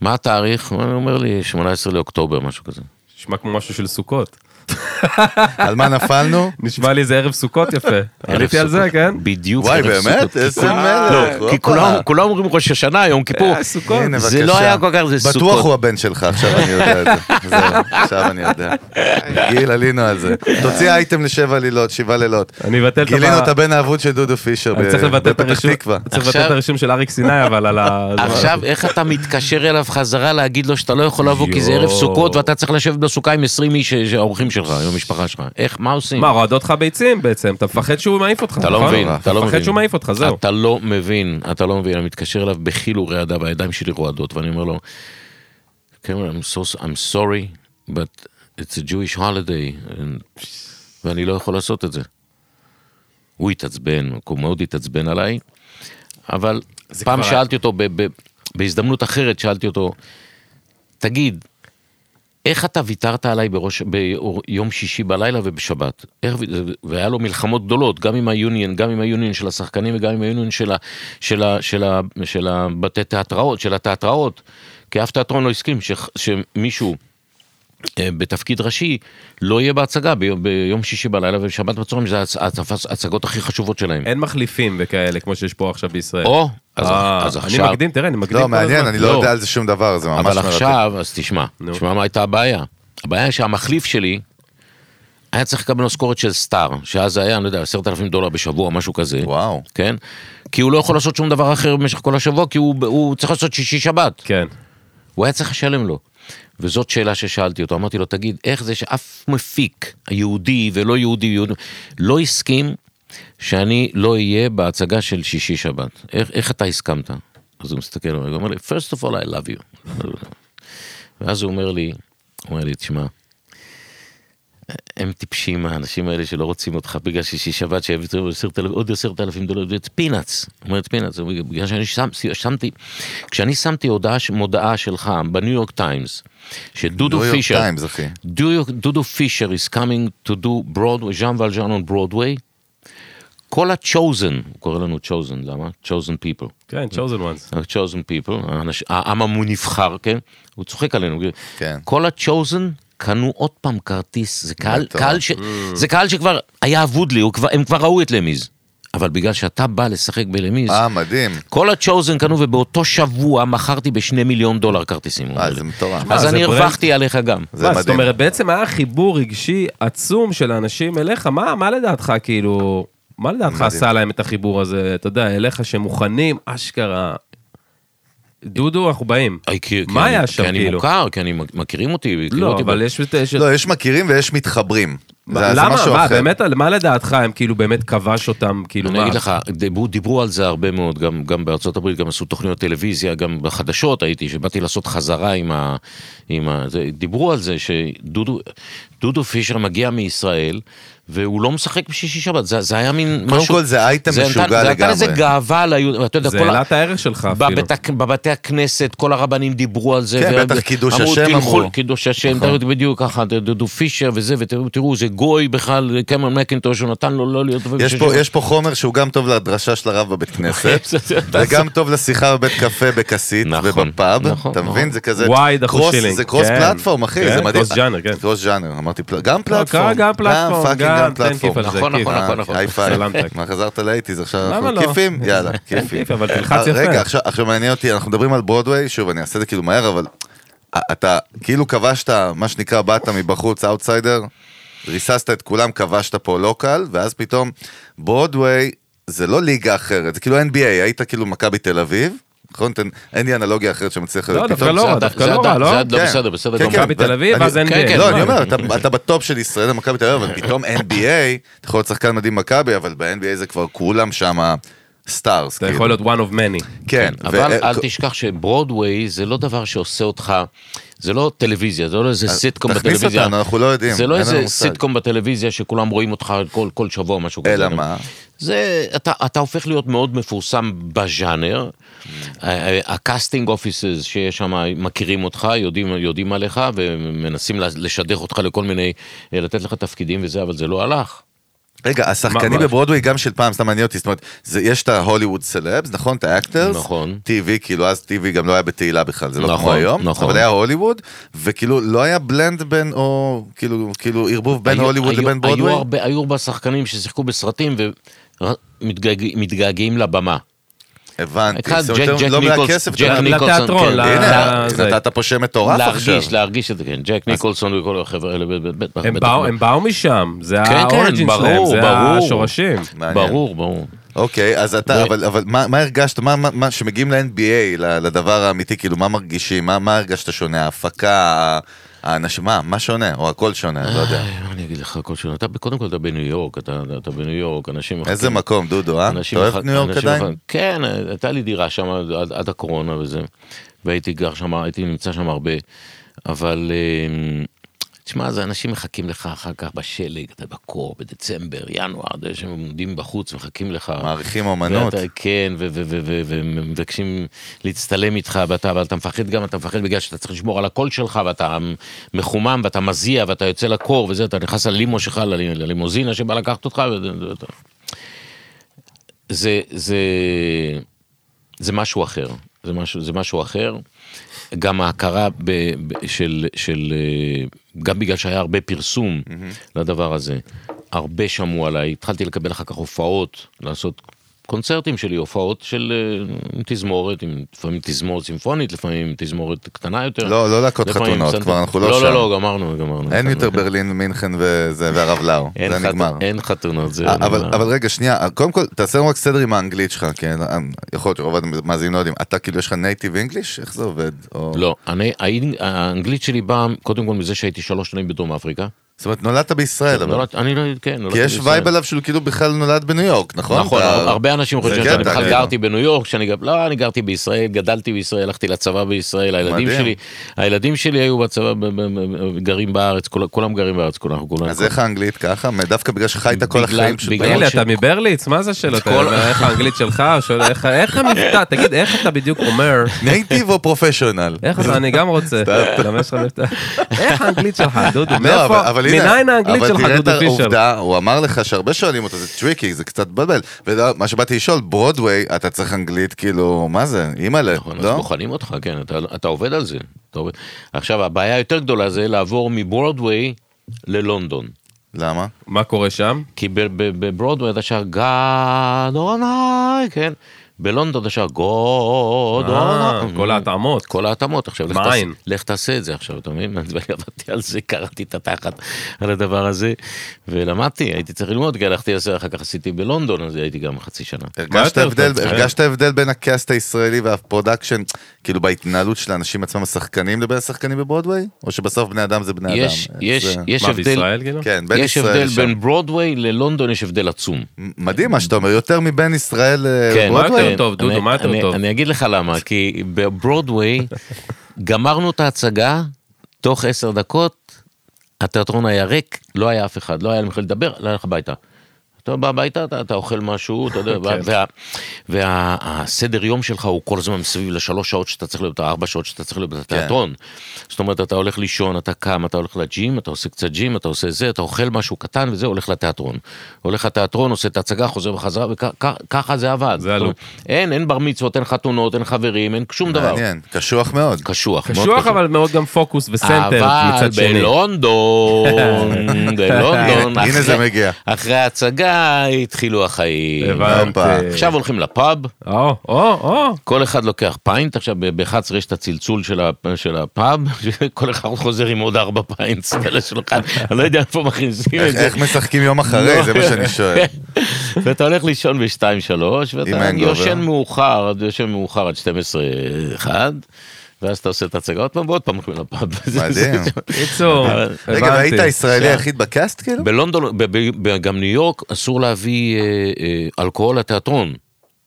Speaker 3: מה התאריך? הוא אומר לי, 18 לאוקטובר, משהו כזה.
Speaker 1: נשמע כמו משהו של סוכות.
Speaker 2: על מה
Speaker 3: (laughs)
Speaker 2: נפלנו?
Speaker 1: נשמע לי איזה ערב סוכות יפה. עליתי על זה,
Speaker 3: סוכות.
Speaker 1: כן?
Speaker 3: בדיוק.
Speaker 2: וואי,
Speaker 3: ערב
Speaker 2: באמת?
Speaker 3: סוכות.
Speaker 2: איזה
Speaker 3: כולם-
Speaker 2: מלך.
Speaker 3: לא, כי כולם- כולם אומרים ראש השנה, יום כיפור.
Speaker 1: אה, סוכות.
Speaker 2: הנה,
Speaker 3: זה לא
Speaker 2: בבקשה.
Speaker 3: היה כל כך, זה
Speaker 2: בטוח
Speaker 3: סוכות.
Speaker 2: הוא הבן שלך, עכשיו אני יודע את זה.
Speaker 3: (laughs)
Speaker 2: זהו, עכשיו אני יודע. גיל, עלינו על זה. תוציא אייטם לשבע לילות, שבעה לילות.
Speaker 1: אני אבטל את ה-
Speaker 2: גילינו את הבן האבוד של דודו פישר
Speaker 1: אני צריך
Speaker 2: ב-
Speaker 1: לבטל את
Speaker 2: בפתח
Speaker 1: הרישום-
Speaker 2: תקווה.
Speaker 1: צריך לבטל את
Speaker 3: עכשיו-
Speaker 1: הרישום של אריק סיני, אבל על ה...
Speaker 3: עכשיו, איך אתה מתקשר אליו חזרה להגיד לו שאתה לא יכול לבוא כי זה
Speaker 1: יואו.
Speaker 3: ערב סוכות ואתה צריך לשבת בסוכה עם 20 איש שהאורחים שלך, עם המשפחה שלך. איך, מה עושים?
Speaker 1: מה, רועדות לך ביצים בעצם, אתה מפחד שהוא מעיף אותך,
Speaker 3: כן. אתה לא
Speaker 1: נכון?
Speaker 3: מבין, אתה לא
Speaker 1: מפחד
Speaker 3: מבין.
Speaker 1: שהוא מעיף אותך, זהו.
Speaker 3: אתה לא מבין, אתה לא מבין, אני מתקשר אליו בחיל ורעדה והידיים שלי רועדות, ואני אומר לו, קמרון, I'm, so, I'm sorry, but it's a Jewish holiday, and... ואני לא יכול לעשות את זה. הוא התעצבן, הוא מאוד התעצבן עליי, אבל פעם
Speaker 1: כבר-
Speaker 3: שאלתי אותו, ב- ב- בהזדמנות אחרת שאלתי אותו, תגיד, איך אתה ויתרת עליי בראש, ביום שישי בלילה ובשבת? איך, והיה לו מלחמות גדולות, גם עם היוניון, גם עם היוניון של השחקנים וגם עם היוניון של, ה, של, ה, של, ה, של הבתי תיאטראות, של התיאטראות, כי אף תיאטרון לא הסכים ש, שמישהו אה, בתפקיד ראשי לא יהיה בהצגה ביום, ביום שישי בלילה ובשבת בצהריים, זה ההצ- ההצ- ההצגות הכי חשובות שלהם.
Speaker 1: אין מחליפים וכאלה, כמו שיש פה עכשיו בישראל.
Speaker 3: או, אז,
Speaker 1: אה,
Speaker 3: אז עכשיו...
Speaker 1: אני מקדים, תראה, אני מקדים.
Speaker 2: לא,
Speaker 1: כל
Speaker 2: מעניין,
Speaker 1: הזמן.
Speaker 2: אני לא
Speaker 3: לא.
Speaker 2: יודע על זה שום דבר, זה ממש
Speaker 3: אבל
Speaker 2: מרתק.
Speaker 3: עכשיו, אז תשמע,
Speaker 1: נו.
Speaker 3: תשמע מה הייתה הבעיה. הבעיה היא שהמחליף שלי היה צריך לקבל משכורת של סטאר, שאז היה, אני לא יודע, עשרת אלפים דולר בשבוע, משהו כזה.
Speaker 2: וואו.
Speaker 3: כן? כי הוא לא יכול לעשות שום דבר אחר במשך כל השבוע, כי הוא, הוא צריך לעשות שישי-שבת.
Speaker 1: כן.
Speaker 3: הוא היה צריך לשלם לו. וזאת שאלה ששאלתי אותו, אמרתי לו, תגיד, איך זה שאף מפיק, יהודי ולא יהודי, יהודי לא הסכים שאני לא אהיה בהצגה של שישי שבת? איך, איך אתה הסכמת? אז הוא מסתכל עליי, הוא אומר לי, first of all I love you. ואז הוא אומר לי, הוא אומר לי, תשמע, הם טיפשים, האנשים האלה שלא רוצים אותך בגלל שישי שבת, שהם יתרמו עשרת אלפים- עוד עשרת אלפים דולר, זה פינאץ, אומרת פינאץ, בגלל שאני שם, שמתי, כשאני שמתי הודעה, ש- מודעה שלך בניו יורק טיימס, שדודו
Speaker 2: ניו יורק
Speaker 3: פישר,
Speaker 2: טיימס, אחי.
Speaker 3: דודו, דודו פישר is coming to do Broadway, ז'אן ולז'אן on Broadway, כל ה-chosen, הוא קורא לנו chosen, למה? chosen people.
Speaker 1: כן, chosen ones.
Speaker 3: ה-chosen people, האנש- העם המונבחר, כן? הוא צוחק עלינו.
Speaker 2: כן.
Speaker 3: כל ה-chosen קנו עוד פעם כרטיס, זה קהל,
Speaker 2: מטורף.
Speaker 3: קהל, ש... זה קהל שכבר היה אבוד לי, הוא כבר, הם כבר ראו את למיז. אבל בגלל שאתה בא לשחק בלמיז,
Speaker 2: אה, מדהים.
Speaker 3: כל הצ'וזן קנו, ובאותו שבוע מכרתי בשני מיליון דולר כרטיסים.
Speaker 2: אה, זה מטורף.
Speaker 1: מה,
Speaker 3: אז
Speaker 1: זה
Speaker 3: אני
Speaker 1: ברנד?
Speaker 3: הרווחתי עליך גם.
Speaker 2: זה
Speaker 1: מה,
Speaker 2: מדהים.
Speaker 1: זאת אומרת, בעצם היה חיבור רגשי עצום של האנשים אליך, מה, מה לדעתך, כאילו, מה לדעתך
Speaker 2: מדהים.
Speaker 1: עשה להם את החיבור הזה, אתה יודע, אליך שמוכנים, אשכרה, דודו, אנחנו באים.
Speaker 3: אי, כי- כי
Speaker 1: מה
Speaker 3: אני-
Speaker 1: היה שם,
Speaker 3: כי אני
Speaker 1: כאילו?
Speaker 3: מוכר, כי אני מכירים אותי, הכירו
Speaker 1: לא,
Speaker 3: אותי.
Speaker 1: אבל יש... יש-
Speaker 2: לא, יש מכירים ויש מתחברים. זה- זה
Speaker 1: למה,
Speaker 2: משהו
Speaker 1: מה,
Speaker 2: אחר.
Speaker 1: באמת, מה לדעתך, הם כאילו באמת כבש אותם, כאילו,
Speaker 3: אני
Speaker 1: מה?
Speaker 3: אגיד לך, דיברו, דיברו על זה הרבה מאוד, גם, גם בארצות הברית, גם עשו תוכניות טלוויזיה, גם בחדשות הייתי, שבאתי לעשות חזרה עם ה... עם ה זה, דיברו על זה שדודו דודו פישר מגיע מישראל, והוא לא משחק בשישי שבת, זה, זה היה מין
Speaker 2: קודם
Speaker 3: משהו...
Speaker 2: כל זה אייטם
Speaker 3: זה
Speaker 2: משוגע
Speaker 3: נתן- זה נתן איזה
Speaker 2: לגמרי.
Speaker 3: גאווה ליהודים, אתה יודע,
Speaker 1: זה
Speaker 3: כל ה-
Speaker 1: העלה את הערך שלך אפילו.
Speaker 3: בבית, הק- בבתי הכנסת, כל הרבנים דיברו על זה.
Speaker 2: כן,
Speaker 3: ו-
Speaker 2: בטח קידוש
Speaker 3: אמרו,
Speaker 2: השם
Speaker 3: תלכו
Speaker 2: אמרו.
Speaker 3: לקידוש השם,
Speaker 1: נכון.
Speaker 3: תראו, בדיוק ככה, דודו פישר וזה, ותראו, תראו, זה גוי בכלל, קמרון מקינטוש, הוא נתן לו לא להיות...
Speaker 2: יש פה- יש פה חומר שהוא גם טוב לדרשה של הרב
Speaker 1: (laughs)
Speaker 2: בבית כנסת, וגם טוב לשיחה בבית קפה בכסית
Speaker 3: נכון,
Speaker 2: ובפאב,
Speaker 3: נכון,
Speaker 2: אתה מבין?
Speaker 3: נכון.
Speaker 2: זה כזה
Speaker 1: וואי, דחו
Speaker 2: קרוס-
Speaker 1: שילינג.
Speaker 2: זה קרוס
Speaker 1: כן.
Speaker 2: פלטפורם, אחי,
Speaker 1: כן,
Speaker 2: זה מדהים.
Speaker 1: קרוס ג'אנר, כן.
Speaker 2: קרוס ג'אנר, אמרתי, פל- גם
Speaker 1: לא, קרה
Speaker 2: פלטפורם.
Speaker 1: גם פלטפורם,
Speaker 2: פאקינג
Speaker 1: גם,
Speaker 2: גם
Speaker 1: תן
Speaker 2: פלטפורם.
Speaker 1: כיף על זה,
Speaker 3: נכון,
Speaker 1: כיף.
Speaker 3: נכון,
Speaker 2: אה,
Speaker 3: נכון, נכון.
Speaker 2: היי פייב.
Speaker 3: (laughs)
Speaker 1: סלמתק.
Speaker 2: מה חזרת לאייטיז עכשיו,
Speaker 1: למה
Speaker 2: אנחנו
Speaker 1: לא?
Speaker 2: כיפים? יאללה, כיפים. אה,
Speaker 1: כיף, אבל תלחץ יפה.
Speaker 2: רגע, עכשיו- עכשיו מעניין אותי, אנחנו מדברים על ברודוויי, שוב, אני אעשה את זה כאילו מהר, אבל אתה כאילו כבשת, מה שנקרא, באת מבחוץ, אאוטסיידר, ריססת את כולם, כבשת פה לא קל, ואז פתאום ברודוויי זה לא ליגה אחרת, זה כאילו NBA, היית כאילו מכבי תל אביב, נכון? תן- אין לי אנלוגיה אחרת שמצליח...
Speaker 1: לא,
Speaker 2: פתאום-
Speaker 1: דווקא לא רע, דווקא
Speaker 3: זה
Speaker 1: לא רע,
Speaker 3: עדיין- זה
Speaker 1: לא?
Speaker 3: עדיין- לא,
Speaker 2: כן.
Speaker 3: בסדר, בסדר
Speaker 2: כן,
Speaker 3: גמור.
Speaker 2: כן,
Speaker 1: מכבי תל אביב,
Speaker 2: ואני-
Speaker 1: ואז NBA.
Speaker 3: כן, כן,
Speaker 2: לא,
Speaker 3: מה?
Speaker 2: אני אומר, אתה- אתה בטופ של ישראל, מכבי תל אביב, אבל פתאום NBA, אתה יכול להיות שחקן מדהים מכבי, אבל ב-NBA זה כבר כולם שם סטארס.
Speaker 1: אתה יכול להיות one of many.
Speaker 2: כן,
Speaker 3: כן, אבל
Speaker 2: ו-
Speaker 3: אל תשכח שברודוויי זה לא דבר שעושה אותך, זה לא טלוויזיה, זה לא איזה
Speaker 2: אז
Speaker 3: סיטקום
Speaker 2: תכניס
Speaker 3: בטלוויזיה.
Speaker 2: אותנו, אנחנו לא יודעים,
Speaker 3: זה לא
Speaker 2: אין לנו
Speaker 3: איזה
Speaker 2: מושג.
Speaker 3: סיטקום בטלוויזיה שכולם רואים אותך כל- כל שבוע או משהו כזה.
Speaker 2: אלא מה?
Speaker 3: זה, אתה, אתה הופך להיות מאוד מפורסם בז'אנר. אה, הקאסטינג אופיסס שיש שם מכירים אותך, יודעים, יודעים עליך ומנסים לשדך אותך לכל מיני, אה, לתת לך תפקידים וזה, אבל זה לא הלך.
Speaker 2: רגע,
Speaker 1: מה-
Speaker 2: השחקנים
Speaker 1: מה-
Speaker 2: בברודווי גם של פעם, סתם מעניין אותי, זאת אומרת, זה- יש את ההוליווד סלבס, נכון? את האקטרס?
Speaker 3: נכון.
Speaker 2: TV, כאילו, אז TV גם לא היה בתהילה בכלל, זה לא כמו
Speaker 3: נכון,
Speaker 2: היום.
Speaker 3: נכון.
Speaker 2: אבל היה הוליווד, וכאילו, לא היה בלנד בין, או כאילו, כאילו, ערבוב בין
Speaker 3: היו-
Speaker 2: הוליווד
Speaker 3: היו-
Speaker 2: לבין
Speaker 3: היו
Speaker 2: ברודווי?
Speaker 3: הרבה, היו הרבה שחקנים ששיחקו בסרטים ומתגעגעים לבמה.
Speaker 2: הבנתי.
Speaker 3: אחד,
Speaker 2: זאת אומרת,
Speaker 3: ג'ק- ג'ק
Speaker 2: לא
Speaker 3: ניקולס-
Speaker 2: מהכסף,
Speaker 3: ג'ק
Speaker 2: אתה-
Speaker 1: ניקולס. לתיאטרון,
Speaker 3: כן.
Speaker 1: ל-
Speaker 2: הנה,
Speaker 1: אה, זה-
Speaker 2: נתת פה שם מטורף עכשיו.
Speaker 3: להרגיש, להרגיש את זה, כן. ג'ק ניקולסון וכל החבר'ה האלה. ב- ב- ב-
Speaker 1: הם
Speaker 3: בטח-
Speaker 1: באו- הם באו משם, זה
Speaker 3: כן,
Speaker 1: האורג'ין
Speaker 3: ברור,
Speaker 1: שלהם, זה
Speaker 3: ברור.
Speaker 1: השורשים.
Speaker 2: מעניין.
Speaker 3: ברור, ברור.
Speaker 2: אוקיי, אז אתה, אבל, אבל מה, מה הרגשת, מה, מה, מה שמגיעים ל-NBA, ל- לדבר האמיתי, כאילו, מה מרגישים, מה, מה הרגשת שונה, ההפקה, ה- האנשים, מה, מה שונה, או הכל שונה, לא יודע.
Speaker 3: אה, מה אני אגיד לך כל שנה? אתה קודם כל אתה בניו יורק, אתה אתה בניו יורק, אנשים...
Speaker 2: איזה
Speaker 3: מחכים-
Speaker 2: מקום, דודו, אה? אתה
Speaker 3: אוקיי. אנשים
Speaker 2: אוהב
Speaker 3: מח-
Speaker 2: את ניו יורק
Speaker 3: אנשים
Speaker 2: עדיין?
Speaker 3: מח- כן, הייתה לי דירה שם עד, עד הקורונה וזה, והייתי גר שם, הייתי נמצא שם הרבה, אבל... אה, תשמע, זה אנשים מחכים לך אחר כך בשלג, אתה בקור, בדצמבר, ינואר, אתה יודע שהם עומדים בחוץ, מחכים לך.
Speaker 2: מעריכים אומנות.
Speaker 3: ואתה- כן, ו- ו- ו- ו- ומבקשים להצטלם איתך, ואתה, אבל אתה מפחד גם, אתה מפחד בגלל שאתה צריך לשמור על הקול שלך, ואתה מחומם, ואתה מזיע, ואתה יוצא לקור, וזה, אתה נכנס ללימו שלך, ל- ללימוזינה שבא לקחת אותך, ו- ואתה... זה, זה, זה משהו אחר, זה משהו, זה משהו אחר. גם ההכרה ב, ב, של, של, אה, גם בגלל שהיה הרבה פרסום mm-hmm. לדבר הזה, הרבה שמעו עליי, התחלתי לקבל אחר כך הופעות, לעשות קונצרטים שלי, הופעות של אה, עם תזמורת, עם, לפעמים תזמורת סימפונית, לפעמים תזמורת קטנה יותר.
Speaker 2: לא, לא להקות
Speaker 3: לפעמים
Speaker 2: חתונות,
Speaker 3: סנט-
Speaker 2: כבר אנחנו לא
Speaker 3: לא,
Speaker 2: שם.
Speaker 3: לא, לא, גמרנו, גמרנו.
Speaker 2: אין יותר ברלין, מינכן וזה, והרב לאו,
Speaker 3: אין
Speaker 2: זה
Speaker 3: חת-
Speaker 2: נגמר.
Speaker 3: אין חתונות, זה
Speaker 2: אה, אבל,
Speaker 3: נגמר.
Speaker 2: אבל רגע, שנייה, קודם כל, תעשה לנו רק סדר עם האנגלית שלך, כי אה, יכול להיות שרוב המאזינים לא יודעים. אתה כאילו, יש לך נייטיב אינגליש? איך זה עובד? או-
Speaker 3: לא, אני, האינג- האנגלית שלי באה קודם כל מזה שהייתי שלוש שנים בדרום אפריקה.
Speaker 2: זאת אומרת, נולדת בישראל, אבל...
Speaker 3: נולד- אני לא, כן, נולדתי
Speaker 2: כי יש
Speaker 3: בישראל.
Speaker 2: וייב עליו שהוא כאילו בכלל נולד בניו יורק, נכון?
Speaker 3: נכון,
Speaker 2: אתה-
Speaker 3: הרבה אנשים חושבים
Speaker 2: זה
Speaker 3: שאני
Speaker 2: קטע,
Speaker 3: בכלל
Speaker 2: כאילו.
Speaker 3: גרתי בניו יורק, שאני גם, לא, אני גרתי בישראל, גדלתי בישראל, הלכתי לצבא בישראל, הילדים
Speaker 2: מדהים.
Speaker 3: שלי, הילדים שלי היו בצבא, ב- ב- ב- גרים בארץ, כול- כולם גרים בארץ, כולנו, כולנו.
Speaker 2: אז איך האנגלית ככה? מה, דווקא בגלל שחיית כל
Speaker 3: בגלל-
Speaker 2: החיים פשוט
Speaker 3: בגלל-
Speaker 2: (laughs) בארץ?
Speaker 1: תגיד לי,
Speaker 3: ש-
Speaker 1: אתה מברליץ? מה זה שלא?
Speaker 3: כל-
Speaker 1: איך האנגלית שלך? הוא שואל, איך- איך המבטא? תגיד, איך אתה בדיוק אומר?
Speaker 2: נייטיב או לא, פרופשיונל?
Speaker 1: איך אתה? אני גם רוצה. גם יש לך מבטא. איך האנגלית שלך, דודו?
Speaker 2: לא, אבל-
Speaker 1: מאיפה?
Speaker 2: אבל הנה,
Speaker 1: מניין האנגלית שלך,
Speaker 2: אבל
Speaker 1: דודו
Speaker 2: תראה את
Speaker 1: פישר?
Speaker 2: העובדה, הוא אמר לך שהרבה שואלים אותו, זה טריקי, זה קצת בלבל. ומה שבאתי לשאול, ברודוויי, אתה צריך אנגלית, כאילו, מה זה, אימא'לה,
Speaker 3: נכון, אז
Speaker 2: לא?
Speaker 3: בוחנים אותך, כן, אתה, אתה עובד על זה. אתה עובד. עכשיו, הבעיה היותר גדולה זה לעבור מברודוויי ללונדון.
Speaker 2: למה?
Speaker 1: מה קורה שם?
Speaker 3: כי ב- ב- בברודווי אתה שר גאדונאי, כן? בלונדון אתה שר
Speaker 1: אה,
Speaker 3: גאדונאי.
Speaker 1: כל ההתאמות.
Speaker 3: כל ההתאמות עכשיו, לך
Speaker 1: מעין.
Speaker 3: תעשה- לך תעשה את זה עכשיו, אתה מבין? אני עבדתי על זה, קראתי את התחת על הדבר הזה, ולמדתי, הייתי צריך ללמוד, כי הלכתי לזה, אחר כך עשיתי בלונדון, אז הייתי גם חצי שנה.
Speaker 2: הרגשת
Speaker 1: יותר
Speaker 2: הבדל,
Speaker 1: טוב?
Speaker 2: הרגשת הבדל בין הקאסט הישראלי והפרודקשן, כאילו בהתנהלות של האנשים עצמם, השחקנים לבין השחקנים בברודוויי? או שבסוף בני אדם זה בני אדם?
Speaker 3: יש,
Speaker 2: איך
Speaker 3: יש,
Speaker 2: זה-
Speaker 3: יש
Speaker 1: מה,
Speaker 3: הבדל,
Speaker 1: בישראל כאילו?
Speaker 2: כן, בין
Speaker 3: יש
Speaker 2: ישראל
Speaker 3: הבדל
Speaker 2: לשם.
Speaker 3: בין ברודוויי ללונדון, יש הבדל עצום.
Speaker 2: מדהים מה שאתה אומר, יותר מבין ישראל אה,
Speaker 3: כן,
Speaker 1: מה יותר
Speaker 2: לברודוויי?
Speaker 3: כן.
Speaker 1: טוב, דודו?
Speaker 3: אני-
Speaker 1: מה יותר
Speaker 3: אני-
Speaker 1: טוב?
Speaker 3: אני אגיד לך למה, כי בברודוויי גמרנו את ההצגה, תוך עשר דקות, התיאטרון היה ריק, לא היה אף אחד, לא היה לך לדבר, לא היה לך הביתה. אתה בא הביתה, אתה, אתה אוכל משהו,
Speaker 1: (laughs)
Speaker 3: אתה יודע,
Speaker 1: כן.
Speaker 3: והסדר וה, וה, הסדר יום שלך הוא כל הזמן מסביב לשלוש שעות שאתה צריך להיות, ארבע שעות שאתה צריך להיות בתיאטרון. זאת אומרת, אתה הולך לישון, אתה קם, אתה הולך לג'ים, אתה עושה קצת ג'ים, אתה עושה זה, אתה אוכל משהו קטן וזה, הולך לתיאטרון. הולך לתיאטרון, עושה את ההצגה, חוזר בחזרה, וככה זה עבד.
Speaker 1: זה הלופ.
Speaker 3: זאת אומרת, נכון. אין, אין בר מצוות, אין חתונות, אין חברים, אין שום דבר.
Speaker 2: מעניין, קשוח מאוד.
Speaker 3: קשוח, מאוד
Speaker 1: קשוח אבל מאוד גם פוקוס וסנטר
Speaker 3: אבל
Speaker 1: מצד שני.
Speaker 3: בלונדון,
Speaker 1: (laughs)
Speaker 3: בלונדון,
Speaker 2: הנה
Speaker 3: אחרי-
Speaker 2: זה מגיע.
Speaker 3: אחרי ההצגה התחילו החיים.
Speaker 1: הבנתי.
Speaker 2: הופה.
Speaker 3: עכשיו הולכים לפאב,
Speaker 1: או, או, או.
Speaker 3: כל אחד לוקח פיינט, עכשיו ב-11 יש את הצלצול של ה- של הפאב, (laughs) כל אחד חוזר עם עוד ארבע פיינטס כאלה שלוקחים, אני לא יודע איפה מכניסים את
Speaker 2: איך
Speaker 3: זה. לא.
Speaker 2: איך משחקים יום אחרי, זה מה שאני
Speaker 3: (laughs)
Speaker 2: שואל.
Speaker 3: ואתה הולך לישון ב-2-3,
Speaker 2: עם
Speaker 3: ואתה
Speaker 2: הנגובר.
Speaker 3: יושן מאוחר, אתה יושן מאוחר עד 12-1, ואז אתה עושה את ההצגה עוד פעם, ועוד פעם הולכים לפאב. (laughs)
Speaker 2: מדהים.
Speaker 1: קיצור,
Speaker 3: אבל-
Speaker 2: רגע, והיית
Speaker 1: הבנתי.
Speaker 2: הישראלי
Speaker 3: כן.
Speaker 2: היחיד בקאסט כאילו?
Speaker 3: בלונדון, ב- ב- ב- גם ניו יורק, אסור להביא אה, אה, אלכוהול לתיאטרון.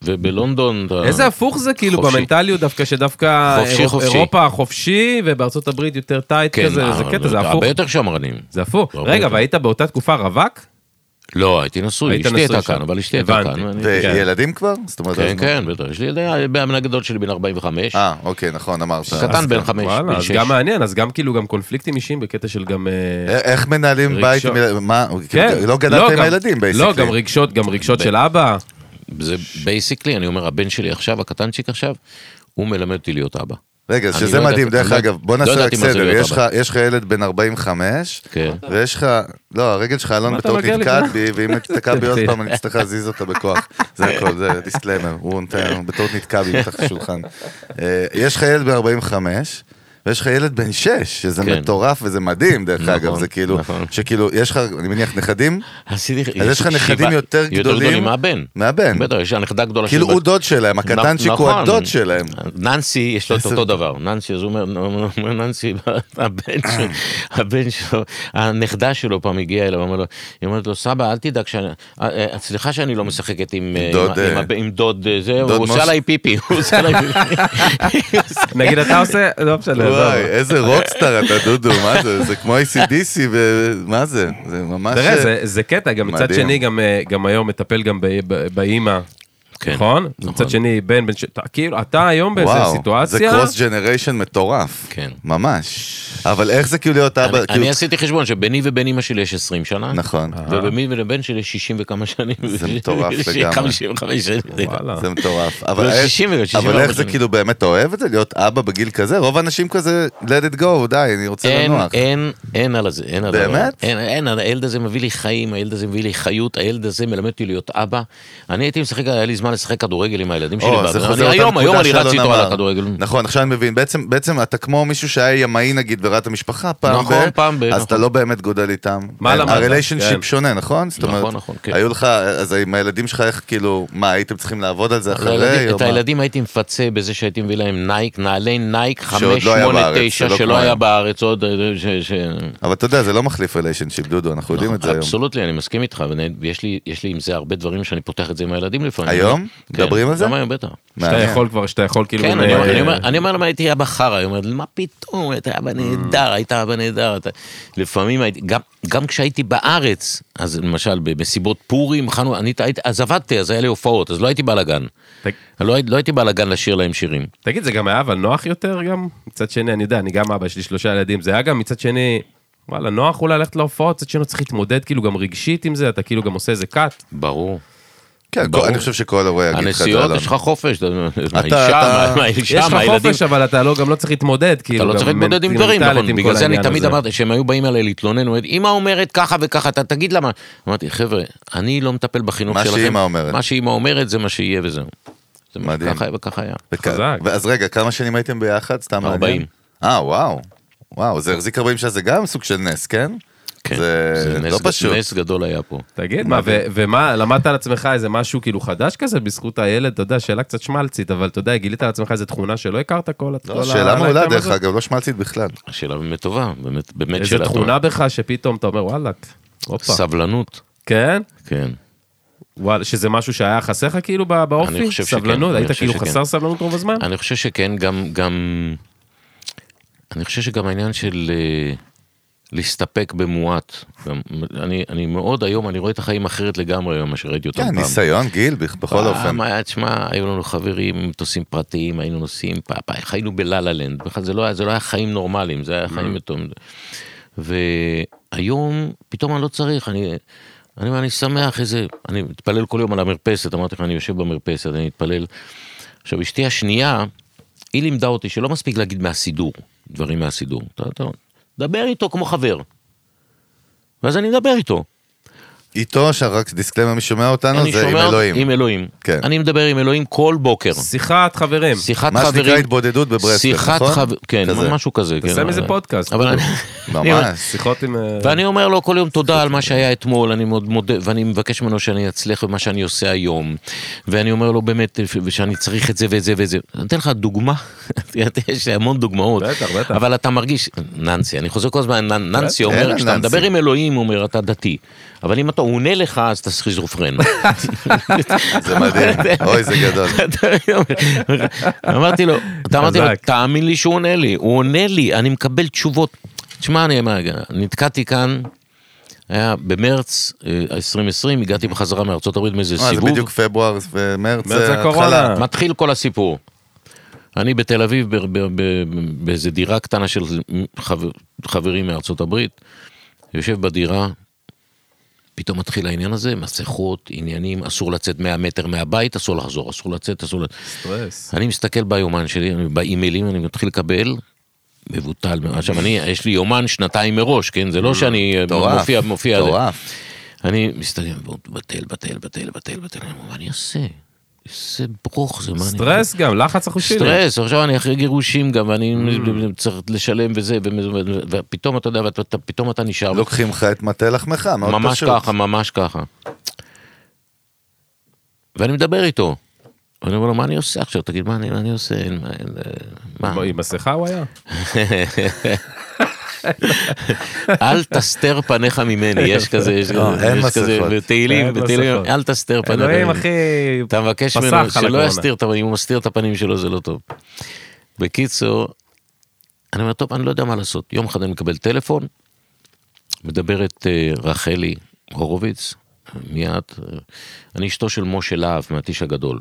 Speaker 3: ובלונדון... אתה-
Speaker 1: איזה הפוך זה כאילו
Speaker 3: חופשי.
Speaker 1: במנטליות דווקא, שדווקא
Speaker 3: חופשי,
Speaker 1: אירופ-
Speaker 3: חופשי.
Speaker 1: אירופה חופשי ובארצות הברית יותר טייט
Speaker 3: כן,
Speaker 1: כזה,
Speaker 3: אה,
Speaker 1: זה קטע, זה הפוך.
Speaker 3: הרבה יותר שמרנים.
Speaker 1: זה הפוך.
Speaker 3: הרבה
Speaker 1: רגע,
Speaker 3: יותר.
Speaker 1: והיית באותה תקופה רווק?
Speaker 3: לא, הייתי נשוי,
Speaker 1: היית
Speaker 3: אשתי הייתה
Speaker 1: נשוי שם.
Speaker 3: כאן, אבל אשתי הייתה
Speaker 1: הבנתי. כן.
Speaker 3: כאן. ואני-
Speaker 2: וילדים כבר? זאת אומרת,
Speaker 3: כן,
Speaker 2: אז-
Speaker 3: כן, בטח. יש לי ילדה, הבן הגדול שלי בן 45.
Speaker 2: אה, אוקיי, נכון, אמרת.
Speaker 3: קטן בן חמש,
Speaker 1: וואלה,
Speaker 3: בן
Speaker 1: אז
Speaker 3: שש.
Speaker 1: גם מעניין, אז גם כאילו גם קונפליקטים אישיים בקטע של גם... אה,
Speaker 2: א- איך מנהלים בית,
Speaker 1: רגשות.
Speaker 2: מ- מה,
Speaker 3: כן.
Speaker 2: כאילו, לא גדלת עם
Speaker 1: גם-
Speaker 2: הילדים בעסק.
Speaker 1: לא, גם רגשות, גם רגשות של אבא.
Speaker 3: זה בייסיקלי, אני אומר, הבן שלי עכשיו, הקטנצ'יק עכשיו, הוא מלמד אותי להיות אבא.
Speaker 2: רגע,
Speaker 3: אני
Speaker 2: שזה
Speaker 3: לא
Speaker 2: מדהים,
Speaker 3: ידעתי-
Speaker 2: דרך
Speaker 3: לא-
Speaker 2: אגב, בוא
Speaker 3: לא
Speaker 2: נעשה רק
Speaker 3: ידעתי מה זה
Speaker 2: סדר,
Speaker 3: להיות
Speaker 2: יש
Speaker 3: אבא.
Speaker 2: לך- יש לך ילד בן 45,
Speaker 3: כן.
Speaker 2: ויש לך, לא, הרגל שלך, אלון,
Speaker 1: מה אתה
Speaker 2: בטעות
Speaker 1: מגיע
Speaker 2: נתקעת
Speaker 1: לזה?
Speaker 2: בי, ואם תתקע
Speaker 3: (laughs)
Speaker 2: בי עוד
Speaker 1: תתחיל.
Speaker 2: פעם, אני אצטרך להזיז אותה בכוח. זה הכל, זה דיסקליימר, הוא נותן, בטעות נתקע בי מתחת לשולחן. אה, יש לך ילד בן 45, ויש לך ילד בן 6, שזה
Speaker 3: כן.
Speaker 2: מטורף וזה מדהים, דרך
Speaker 3: נכון,
Speaker 2: אגב, זה כאילו,
Speaker 3: נכון.
Speaker 2: שכאילו, יש לך, אני מניח, נכדים,
Speaker 3: עשיתי...
Speaker 2: אז יש לך נכדים
Speaker 3: שבעה-
Speaker 2: יותר
Speaker 3: יותר
Speaker 2: גדולים
Speaker 3: גדולים מהבן.
Speaker 2: מהבן.
Speaker 3: בטח, יש הנכדה גדולה
Speaker 2: כאילו
Speaker 3: של-
Speaker 2: הוא דוד שלהם, הקטנצ'יק הוא
Speaker 3: נכון.
Speaker 2: הדוד שלהם.
Speaker 3: ננסי, יש לו את
Speaker 2: איזה-
Speaker 3: אותו דבר. ננסי, אז הוא אומר, אומר ננסי, הבן שלו,
Speaker 2: (laughs)
Speaker 3: הבן שלו, הנכדה שלו פעם הגיעה אליו, אמר לו, היא אומרת לו, סבא, אל תדאג, שאני- אה, אה, סליחה שאני לא משחקת עם אה,
Speaker 2: דוד,
Speaker 3: עם
Speaker 2: אה,
Speaker 3: הבן- עם דוד, אה, זה, הוא
Speaker 2: דוד מוס-
Speaker 3: עושה עליי פיפי, הוא עושה עליי פיפי.
Speaker 2: (laughs)
Speaker 1: נגיד אתה עושה, לא משנה,
Speaker 2: וואי,
Speaker 1: עזוב.
Speaker 2: איזה רוקסטאר אתה, דודו, מה זה? זה כמו ACDC, ומה זה? זה ממש...
Speaker 1: תראה, זה- זה קטע, גם מצד
Speaker 2: מדהים.
Speaker 1: שני, גם, אה, גם היום מטפל גם ב- ב- באימא,
Speaker 3: כן.
Speaker 1: נכון? מצד שני, בן, בן, ש- אתה- כאילו, אתה היום באיזו
Speaker 2: וואו, זה
Speaker 1: סיטואציה,
Speaker 2: קרוס ג'נריישן מטורף.
Speaker 3: כן.
Speaker 2: ממש. אבל איך זה כאילו להיות
Speaker 3: אני-
Speaker 2: אבא, כאילו...
Speaker 3: אני עשיתי חשבון שביני ובין אמא שלי יש 20 שנה.
Speaker 2: נכון.
Speaker 1: אה,
Speaker 3: וביני ולבן שלי יש 60 וכמה שנים.
Speaker 2: זה
Speaker 3: (laughs)
Speaker 2: מטורף
Speaker 3: 55 שנים.
Speaker 1: וואלה.
Speaker 2: זה מטורף. אבל איך-
Speaker 3: 60 וגם 64
Speaker 2: אבל איך זה
Speaker 3: שנים.
Speaker 2: כאילו באמת אתה אוהב את זה, להיות אבא בגיל כזה? רוב האנשים כזה, let it go, די, אני רוצה
Speaker 3: אין,
Speaker 2: לנוח.
Speaker 3: אין, אין על זה, אין על הדבר.
Speaker 2: באמת?
Speaker 3: אין, אין, הילד הזה מביא לי חיים, הילד הזה מביא לי חיות, הילד הזה מלמד אותי להיות אבא. אני הייתי משחק, היה לי זמן לשחק כדורגל עם הילדים שלי.
Speaker 2: או, זה
Speaker 3: בעבר.
Speaker 2: חוזר
Speaker 3: אני-
Speaker 2: אותה
Speaker 3: היום, היום
Speaker 2: נקודה
Speaker 3: אני רץ
Speaker 2: שאלון
Speaker 3: איתו על
Speaker 2: אמר.
Speaker 3: הכדורגל.
Speaker 2: נכון, עכשיו אני מבין. בעצם, בעצם אתה כמו מישהו שהיה ימאי נגיד וראה את המשפחה פעם ב...
Speaker 3: נכון, פעם ב-
Speaker 2: אז
Speaker 3: נכון.
Speaker 2: אתה לא באמת גודל איתם.
Speaker 1: מה
Speaker 2: הם-
Speaker 1: למדת?
Speaker 2: הריליישנשיפ
Speaker 1: כן.
Speaker 2: שונה, נכון? זאת
Speaker 3: נכון,
Speaker 2: אומרת,
Speaker 3: נכון, כן.
Speaker 2: היו לך, אז עם הילדים שלך, איך כאילו, מה, הייתם צריכים לעבוד על זה אחרי?
Speaker 3: לא, הילדים-
Speaker 2: או
Speaker 3: את
Speaker 2: מה?
Speaker 3: הילדים הייתי מפצה בזה שהייתי מביא להם נייק, נעלי נייק
Speaker 2: שעוד לא היה בארץ,
Speaker 3: 589
Speaker 2: שלא
Speaker 3: שלא
Speaker 2: כמוהם.
Speaker 3: היה בארץ עוד, אה, ש- ש- נכון,
Speaker 2: אבל אתה יודע, זה לא מחליף ריליישנשיפ, דודו, אנחנו יודעים את זה היום.
Speaker 3: אבסולוטלי, אני מסכים איתך, ואני- ויש לי- יש לי עם זה הרבה דברים שאני פותח את זה עם הילדים לפעמים.
Speaker 2: היום?
Speaker 3: כן,
Speaker 2: מדברים על זה?
Speaker 3: גם היום, בטח.
Speaker 1: שאתה
Speaker 2: מעניין.
Speaker 1: יכול כבר, שאתה יכול כאילו...
Speaker 3: כן,
Speaker 1: עם,
Speaker 3: אני
Speaker 1: אה,
Speaker 3: אומר- אני אומר- אני אומר להם הייתי אבא חרא, היא אומרת, מה פתאום, היית אבא נהדר, היית אבא נהדר. אתה- לפעמים הייתי, גם- גם כשהייתי בארץ, אז למשל במסיבות פורים, חנו- אני הייתי- אז עבדתי, אז היה לי הופעות, אז לא הייתי בא לגן.
Speaker 1: ת-
Speaker 3: לא הייתי- לא הייתי בא לגן לשיר להם שירים.
Speaker 1: תגיד, זה גם היה אבל נוח יותר גם? מצד שני, אני יודע, אני גם אבא, יש לי שלושה ילדים, זה היה גם מצד שני, וואלה, נוח אולי ללכת להופעות, מצד שני, לא צריך להתמודד כאילו גם רגשית עם זה, אתה כאילו גם עושה איזה קאט.
Speaker 3: ברור.
Speaker 2: כן,
Speaker 3: ברור.
Speaker 2: אני חושב שכל הורה יגיד לך את זה.
Speaker 3: הנסיעות,
Speaker 2: אלון.
Speaker 3: יש לך חופש, אתה- מהאישה,
Speaker 2: אתה-
Speaker 3: מה- מהאישה,
Speaker 1: יש לך
Speaker 3: מהילדים.
Speaker 1: חופש, אבל אתה לא- גם לא צריך להתמודד, כאילו.
Speaker 3: אתה לא
Speaker 1: גם
Speaker 3: צריך להתמודד עם דברים,
Speaker 1: מנטלית,
Speaker 3: נכון,
Speaker 1: עם
Speaker 3: בגלל
Speaker 1: כל
Speaker 3: זה אני
Speaker 1: העניין
Speaker 3: תמיד
Speaker 1: הזה.
Speaker 3: אמרתי, שהם היו באים אליי להתלונן, אומרת, אמא אומרת ככה וככה, אתה תגיד למה. אמרתי, חבר'ה, אני לא מטפל בחינוך
Speaker 2: מה
Speaker 3: שלכם.
Speaker 2: שאמא אומרת."
Speaker 3: מה שאמא אומרת זה מה שיהיה וזהו. זה מה-
Speaker 2: מדהים.
Speaker 3: ככה היה וככה היה.
Speaker 2: וכ-
Speaker 1: חזק.
Speaker 2: ואז רגע, כמה שנים הייתם ביחד? סתם מעניין.
Speaker 3: 40.
Speaker 2: אה, וואו. וואו, זה החזיק 40 שנה, זה גם סוג של נס, כן?
Speaker 3: כן,
Speaker 2: זה
Speaker 3: נס-
Speaker 2: לא פשוט.
Speaker 3: נס גדול היה פה.
Speaker 1: תגיד, מה, ו- ומה, למדת על עצמך איזה משהו כאילו חדש כזה בזכות הילד? אתה יודע, שאלה קצת שמלצית, אבל אתה יודע, גילית על עצמך איזו תכונה שלא הכרת כל... כל
Speaker 2: לא,
Speaker 1: ה-
Speaker 2: שאלה
Speaker 1: ה-
Speaker 2: מעולה,
Speaker 1: lifetime
Speaker 2: דרך
Speaker 1: הזה?
Speaker 2: אגב, לא שמלצית בכלל.
Speaker 3: השאלה באמת טובה, באמת, באמת
Speaker 1: איזו
Speaker 3: שאלה
Speaker 1: תכונה בך שפתאום אתה אומר, וואלכ, הופה.
Speaker 3: סבלנות,
Speaker 1: כן?
Speaker 3: כן.
Speaker 1: וואלה, שזה משהו שהיה חסר לך כאילו בא- באופי?
Speaker 3: אני חושב שכן,
Speaker 1: סבלנות?
Speaker 3: אני
Speaker 1: היית
Speaker 3: חושב
Speaker 1: כאילו
Speaker 3: שכן.
Speaker 1: חסר סבלנות רוב הזמן?
Speaker 3: אני חושב שכן, גם, גם... אני חושב שגם העניין של אה, להסתפק במועט. גם- אני, אני מאוד היום, אני רואה את החיים אחרת לגמרי היום מאשר ראיתי אותם
Speaker 2: כן,
Speaker 3: פעם.
Speaker 2: ניסיון, גיל, בכ- בכל אופן.
Speaker 3: פעם היה, תשמע, היו לנו חברים, מטוסים פרטיים, היינו נוסעים, פעם, פעם, חיינו בלה-לה-לנד, בכלל זה לא, היה, זה לא היה חיים נורמליים, זה היה
Speaker 2: Mm.
Speaker 3: חיים מתום. והיום, פתאום אני לא צריך, אני, אני, אני שמח איזה, אני מתפלל כל יום על המרפסת, אמרתי לך, אני יושב במרפסת, אני מתפלל. עכשיו, אשתי השנייה, היא לימדה אותי שלא מספיק להגיד מהסידור, דברים מהסידור. אתה, אתה, לא, דבר איתו כמו חבר. ואז אני מדבר איתו.
Speaker 2: איתו, שרק דיסקלמר, מי שומע אותנו, אה,
Speaker 3: אני
Speaker 2: זה עם
Speaker 3: שומע עם
Speaker 2: אלוהים.
Speaker 3: אלוהים.
Speaker 2: כן.
Speaker 3: אני מדבר עם אלוהים כל בוקר.
Speaker 1: שיחת חברים.
Speaker 3: שיחת
Speaker 2: מה
Speaker 3: חברים.
Speaker 2: שנקרא התבודדות בברסלב,
Speaker 3: שיחת
Speaker 2: נכון?
Speaker 3: חבר... כן,
Speaker 2: כזה.
Speaker 3: משהו כזה. כן,
Speaker 1: תעשה מזה
Speaker 3: אבל-
Speaker 1: פודקאסט.
Speaker 3: אבל אני...
Speaker 2: ממש.
Speaker 1: שיחות עם... אה,
Speaker 3: ואני אומר לו כל יום תודה על מה שהיה אתמול, אני מאוד מודה, ואני מבקש ממנו שאני אצליח במה שאני עושה היום. ואני אומר לו באמת, ושאני צריך את זה ואת זה ואת זה. אני אתן לך דוגמה, (laughs) יש לי המון דוגמאות.
Speaker 1: בטח, בטח.
Speaker 3: אבל אתה מרגיש, ננסי, אני חוזר כל הזמן, נ- ננסי
Speaker 2: אין
Speaker 3: אומר,
Speaker 2: על
Speaker 3: כשאתה
Speaker 2: ננסי.
Speaker 3: מדבר עם אלוהים, הוא אומר, אתה דתי. אבל אם אתה עונה לך, אז אתה סכיזופרן.
Speaker 2: זה מדהים.
Speaker 3: (laughs)
Speaker 2: אוי, זה גדול.
Speaker 3: אמרתי לו, אתה אמרתי לו,
Speaker 1: חזק.
Speaker 3: תאמין לי שהוא עונה לי, הוא עונה לי, אני מקבל תשובות. תשמע, אני אומר, נתקעתי כאן, היה במרץ אה, 2020, הגעתי בחזרה מארצות הברית מאיזה
Speaker 2: אה, זה
Speaker 3: סיבוב,
Speaker 2: בדיוק פברואר ומרץ,
Speaker 1: מרץ
Speaker 2: זה
Speaker 1: הקורונה.
Speaker 2: התחלה.
Speaker 3: מתחיל כל הסיפור. אני בתל אביב, ב- ב- ב- באיזה דירה קטנה של חבר- חברים מארצות הברית, יושב בדירה, פתאום מתחיל העניין הזה, מסכות, עניינים, אסור לצאת 100 מטר מהבית, אסור לחזור, אסור לצאת, אסור... לצאת.
Speaker 1: סטרס.
Speaker 3: אני מסתכל ביומן שלי, אני- באימיילים, אני מתחיל לקבל, מבוטל. עכשיו, אני, יש לי יומן שנתיים מראש, כן? זה לא שאני אה,
Speaker 2: מטורף.
Speaker 3: מופיע, מופיע. זה.
Speaker 2: מטורף.
Speaker 3: אני מסתכל, בוא, בטל, בטל, בטל, בטל, בטל, אני אומר, מה אני אעשה? איזה ברוך זה, מה אני...
Speaker 1: סטרס גם, לחץ החושי.
Speaker 3: סטרס, עכשיו אני אחרי גירושים גם, ואני צריך לשלם וזה, ו- ופתאום אתה יודע, ואתה- אתה- פתאום אתה נשאר.
Speaker 2: לוקחים לך את מטה לחמך, מאוד
Speaker 3: ממש
Speaker 2: פשוט.
Speaker 3: ככה, ממש ככה. ואני מדבר איתו. אני אומר לו, מה אני עושה עכשיו? תגיד, מה אני, מה אני עושה? אין- מה- אין- אה, מה?
Speaker 1: עם מסכה הוא
Speaker 3: לא
Speaker 1: היה?
Speaker 3: (laughs) אל תסתר פניך ממני, יש כזה, יש
Speaker 2: לא,
Speaker 3: כזה,
Speaker 2: אין
Speaker 3: יש כזה,
Speaker 2: מסכות.
Speaker 3: בתהילים,
Speaker 1: אין
Speaker 3: בתהילים,
Speaker 1: מסכות.
Speaker 3: אל תסתר פניך.
Speaker 1: אלוהים
Speaker 3: ממני.
Speaker 1: הכי
Speaker 3: אתה מבקש
Speaker 1: פסח
Speaker 3: ממנו
Speaker 1: על
Speaker 3: שלא
Speaker 1: הקורונה.
Speaker 3: יסתיר את הפנים, אם הוא מסתיר את הפנים שלו זה לא טוב. בקיצור, אני אומר, טוב, אני לא יודע מה לעשות. יום אחד אני מקבל טלפון, מדברת אה, רחלי הורוביץ, מי את? אה, אני אשתו של משה להב, מהטיש הגדול.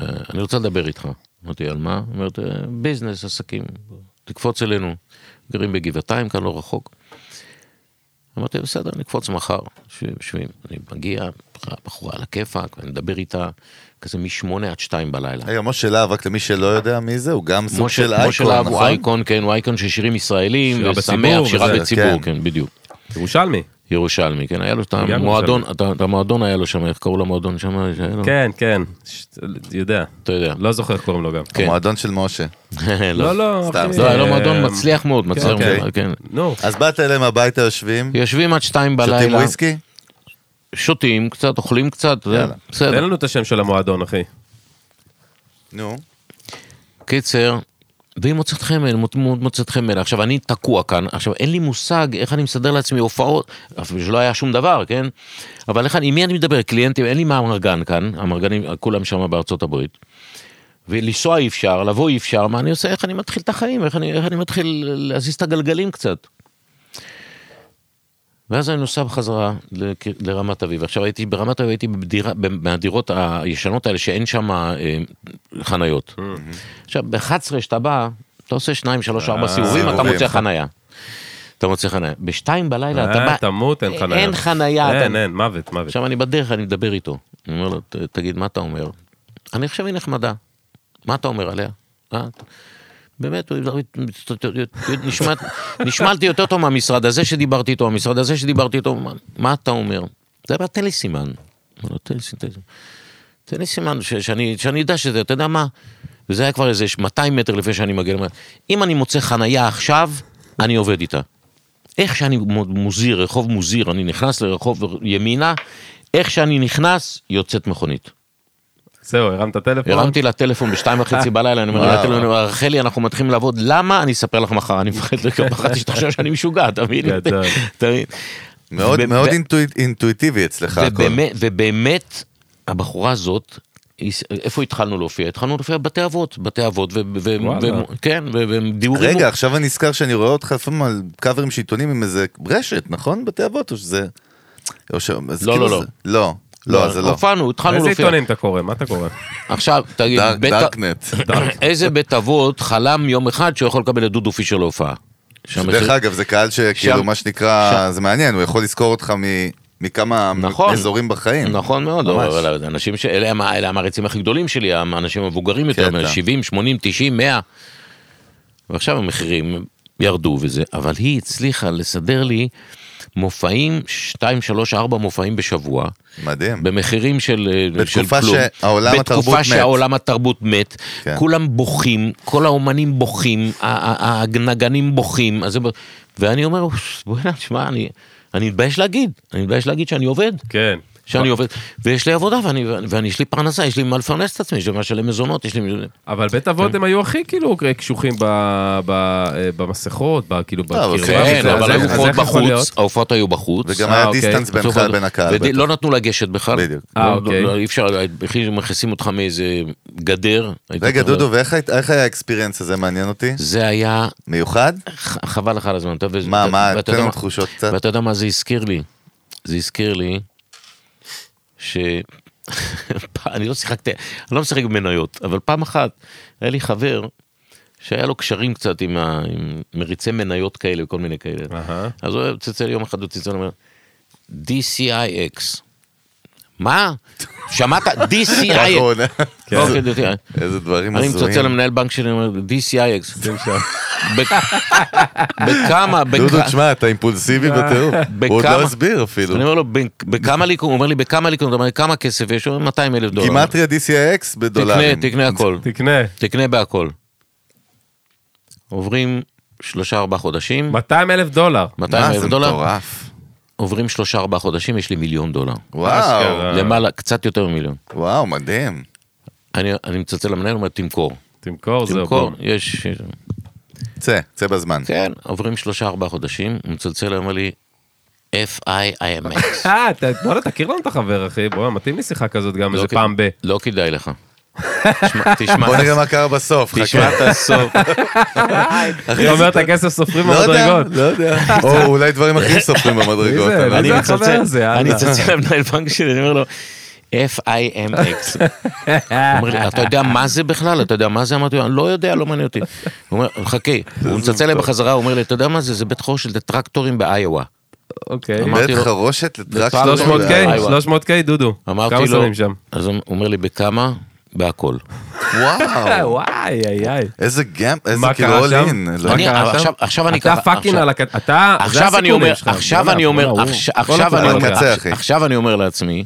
Speaker 3: אה, אני רוצה לדבר איתך. אמרתי, על מה? היא אומרת, "אה, ביזנס, עסקים, תקפוץ אלינו. גרים בגבעתיים, כאן לא רחוק. אמרתי, בסדר, נקפוץ מחר, יושבים, יושבים. אני מגיע, בחורה על הכיפאק, אני מדבר איתה כזה משמונה עד שתיים בלילה.
Speaker 2: רגע, משה להב, רק למי שלא יודע מי זה, הוא גם סוג של
Speaker 3: משה
Speaker 2: אייקון,
Speaker 3: להב הוא
Speaker 2: נכון?
Speaker 3: אייקון, כן, הוא אייקון של שירים ישראלים,
Speaker 1: שירה
Speaker 3: ושמח,
Speaker 1: בציבור
Speaker 3: שירה
Speaker 1: וזה,
Speaker 3: בציבור,
Speaker 2: כן.
Speaker 3: כן, בדיוק.
Speaker 1: ירושלמי.
Speaker 3: ירושלמי, כן, היה לו את
Speaker 1: גם
Speaker 3: המועדון, את המועדון היה לו שם, איך קראו למועדון שם? שהיה לו?
Speaker 1: כן, כן, ש- יודע.
Speaker 3: אתה יודע.
Speaker 1: לא זוכר איך קוראים לו גם.
Speaker 3: כן.
Speaker 2: המועדון של משה.
Speaker 1: לא, לא,
Speaker 2: סתם,
Speaker 1: אחי.
Speaker 2: סתם.
Speaker 3: (laughs) לא, היה לו
Speaker 1: אה,
Speaker 3: מועדון מצליח מאוד, מצליח
Speaker 2: אוקיי.
Speaker 3: מאוד, כן.
Speaker 1: נו,
Speaker 2: אז באת אליהם הביתה יושבים,
Speaker 3: יושבים עד שתיים
Speaker 2: שותים
Speaker 3: בלילה,
Speaker 2: וויסקי?
Speaker 3: שותים קצת, אוכלים קצת, אתה יודע,
Speaker 2: יאללה.
Speaker 1: תן
Speaker 3: בסדר.
Speaker 1: לנו את השם של המועדון, אחי.
Speaker 2: נו.
Speaker 3: קיצר, והיא מוצאת חמל, מוצאת חמל. עכשיו, אני תקוע כאן, עכשיו, אין לי מושג איך אני מסדר לעצמי הופעות, אפילו שלא היה שום דבר, כן? אבל איך אני, עם מי אני מדבר? קליינטים, אין לי מה אמרגן כאן, אמרגנים, כולם שם בארצות הברית. ולנסוע אי אפשר, לבוא אי אפשר, מה אני עושה? איך אני מתחיל את החיים? איך אני, איך אני מתחיל להזיז את הגלגלים קצת? ואז אני נוסע בחזרה לק- לרמת אביב. עכשיו הייתי ברמת אביב, הייתי בדירה, מהדירות הישנות האלה שאין שם אה, חניות. עכשיו, ב-11 שאתה בא, אתה עושה 2, 3, 4 סיבובים, אתה
Speaker 2: סיבובים.
Speaker 3: מוצא חניה. אתה מוצא חניה. ב-2 בלילה לא, אתה
Speaker 1: אה,
Speaker 3: בא... אה,
Speaker 1: תמות, אין חניה.
Speaker 3: אין חניה. אתה-
Speaker 1: אין, אין, מוות, מוות.
Speaker 3: עכשיו אני בדרך, אני מדבר איתו. אני אומר לו, "ת- תגיד, מה אתה אומר? אני חושב היא נחמדה. מה אתה אומר עליה? אה? באמת, הוא- נשמע- נשמעתי יותר טוב מהמשרד הזה שדיברתי איתו, המשרד הזה שדיברתי איתו, מה- מה אתה אומר? אתה יודע מה, תן לי סימן. אמר לו, "תן לי סימן, תן לי סימן." תן לי סימן ש- שאני שאני אדע שזה, אתה יודע מה? וזה היה כבר איזה 200 מטר לפני שאני מגיע למעלה. אם אני מוצא חנייה עכשיו, אני עובד איתה. איך שאני מו- מוזיר, רחוב מוזיר, אני נכנס לרחוב ימינה, איך שאני נכנס, יוצאת מכונית.
Speaker 1: זהו, הרמת טלפון.
Speaker 3: הרמתי לה טלפון בשתיים וחצי
Speaker 2: (laughs)
Speaker 3: בלילה, אני אומר לה, "טלפון", אני אומר, רחלי, אנחנו מתחילים לעבוד, למה? אני אספר לך מחר, אני מפחד,
Speaker 2: (laughs)
Speaker 3: פחדתי שתחשוב שאני משוגע, אתה מבין?
Speaker 1: גדול.
Speaker 3: אתה מבין?
Speaker 2: מאוד,
Speaker 3: ו-
Speaker 2: מאוד
Speaker 3: ו-
Speaker 2: אינטואיט- אינטואיטיבי אצלך הכל.
Speaker 3: ובאמת, ובאמת, הבחורה הזאת, היא- איפה התחלנו להופיע? התחלנו להופיע בבתי אבות, בתי אבות, ו- ו- ו-
Speaker 1: וואלה.
Speaker 3: ו- כן, ו- ודיורים.
Speaker 2: רגע, עכשיו אני נזכר שאני רואה אותך לפעמים על קאברים של עיתונים עם איזה רשת, נכון? בתי אבות או שזה... או ש... אז
Speaker 3: לא,
Speaker 2: כאילו
Speaker 3: לא,
Speaker 2: זה- לא. לא, זה לא.
Speaker 3: הופענו, התחלנו
Speaker 1: איזה
Speaker 3: להופיע.
Speaker 1: עיתונים אתה קורא? מה אתה
Speaker 3: (laughs)
Speaker 1: קורא?
Speaker 3: עכשיו, תגיד,
Speaker 2: דארק-
Speaker 3: בית-
Speaker 2: דארקנט.
Speaker 3: (laughs) איזה בית אבות חלם יום אחד שהוא יכול לקבל את דודו פישר להופעה?
Speaker 2: דרך אגב, זה קהל שכאילו,
Speaker 3: שם-
Speaker 2: מה שנקרא, זה מעניין, הוא יכול לזכור אותך מ- מכמה
Speaker 3: נכון.
Speaker 2: אזורים בחיים.
Speaker 3: נכון מאוד,
Speaker 2: ממש.
Speaker 3: אבל אנשים ש... אלה, הם- אלה המעריצים הכי גדולים שלי, האנשים המבוגרים יותר,
Speaker 2: קטע.
Speaker 3: 70, 80, 90, 100. ועכשיו המחירים ירדו וזה, אבל היא הצליחה לסדר לי מופעים, 2, 3, 4 מופעים בשבוע,
Speaker 2: מדהים.
Speaker 3: במחירים של, אה,
Speaker 2: בתקופה
Speaker 3: של כלום.
Speaker 2: שהעולם התרבות
Speaker 3: בתקופה
Speaker 2: מת.
Speaker 3: שהעולם התרבות מת.
Speaker 2: כן.
Speaker 3: כולם בוכים, כל האומנים בוכים, ה- ה- ה- הנגנים בוכים. אז זה... ב- ואני אומר, בוא'נה, תשמע, אני, אני מתבייש להגיד, אני מתבייש להגיד שאני עובד.
Speaker 1: כן.
Speaker 3: שאני עובד, ויש לי עבודה ואני, ואני, יש לי פרנסה, יש לי מה לפרנס את עצמי, יש לי מה לשלם מזונות, יש לי...
Speaker 2: אוקיי,
Speaker 1: אבל בית
Speaker 3: כן.
Speaker 1: אבות הם היו הכי כאילו קשוחים ב- ב- אה, במסכות, ב- כאילו
Speaker 2: לא, אבל
Speaker 1: בקרבה.
Speaker 2: כן,
Speaker 1: וזה,
Speaker 3: כן,
Speaker 1: אז
Speaker 3: אבל
Speaker 1: איך-
Speaker 3: היו
Speaker 1: אז
Speaker 3: הופעות
Speaker 1: איך יכול להיות?
Speaker 3: בחוץ, ההופעות היו בחוץ.
Speaker 2: וגם
Speaker 1: אה,
Speaker 2: היה
Speaker 1: אוקיי.
Speaker 2: דיסטנס בינך
Speaker 3: בסוף-
Speaker 2: לבין הקהל. בטח.
Speaker 3: ולא לא נתנו לגשת בכלל.
Speaker 2: בדיוק.
Speaker 1: אה,
Speaker 3: לא-
Speaker 1: אוקיי.
Speaker 3: לא- אי אפשר, בכלל מכניסים אותך מאיזה גדר.
Speaker 2: רגע, דודו, ואיך היית- איך היה האקספיריאנס הזה מעניין אותי?
Speaker 3: זה היה
Speaker 2: מיוחד?
Speaker 3: ח- חבל לך על הזמן. אתה-
Speaker 2: מה,
Speaker 3: ואתה-
Speaker 2: מה,
Speaker 3: ואתה
Speaker 2: תן
Speaker 3: יודע
Speaker 2: לנו תחושות קצת.
Speaker 3: ואתה יודע מה זה הזכיר לי? זה הזכיר לי ש... (laughs) אני לא שיחקתי, אני לא משחק במניות, אבל פעם אחת היה לי חבר שהיה לו קשרים קצת עם, ה... עם מריצי מניות כאלה וכל מיני כאלה.
Speaker 1: אהה.
Speaker 3: אז הוא היה צלצל יום אחד, הוא צלצל ואומר, DCIX. מה? שמעת? DCIX.
Speaker 2: (laughs) נכון.
Speaker 3: כן. אוקיי, DCIX.
Speaker 2: איזה דברים
Speaker 3: אני מצלצל
Speaker 2: הזויים.
Speaker 3: למנהל בנק שלי, אני אומר,
Speaker 2: (laughs)
Speaker 3: DCIX. ב- בכמה,
Speaker 2: דודו,
Speaker 3: בכ-
Speaker 2: תשמע, אתה אימפולסיבי בטירוף. הוא עוד
Speaker 3: בכמה-
Speaker 2: לא הסביר אפילו.
Speaker 3: אה, אני אומר לו, "בן- בכמה ליקום? הוא אומר לי, בכמה ליקום? אתה אומר לי, כמה כסף יש? הוא אומר, 200 אלף דולר.
Speaker 2: גימטריה DCIX בדולרים.
Speaker 3: לא. תקנה, תקנה הכל.
Speaker 1: תקנה,
Speaker 3: תקנה בהכל. עוברים שלושה ארבעה חודשים,
Speaker 1: 200 אלף דולר.
Speaker 3: 200
Speaker 2: מה,
Speaker 3: אלף
Speaker 2: זה
Speaker 3: דולר,
Speaker 2: מטורף.
Speaker 3: עוברים שלושה ארבעה חודשים, יש לי מיליון דולר.
Speaker 2: וואו,
Speaker 1: אשכרה. אה.
Speaker 3: למעלה, קצת יותר ממיליון.
Speaker 2: וואו, מדהים.
Speaker 3: אני אני מצלצל למנהל, הוא אומר, תמכור.
Speaker 1: תמכור, זהו.
Speaker 3: תמכור,
Speaker 1: בוא.
Speaker 3: יש...
Speaker 2: צא, צא בזמן.
Speaker 3: כן, עוברים שלושה ארבעה חודשים, הוא מצלצל, הוא אומר לי, FIIMX.
Speaker 1: אה, אתה- בוא'נה, תכיר לנו את החבר, אחי. בוא, מתאים לי שיחה כזאת גם
Speaker 3: לא
Speaker 1: איזה
Speaker 3: כ-
Speaker 1: פעם ב...
Speaker 3: לא כדאי לך. תשמע, (laughs) תשמע,
Speaker 2: בוא נראה מה קרה בסוף, חכה.
Speaker 3: תשמע את הסוף.
Speaker 1: אני אומר את הכסף סופרים
Speaker 2: לא יודע,
Speaker 3: (laughs)
Speaker 1: במדרגות.
Speaker 2: לא יודע. או אולי דברים אחרים סופרים במדרגות.
Speaker 1: מי זה? מי
Speaker 2: אני לא
Speaker 3: אני
Speaker 1: זה?
Speaker 2: יודע.
Speaker 1: החבר
Speaker 3: מצלצל,
Speaker 1: הזה,
Speaker 3: אני
Speaker 1: יאללה.
Speaker 3: מצלצל למנהל בנק שלי, אני אומר לו, FIMX. הוא אומר לי, אתה יודע מה זה בכלל? אתה יודע מה זה? אמרתי לו, "אני לא יודע, לא מעניין אותי. הוא אומר, חכה, הוא מצלצל אליי בחזרה, הוא אומר לי, אתה יודע מה זה? זה בית חורשת לטרקטורים באיואה.
Speaker 1: אוקיי.
Speaker 3: אמרתי
Speaker 2: בית
Speaker 3: לו-
Speaker 2: חרושת לטרקטור.
Speaker 1: 300K,
Speaker 3: איי,
Speaker 1: 300K, דודו.
Speaker 3: אמרתי
Speaker 1: כמה
Speaker 3: לו,
Speaker 1: שמים שם?
Speaker 3: אז הוא אומר לי, בכמה? בהכל.
Speaker 1: אה,
Speaker 2: וואו,
Speaker 1: וואי, איי, איי.
Speaker 2: איזה גם, איזה
Speaker 1: מה
Speaker 2: כאילו
Speaker 1: קרה
Speaker 2: אול
Speaker 1: שם?
Speaker 2: אין.
Speaker 1: מה
Speaker 3: אני-
Speaker 1: קרה
Speaker 3: אבל
Speaker 1: שם?
Speaker 3: עכשיו- עכשיו אני
Speaker 1: אתה
Speaker 3: ככה-
Speaker 1: פאקינג
Speaker 3: עכשיו-
Speaker 1: על הכת... אתה... זה
Speaker 3: עכשיו אני
Speaker 1: הסיכונים
Speaker 3: אומר,
Speaker 1: שלך.
Speaker 3: עכשיו
Speaker 1: בוא'נה,
Speaker 3: אני אומר,
Speaker 1: בוא'נה, הוא-
Speaker 3: עכשיו-
Speaker 1: בוא'נה,
Speaker 3: עכשיו אני
Speaker 1: בוא'נה,
Speaker 3: אומר,
Speaker 2: הקצה, אחי.
Speaker 3: עכשיו אני אומר לעצמי,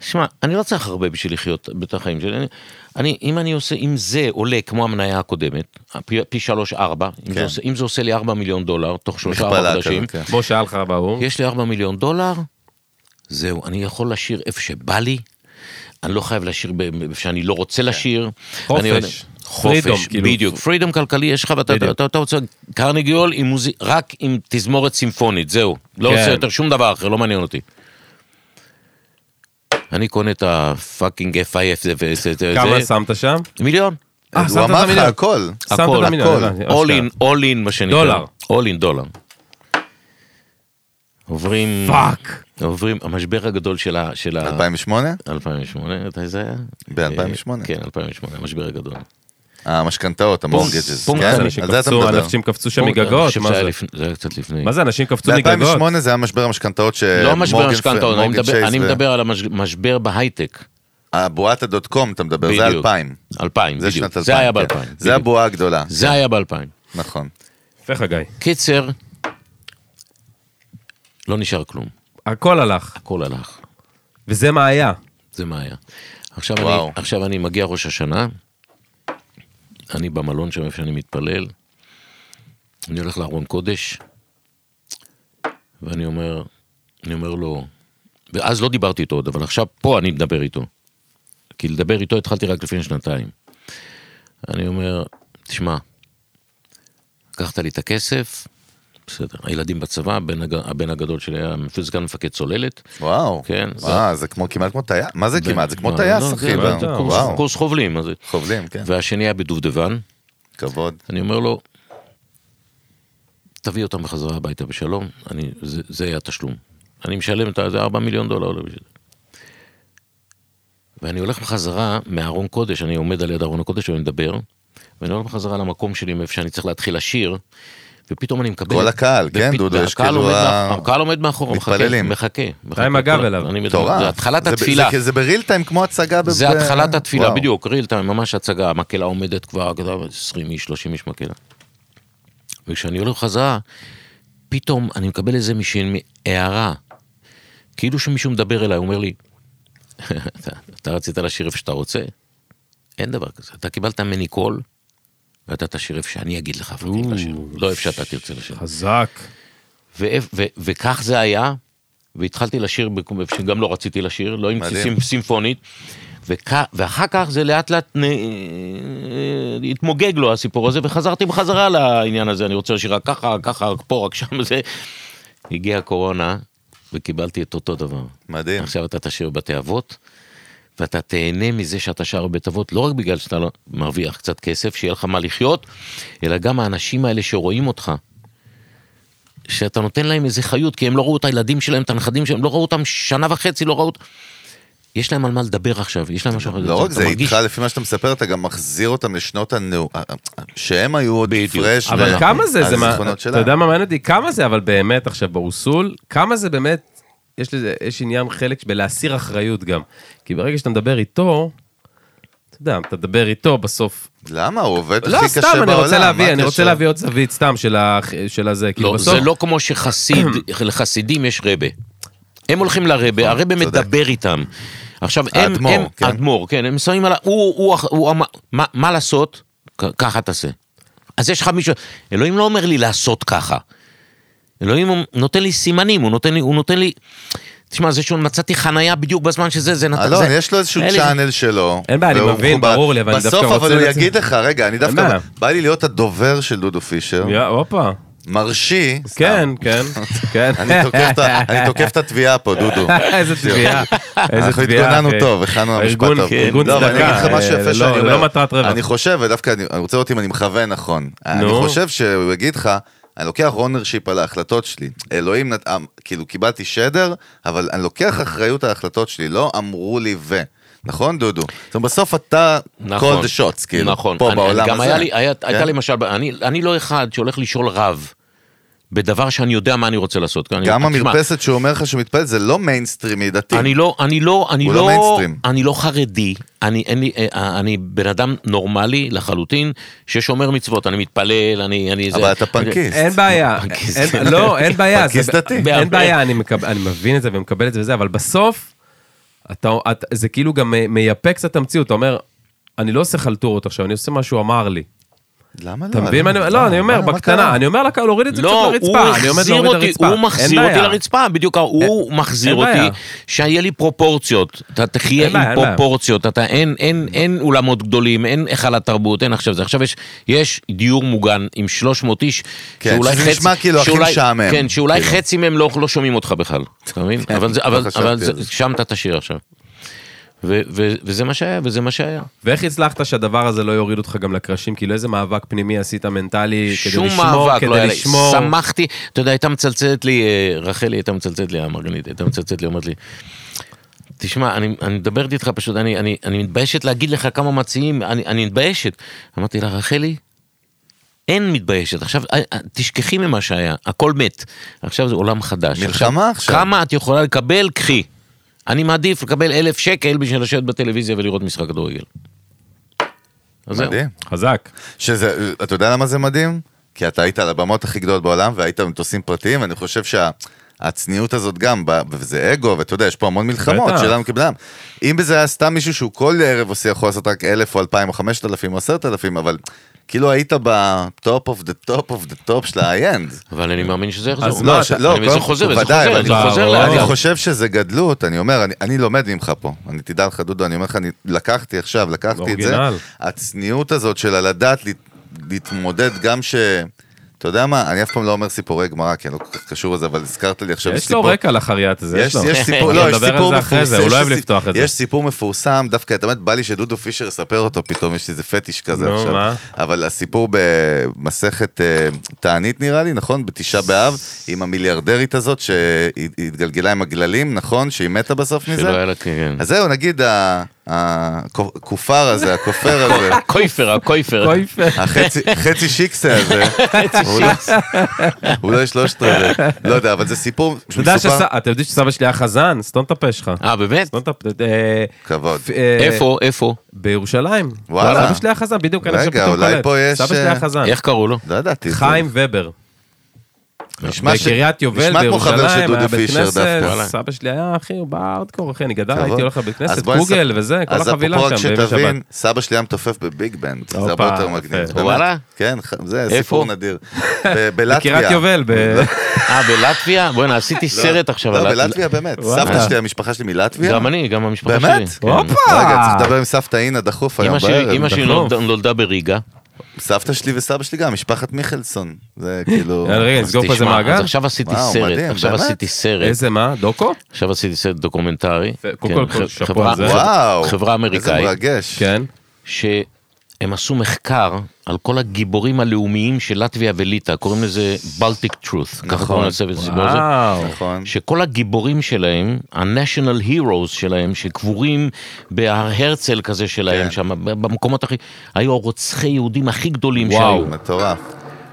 Speaker 3: שמע, אני לא צריך הרבה בשביל לחיות את החיים שלי. אני- אני, אם אני עושה, אם זה עולה כמו המניה הקודמת, פי- פי שלוש ארבע, אם זה
Speaker 2: כן.
Speaker 3: עושה- אם זה עושה לי ארבע מיליון דולר, תוך שלושה ארבע
Speaker 2: מכפלה
Speaker 3: חודשים,
Speaker 2: כזאת, כן.
Speaker 1: כמו שהיה לך ברור.
Speaker 3: יש לי ארבע מיליון דולר, זהו, אני יכול לשיר איפה שבא לי, אני לא חייב לשיר ב- איפה שאני לא רוצה לשיר.
Speaker 1: כן. חופש.
Speaker 3: אני יודע-
Speaker 1: פרידום,
Speaker 3: חופש,
Speaker 1: כאילו.
Speaker 3: בדיוק. פרידום כלכלי יש לך, ואתה
Speaker 1: בדיוק.
Speaker 3: אתה- אתה רוצה קרניגי הול עם מוזי- רק עם תזמורת סימפונית, זהו. לא
Speaker 1: כן.
Speaker 3: רוצה יותר שום דבר אחר, לא מעניין אותי. אני קונה את הפאקינג FIF זה וזה, זה-
Speaker 1: כמה
Speaker 3: זה-
Speaker 1: שמת שם?
Speaker 3: מיליון.
Speaker 1: אה,
Speaker 2: הוא
Speaker 1: שמת את
Speaker 2: אמר לך
Speaker 1: המיליון.
Speaker 2: הכל.
Speaker 1: שמת את
Speaker 3: הכל,
Speaker 1: המיליון,
Speaker 2: הכל.
Speaker 1: הבנתי,
Speaker 3: All
Speaker 1: אשכרה.
Speaker 3: in, all in, מה שנקרא.
Speaker 1: דולר.
Speaker 3: All in, דולר. עוברים...
Speaker 1: פאק.
Speaker 3: עוברים, המשבר הגדול של ה... של ה-
Speaker 2: 2008?
Speaker 3: 2008, מתי זה היה?
Speaker 2: ב- 2008.
Speaker 3: אה, כן, 2008, המשבר הגדול.
Speaker 2: המשכנתאות, המורגג'ס.
Speaker 3: פונקט,
Speaker 2: כן?
Speaker 1: אנשים
Speaker 2: על זה אתה
Speaker 1: קפצו,
Speaker 2: מדבר.
Speaker 1: אנשים קפצו שם
Speaker 3: פה, אני
Speaker 1: מגגות,
Speaker 3: חושב
Speaker 1: מה
Speaker 3: שהיה
Speaker 1: זה?
Speaker 3: לפני- זה היה קצת לפני.
Speaker 1: מה זה, אנשים קפצו מגגות?
Speaker 2: ב-2008 זה היה משבר המשכנתאות שמורגן
Speaker 3: לא משבר המשכנתאות, אני
Speaker 2: אה, מורגן
Speaker 3: מדבר-
Speaker 2: צ'ייס
Speaker 3: אני
Speaker 2: ו-
Speaker 3: מדבר על המשבר בהייטק.
Speaker 2: הבועת הדוט קום, אתה מדבר, זה
Speaker 3: בדיוק.
Speaker 2: 2000.
Speaker 3: 2000,
Speaker 2: זה
Speaker 3: בדיוק.
Speaker 2: שנת 2000.
Speaker 3: זה היה
Speaker 2: כן.
Speaker 3: ב-2000.
Speaker 2: זה הבועה הגדולה,
Speaker 3: זה היה ב-2000.
Speaker 2: נכון.
Speaker 1: יפה חגי.
Speaker 3: קיצר, לא נשאר כלום,
Speaker 1: הכל הלך,
Speaker 3: הכל הלך,
Speaker 1: וזה מה היה.
Speaker 3: זה מה היה. עכשיו, אני,
Speaker 2: וואו.
Speaker 3: עכשיו אני מגיע ראש השנה, אני במלון שם איפה שאני מתפלל, אני הולך לארון קודש, ואני אומר, אני אומר לו, ואז לא דיברתי איתו עוד, אבל עכשיו פה אני מדבר איתו. כי לדבר איתו התחלתי רק לפני שנתיים. אני אומר, תשמע, לקחת לי את הכסף, בסדר. הילדים בצבא, הבן, הג- הבן הגדול שלי היה סגן מפקד צוללת.
Speaker 2: וואו.
Speaker 3: כן,
Speaker 2: וואו, זה כמו, כמעט כמו טייס, מה זה כמעט? זה כמו טייס,
Speaker 3: לא,
Speaker 2: אחי.
Speaker 3: זה-
Speaker 2: וואו.
Speaker 3: זה קורס-
Speaker 2: וואו,
Speaker 3: קורס חובלים. אז-
Speaker 2: חובלים, כן.
Speaker 3: והשני היה בדובדבן.
Speaker 2: כבוד.
Speaker 3: אני אומר לו, תביא אותם בחזרה הביתה בשלום, אני, זה, זה יהיה התשלום. אני משלם את ה... זה 4 מיליון דולר עולה בשביל זה. ואני הולך בחזרה מארון קודש, אני עומד על יד ארון הקודש ואני מדבר, ואני הולך בחזרה למקום שלי מאיפה שאני צריך להתחיל לשיר, ופתאום אני מקבל...
Speaker 2: כל הקהל, כן, דודו, יש
Speaker 3: והקהל
Speaker 2: כאילו
Speaker 3: עומד
Speaker 2: ה-
Speaker 3: מאח- הקהל עומד מאחורו, מחכה,
Speaker 2: מתפללים.
Speaker 3: מחכה. מחכה.
Speaker 1: עם הגב
Speaker 3: כל-
Speaker 1: אליו.
Speaker 3: אני מדבר-
Speaker 2: מטורף.
Speaker 3: זה התחלת
Speaker 2: זה ב-
Speaker 3: התפילה.
Speaker 2: זה כ- זה בריל טיים כמו הצגה. ב-
Speaker 3: זה
Speaker 2: ב-
Speaker 3: התחלת התפילה,
Speaker 2: וואו.
Speaker 3: בדיוק, real time, ממש הצגה, המקהלה עומדת כבר, אתה יודע, 20 איש, 30 איש מקהלה. וכשאני הולך חזרה, פתאום אני מקבל איזה משין הערה, כאילו שמישהו מדבר אליי, הוא אומר לי, אתה, אתה רצית לשיר איפה שאתה רוצה? אין דבר כזה, אתה קיבלת ממני קול, ואתה תשיר איפה שאני אגיד לך, איפה אתה לשיר, לא איפה שאתה תרצה לשיר.
Speaker 1: חזק.
Speaker 3: ואיפ- ו- וכך זה היה, והתחלתי לשיר, בקום- איפה שגם לא רציתי לשיר, לא עם
Speaker 2: מדהים.
Speaker 3: סימ- סימפונית, וכ- ואחר כך זה לאט לאט נ- אה, התמוגג לו הסיפור הזה, וחזרתי בחזרה לעניין הזה, אני רוצה לשיר רק ככה, רק ככה, רק פה, רק שם, זה... הגיעה הקורונה, וקיבלתי את אותו דבר.
Speaker 2: מדהים.
Speaker 3: עכשיו אתה תשאיר בבתי אבות, ואתה תהנה מזה שאתה שר בבית אבות, לא רק בגלל שאתה לא- מרוויח קצת כסף, שיהיה לך מה לחיות, אלא גם האנשים האלה שרואים אותך, שאתה נותן להם איזה חיות, כי הם לא ראו את הילדים שלהם, את הנכדים שלהם, לא ראו אותם שנה וחצי, לא ראו... אות- יש להם על מה לדבר עכשיו, יש להם משהו אחר.
Speaker 2: לא
Speaker 3: אתה
Speaker 2: רק זה,
Speaker 3: מרגיש-
Speaker 2: איתך, לפי מה שאתה מספר, אתה גם מחזיר אותם לשנות הנאום, שהם היו עוד פרש.
Speaker 1: אבל
Speaker 2: ו-
Speaker 1: כמה זה, זה מה,
Speaker 2: הזיכרונות
Speaker 1: אתה
Speaker 2: שלה.
Speaker 1: יודע מה מעניין אותי? כמה זה, אבל באמת, עכשיו באוסול, כמה זה באמת, יש לזה, יש עניין חלק בלהסיר אחריות גם. כי ברגע שאתה מדבר איתו, אתה יודע, אתה מדבר איתו בסוף.
Speaker 2: למה? הוא עובד הכי
Speaker 1: לא,
Speaker 2: קשה
Speaker 1: סתם,
Speaker 2: בעולם.
Speaker 1: אני רוצה להביא,
Speaker 2: מה
Speaker 1: אני
Speaker 2: הקשר?
Speaker 1: רוצה להביא עוד זווית סתם של ה- של הזה, כאילו
Speaker 3: לא,
Speaker 1: בסוף,
Speaker 3: זה לא כמו שחסיד, (clears throat) לחסידים יש רבה. הם הולכים לרבה, הרבה
Speaker 2: נכון, צודק.
Speaker 3: מדבר איתם. עכשיו, הם,
Speaker 2: האדמו"ר,
Speaker 3: הם,
Speaker 2: כן.
Speaker 3: אדמו"ר, כן, הם שמים על ה... הוא, הוא, הוא, הוא אמר, מה, מה לעשות? כ- ככה תעשה. אז יש לך מישהו, אלוהים לא אומר לי לעשות ככה. אלוהים הוא נותן לי סימנים, הוא נותן לי, הוא נותן לי... תשמע, זה שמצאתי חניה בדיוק בזמן שזה, זה נתן...
Speaker 2: אלון,
Speaker 3: זה...
Speaker 2: יש לו איזשהו
Speaker 3: היה לי-
Speaker 2: צ'אנל שלו.
Speaker 1: אין בעיה, אני
Speaker 2: והוא
Speaker 1: מבין,
Speaker 2: מחובר.
Speaker 1: ברור לי, אבל אני דווקא
Speaker 2: בסוף,
Speaker 1: רוצה
Speaker 2: אבל הוא
Speaker 1: לצאת-
Speaker 2: יגיד לך, רגע, אני
Speaker 1: אין בעיה.
Speaker 2: דווקא... בא לי להיות הדובר של דודו פישר,
Speaker 1: יא, הופה,
Speaker 2: מרשי.
Speaker 1: כן, כן, כן.
Speaker 2: אני תוקף את ה- אני תוקף את התביעה פה, דודו.
Speaker 1: (laughs) איזה תביעה, איזה
Speaker 2: אנחנו
Speaker 1: תביעה.
Speaker 2: התגוננו
Speaker 1: אחי.
Speaker 2: טוב, הכנו משפט
Speaker 1: הארגון-
Speaker 2: טוב.
Speaker 1: ארגון
Speaker 2: לא, אבל אני
Speaker 1: צדקה,
Speaker 2: אגיד לך משהו
Speaker 1: אה,
Speaker 2: יפה
Speaker 1: לא-
Speaker 2: שאני
Speaker 1: לא
Speaker 2: אומר.
Speaker 1: מטרת רווח.
Speaker 2: אני חושב, ודווקא אני אני רוצה לראות אם אני מכוון נכון. אני
Speaker 1: נו.
Speaker 2: חושב שהוא יגיד לך, אני לוקח אונרשיפ על ההחלטות שלי. אלוהים, נת- אה, כאילו קיבלתי שדר, אבל אני לוקח אחריות על ההחלטות שלי, לא אמרו לי ו. נכון, דודו? זאת אומרת, בסוף אתה
Speaker 3: נכון.
Speaker 2: call the shots, כאילו,
Speaker 3: נכון.
Speaker 2: פה
Speaker 3: אני-
Speaker 2: בעולם הזה.
Speaker 3: גם היה לי, היה,
Speaker 2: כן?
Speaker 3: הייתה למשל, אני, אני לא אחד שהולך לשאול רב בדבר שאני יודע מה אני רוצה לעשות. כי אני-
Speaker 2: גם
Speaker 3: תשמע,
Speaker 2: המרפסת שהוא אומר לך שהוא מתפלל, זה לא מיינסטרימי דתי.
Speaker 3: אני לא, אני לא, אני
Speaker 2: הוא
Speaker 3: לא,
Speaker 2: לא מיינסטרים.
Speaker 3: אני לא חרדי, אני, אין לי, אה, אני בן אדם נורמלי לחלוטין, ששומר מצוות, אני מתפלל, אני, אני,
Speaker 2: אבל אתה פנקיסט.
Speaker 1: אין בעיה,
Speaker 3: פנקיסט.
Speaker 1: אין- לא, אין בעיה, זה-
Speaker 2: פנקיסט כן. דתי.
Speaker 1: אין בעיה, אני מקב- אני מבין את זה ומקבל את זה וזה, אבל בסוף, אתה- את- זה כאילו גם מ- מייפה קצת את המציאות, אתה אומר, אני לא עושה חלטורות עכשיו, אני עושה מה שהוא אמר לי.
Speaker 2: למה לא?
Speaker 1: אתה מבין? מה אני-
Speaker 2: למה?
Speaker 1: לא, אני אומר,
Speaker 2: מה- מה קרה?
Speaker 1: בקטנה, אני אומר לקהל, הוריד את זה קצת
Speaker 3: לא, הוא
Speaker 1: לרצפה, אני עומד
Speaker 3: החזיר
Speaker 1: להוריד
Speaker 3: אותי,
Speaker 1: לרצפה.
Speaker 3: הוא
Speaker 1: אין
Speaker 3: מחזיר אותי
Speaker 1: בעיה.
Speaker 3: לרצפה, בדיוק, הוא מחזיר
Speaker 1: אין
Speaker 3: אותי,
Speaker 1: בעיה.
Speaker 3: שיהיה לי פרופורציות, אתה תחיה
Speaker 1: אין בעיה,
Speaker 3: עם
Speaker 1: אין בעיה.
Speaker 3: פרופורציות, אתה אין, אין, אין אולמות גדולים, אין היכל התרבות, אין עכשיו זה, עכשיו יש, יש דיור מוגן עם 300 איש,
Speaker 2: כן, שזה נשמע כאילו הכי
Speaker 3: שאולי-
Speaker 2: משעמם.
Speaker 3: כן, שאולי
Speaker 2: כאילו.
Speaker 3: חצי מהם לא לא שומעים אותך בכלל, אתה מבין?
Speaker 1: כן,
Speaker 3: אבל זה-
Speaker 2: לא
Speaker 3: אבל-
Speaker 2: חשבתי
Speaker 3: אבל
Speaker 2: על
Speaker 3: זה-
Speaker 2: זה.
Speaker 3: שם אתה תשאיר עכשיו. ו- ו- וזה מה שהיה, וזה מה שהיה.
Speaker 1: ואיך הצלחת שהדבר הזה לא יוריד אותך גם לקרשים? כאילו איזה מאבק פנימי עשית מנטלי כדי
Speaker 3: שום
Speaker 1: לשמור,
Speaker 3: מאבק לא
Speaker 1: כדי
Speaker 3: היה לי,
Speaker 1: לשמור.
Speaker 3: שמחתי, אתה יודע, הייתה מצלצלת לי, אה, רחלי הייתה מצלצלת לי, המרגנית, הייתה מצלצלת לי, אומרת לי, תשמע, אני, אני מדברת איתך פשוט, אני, אני, אני מתביישת להגיד לך כמה מציעים, אני, אני מתביישת. אמרתי לה, רחלי, אין מתביישת, עכשיו אה, אה, תשכחי ממה שהיה, הכל מת. עכשיו זה עולם חדש.
Speaker 2: מלחמה עכשיו.
Speaker 3: כמה את יכולה לקבל, קחי. אני מעדיף לקבל אלף שקל בשביל לשבת בטלוויזיה ולראות משחק כדורגל. אז זהו.
Speaker 2: מדהים.
Speaker 1: חזק.
Speaker 2: שזה, אתה יודע למה זה מדהים? כי אתה היית על הבמות הכי גדולות בעולם והיית במטוסים פרטיים, ואני חושב שה... הצניעות הזאת גם, ב- וזה אגו, ואתה יודע, יש פה המון מלחמות
Speaker 1: בטח.
Speaker 2: שלנו כבלם. אם בזה היה סתם מישהו שהוא כל ערב עושה, יכול לעשות רק אלף או אלפיים או חמשת אלפים או עשרת אלפים, אבל כאילו היית בטופ אוף דה טופ אוף דה טופ של האיי-אנד.
Speaker 3: אבל אני מאמין שזה יחזור.
Speaker 1: אז מה,
Speaker 3: ש-
Speaker 1: אתה-
Speaker 3: לא,
Speaker 2: קודם-
Speaker 3: זה חוזר, זה
Speaker 2: ודאי,
Speaker 3: חוזר,
Speaker 2: אבל
Speaker 3: זה
Speaker 1: אני-
Speaker 3: חוזר.
Speaker 1: ברור.
Speaker 3: לאט
Speaker 2: אני
Speaker 3: לאט.
Speaker 2: חושב שזה גדלות, אני אומר, אני, אני לומד ממך פה. אני תדע לך, דודו, אני אומר לך, אני לקחתי עכשיו, לקחתי את זה.
Speaker 1: אורגינל.
Speaker 2: הצניעות הזאת של הלדעת להת- להתמודד גם ש... אתה יודע מה, אני אף פעם לא אומר סיפורי גמרא, כי אני לא כל כך קשור לזה, אבל הזכרת לי עכשיו
Speaker 1: יש לו רקע על החריאט הזה,
Speaker 2: יש,
Speaker 1: יש לו.
Speaker 2: יש סיפור, לא, יש
Speaker 1: נדבר על
Speaker 2: סיפור
Speaker 1: זה אחרי זה,
Speaker 2: מפורסם,
Speaker 1: הוא לא
Speaker 2: יש
Speaker 1: אוהב
Speaker 2: לי-
Speaker 1: לפתוח את זה.
Speaker 2: יש סיפור מפורסם, דווקא, את אומרת, בא לי שדודו פישר יספר אותו פתאום, יש לי איזה פטיש כזה
Speaker 1: נו,
Speaker 2: עכשיו.
Speaker 1: מה?
Speaker 2: אבל הסיפור במסכת אה, תענית נראה לי, נכון? בתשעה באב, עם המיליארדרית הזאת שהתגלגלה עם הגללים, נכון? שהיא מתה בסוף
Speaker 3: שלא
Speaker 2: מזה?
Speaker 3: היה לה, כן.
Speaker 2: אז זהו, נגיד ה- הכופר הזה, הכופר הזה.
Speaker 3: הקויפר, הקויפר.
Speaker 2: (laughs)
Speaker 1: קויפה.
Speaker 2: החצי חצי שיקסה הזה, הוא לא- הוא לא שלושת רבעי, לא יודע, אבל זה סיפור
Speaker 1: אתה יודע
Speaker 2: מסופר-
Speaker 1: שס- אתם יודעים שסבא שלי היה חזן? סתום את הפה שלך.
Speaker 3: אה, באמת?
Speaker 1: סתום את הפה. אה,
Speaker 2: כבוד.
Speaker 1: אה,
Speaker 3: איפה, איפה?
Speaker 1: בירושלים. לא,
Speaker 2: וואלה.
Speaker 1: סבא שלי היה חזן, בדיוק אני
Speaker 2: רגע,
Speaker 1: עכשיו פתאום
Speaker 2: אולי
Speaker 1: קולט.
Speaker 2: פה יש,
Speaker 1: סבא שלי
Speaker 2: אה,
Speaker 1: היה חזן.
Speaker 3: איך קראו לו?
Speaker 2: לא ידעתי. את זה.
Speaker 1: חיים ובר.
Speaker 2: נשמע ש-
Speaker 1: בקריית יובל
Speaker 2: נשמע כמו חבר
Speaker 1: בירושלים,
Speaker 2: של דודו
Speaker 1: היה בית
Speaker 2: פישר
Speaker 1: כנסת,
Speaker 2: דווקא.
Speaker 3: וואלה.
Speaker 1: סבא שלי היה אחי, הוא בארדקור אחי, אני גדל,
Speaker 2: כבוד.
Speaker 1: הייתי הולך לבית
Speaker 2: אז
Speaker 1: כנסת,
Speaker 2: בואי
Speaker 1: גוגל
Speaker 2: נספר-
Speaker 1: וזה, כל
Speaker 2: אז
Speaker 1: החבילה
Speaker 2: אפרופו רק
Speaker 1: שם, בימי שבת.
Speaker 2: שתבין, סבא שלי היה מתופף בביג בנד, זה הרבה
Speaker 1: הופה,
Speaker 2: יותר
Speaker 1: יפה.
Speaker 2: מגניב. באמת.
Speaker 3: וואלה?
Speaker 2: כן, ח- זה
Speaker 3: איפה?
Speaker 2: סיפור נדיר. ב-
Speaker 1: (laughs)
Speaker 2: בלטביה.
Speaker 1: בקריית יובל, ב-
Speaker 2: (laughs)
Speaker 3: אה, בלטביה? בוא'נה, עשיתי סרט עכשיו
Speaker 2: לא,
Speaker 3: על
Speaker 2: בלטביה באמת.
Speaker 1: וואלה.
Speaker 2: סבתא שלי, המשפחה שלי מלטביה.
Speaker 3: גם אני, גם המשפחה שלי.
Speaker 2: באמת?
Speaker 3: כן.
Speaker 1: הופה.
Speaker 2: רגע, צריך לדבר עם סבתא אינה דחוף היום
Speaker 3: אמא שלי- אמא
Speaker 2: בערב.
Speaker 3: שלי
Speaker 1: דחוף.
Speaker 3: נולד- נולדה בריגה.
Speaker 2: סבתא שלי וסבא שלי גם, משפחת מיכלסון. זה כאילו...
Speaker 1: (laughs) יאללה, רגע, נסגור פה איזה
Speaker 3: תשמע,
Speaker 1: מעגל?
Speaker 3: אז עכשיו עשיתי
Speaker 2: וואו,
Speaker 3: סרט,
Speaker 2: מדהים,
Speaker 3: עכשיו
Speaker 2: באמת?
Speaker 3: עשיתי סרט,
Speaker 1: איזה מה, דוקו?
Speaker 3: עכשיו עשיתי סרט דוקומנטרי.
Speaker 1: יפה, קודם
Speaker 3: כן,
Speaker 1: כל, כל
Speaker 3: ח-
Speaker 1: שאפו
Speaker 3: חברה-
Speaker 1: על זה.
Speaker 2: וואו.
Speaker 3: חברה
Speaker 2: איזה
Speaker 3: אמריקאית,
Speaker 2: מרגש.
Speaker 1: כן.
Speaker 3: שהם עשו מחקר על כל הגיבורים הלאומיים של לטביה וליטא, קוראים לזה בלטיק טרות,
Speaker 1: נכון.
Speaker 3: ככה קוראים לסרט הסיפור הזה.
Speaker 1: וואו.
Speaker 2: נכון.
Speaker 3: שכל הגיבורים שלהם, ה-National Heroes שלהם, שקבורים בהר הרצל כזה שלהם,
Speaker 2: כן.
Speaker 3: כן. שם, ב- במקומות הכי, היו הרוצחי יהודים הכי גדולים
Speaker 1: וואו.
Speaker 3: שהיו.
Speaker 2: מטורף.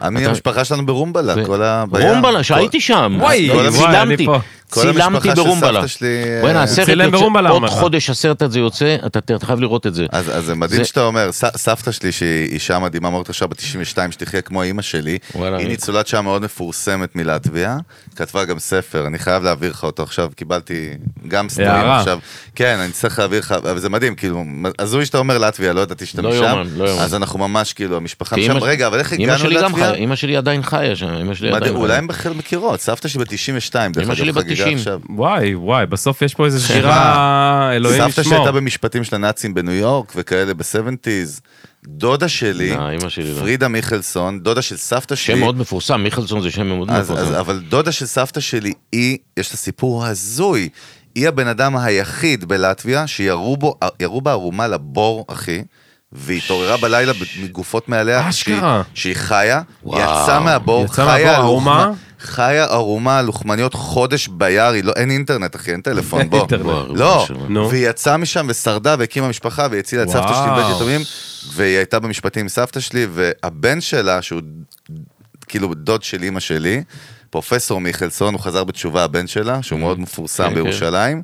Speaker 2: אני, המשפחה שלנו ברומבלה,
Speaker 3: ו-
Speaker 2: כל ה... בים.
Speaker 3: רומבלה, שהייתי שם, לא,
Speaker 1: וואי,
Speaker 2: וואי,
Speaker 1: אני
Speaker 3: צילמתי,
Speaker 1: פה.
Speaker 2: כל
Speaker 3: צילמתי
Speaker 2: המשפחה של
Speaker 3: ברומבלה.
Speaker 2: סבתא שלי,
Speaker 3: בוא'נה,
Speaker 2: אה,
Speaker 3: הסרט
Speaker 1: צילם ברומבלה,
Speaker 3: יוצא, עוד
Speaker 1: אומר לך.
Speaker 3: חודש הסרט הזה יוצא, אתה אתה חייב לראות את זה.
Speaker 2: אז, אז זה מדהים
Speaker 3: זה-
Speaker 2: שאתה אומר, ס, סבתא שלי שהיא אישה מדהימה מאוד עכשיו בת 92 שתחיה כמו אימא שלי,
Speaker 3: וואלה,
Speaker 2: היא
Speaker 3: אני-
Speaker 2: ניצולת שעה מאוד מפורסמת מלטביה, כתבה גם ספר, אני חייב להעביר לך אותו עכשיו, קיבלתי גם סטרים
Speaker 1: הערה.
Speaker 2: עכשיו, כן, אני צריך להעביר לך, אבל זה מדהים, כאילו, הזוי שאתה אומר לטביה, לא ידעתי שאתה
Speaker 3: לא
Speaker 2: משם,
Speaker 3: יאומן, לא יאומן.
Speaker 2: אז אנחנו ממש כאילו, המשפחה
Speaker 3: כי
Speaker 2: משם,
Speaker 3: אמא-
Speaker 2: רגע, אבל איך
Speaker 3: אמא
Speaker 2: הגענו
Speaker 3: שלי גם
Speaker 2: לטביה?
Speaker 3: חיה, אמא שלי עדיין חיה שם, אמא שלי
Speaker 2: מדהים,
Speaker 3: עדיין
Speaker 2: אולי
Speaker 3: חיה.
Speaker 2: הן בכלל מכירות, סבתא שלי בת 92, דרך
Speaker 3: אמא שלי
Speaker 2: אגב,
Speaker 3: בת
Speaker 2: חגיגה
Speaker 3: 90.
Speaker 2: עכשיו.
Speaker 1: וואי, וואי, בסוף יש פה
Speaker 3: (laughs)
Speaker 1: איזה
Speaker 3: שמע,
Speaker 1: שירה, אלוהים
Speaker 2: סבתא שלי
Speaker 1: ישמור.
Speaker 2: הייתה במשפטים של הנאצים בניו יורק וכאלה ב-70's. דודה שלי,
Speaker 3: לא, אמא שלי לא.
Speaker 2: פרידה מיכלסון, דודה של סבתא שלי.
Speaker 3: שם מאוד מפורסם, מיכלסון זה שם מאוד
Speaker 2: אז, אז,
Speaker 3: מפורסם.
Speaker 2: אבל דודה של סבתא שלי, היא, יש לה סיפור הזוי. היא הבן אדם היחיד בלטביה שירו בו, ירו בה ערומה לבור, אחי. והיא התעוררה בלילה מגופות מעליה,
Speaker 1: אשכרה.
Speaker 2: שהיא- שהיא חיה,
Speaker 3: וואו.
Speaker 2: יצאה מהבור,
Speaker 1: יצאה
Speaker 2: חיה
Speaker 1: מהבור ערומה?
Speaker 2: לוחמה- חיה ערומה, לוחמניות חודש ביער, היא לא- אין אינטרנט אחי, אין טלפון,
Speaker 1: אין
Speaker 2: בוא.
Speaker 1: אינטרנט.
Speaker 3: וואו, ריבונו
Speaker 2: לא,
Speaker 3: של עולם.
Speaker 1: נו.
Speaker 2: והיא יצאה משם ושרדה והקימה משפחה והצילה את סבתא שלי
Speaker 1: וואו.
Speaker 2: מבית יתומים, והיא הייתה במשפטים עם סבתא שלי, והבן שלה, שהוא כאילו דוד של אימא שלי, פרופסור מיכלסון, הוא חזר בתשובה, הבן שלה, שהוא מאוד מפורסם
Speaker 3: כן, כן.
Speaker 2: בירושלים,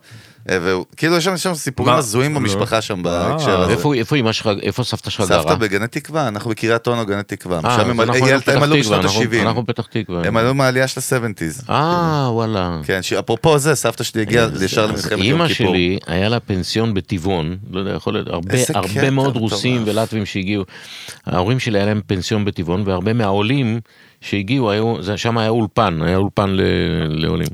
Speaker 2: אה, והוא- כאילו יש שם- יש שם סיפורים
Speaker 1: מה? לא. אה,
Speaker 2: הזויים
Speaker 1: נו.
Speaker 2: במשפחה שם
Speaker 1: וואו.
Speaker 2: בהקשר הזה.
Speaker 3: איפה- איפה אמא שלך, איפה סבתא שלך גרה?
Speaker 2: סבתא בגני תקווה, אנחנו בקריית אונו גני תקווה,
Speaker 3: אה,
Speaker 2: שם
Speaker 3: אז
Speaker 2: הם
Speaker 3: אנחנו
Speaker 2: עלו-
Speaker 3: היום
Speaker 2: הם
Speaker 3: פתח
Speaker 2: עלו
Speaker 3: תקווה,
Speaker 2: בשנות
Speaker 3: אנחנו-
Speaker 2: ה-70,
Speaker 3: אנחנו פתח תקווה.
Speaker 2: הם עלו מהעלייה של ה-70's.
Speaker 3: אה, וואלה.
Speaker 2: כן, שאפרופו זה, סבתא שלי הגיעה ישר למלחמת יום כיפור.
Speaker 3: אה, אימא שלי, היה לה פנסיון בטבעון, לא יודע, יכול להיות, הרבה,
Speaker 2: איזה קטע
Speaker 3: הרבה מאוד
Speaker 2: מטורף.
Speaker 3: רוסים ולטבים שהגיעו. ההורים שלי היה להם פנסיון בטבעון, והרבה מהעולים שהגיעו, היו, זה- שם היה אולפן, היה אולפן ל, לעולים.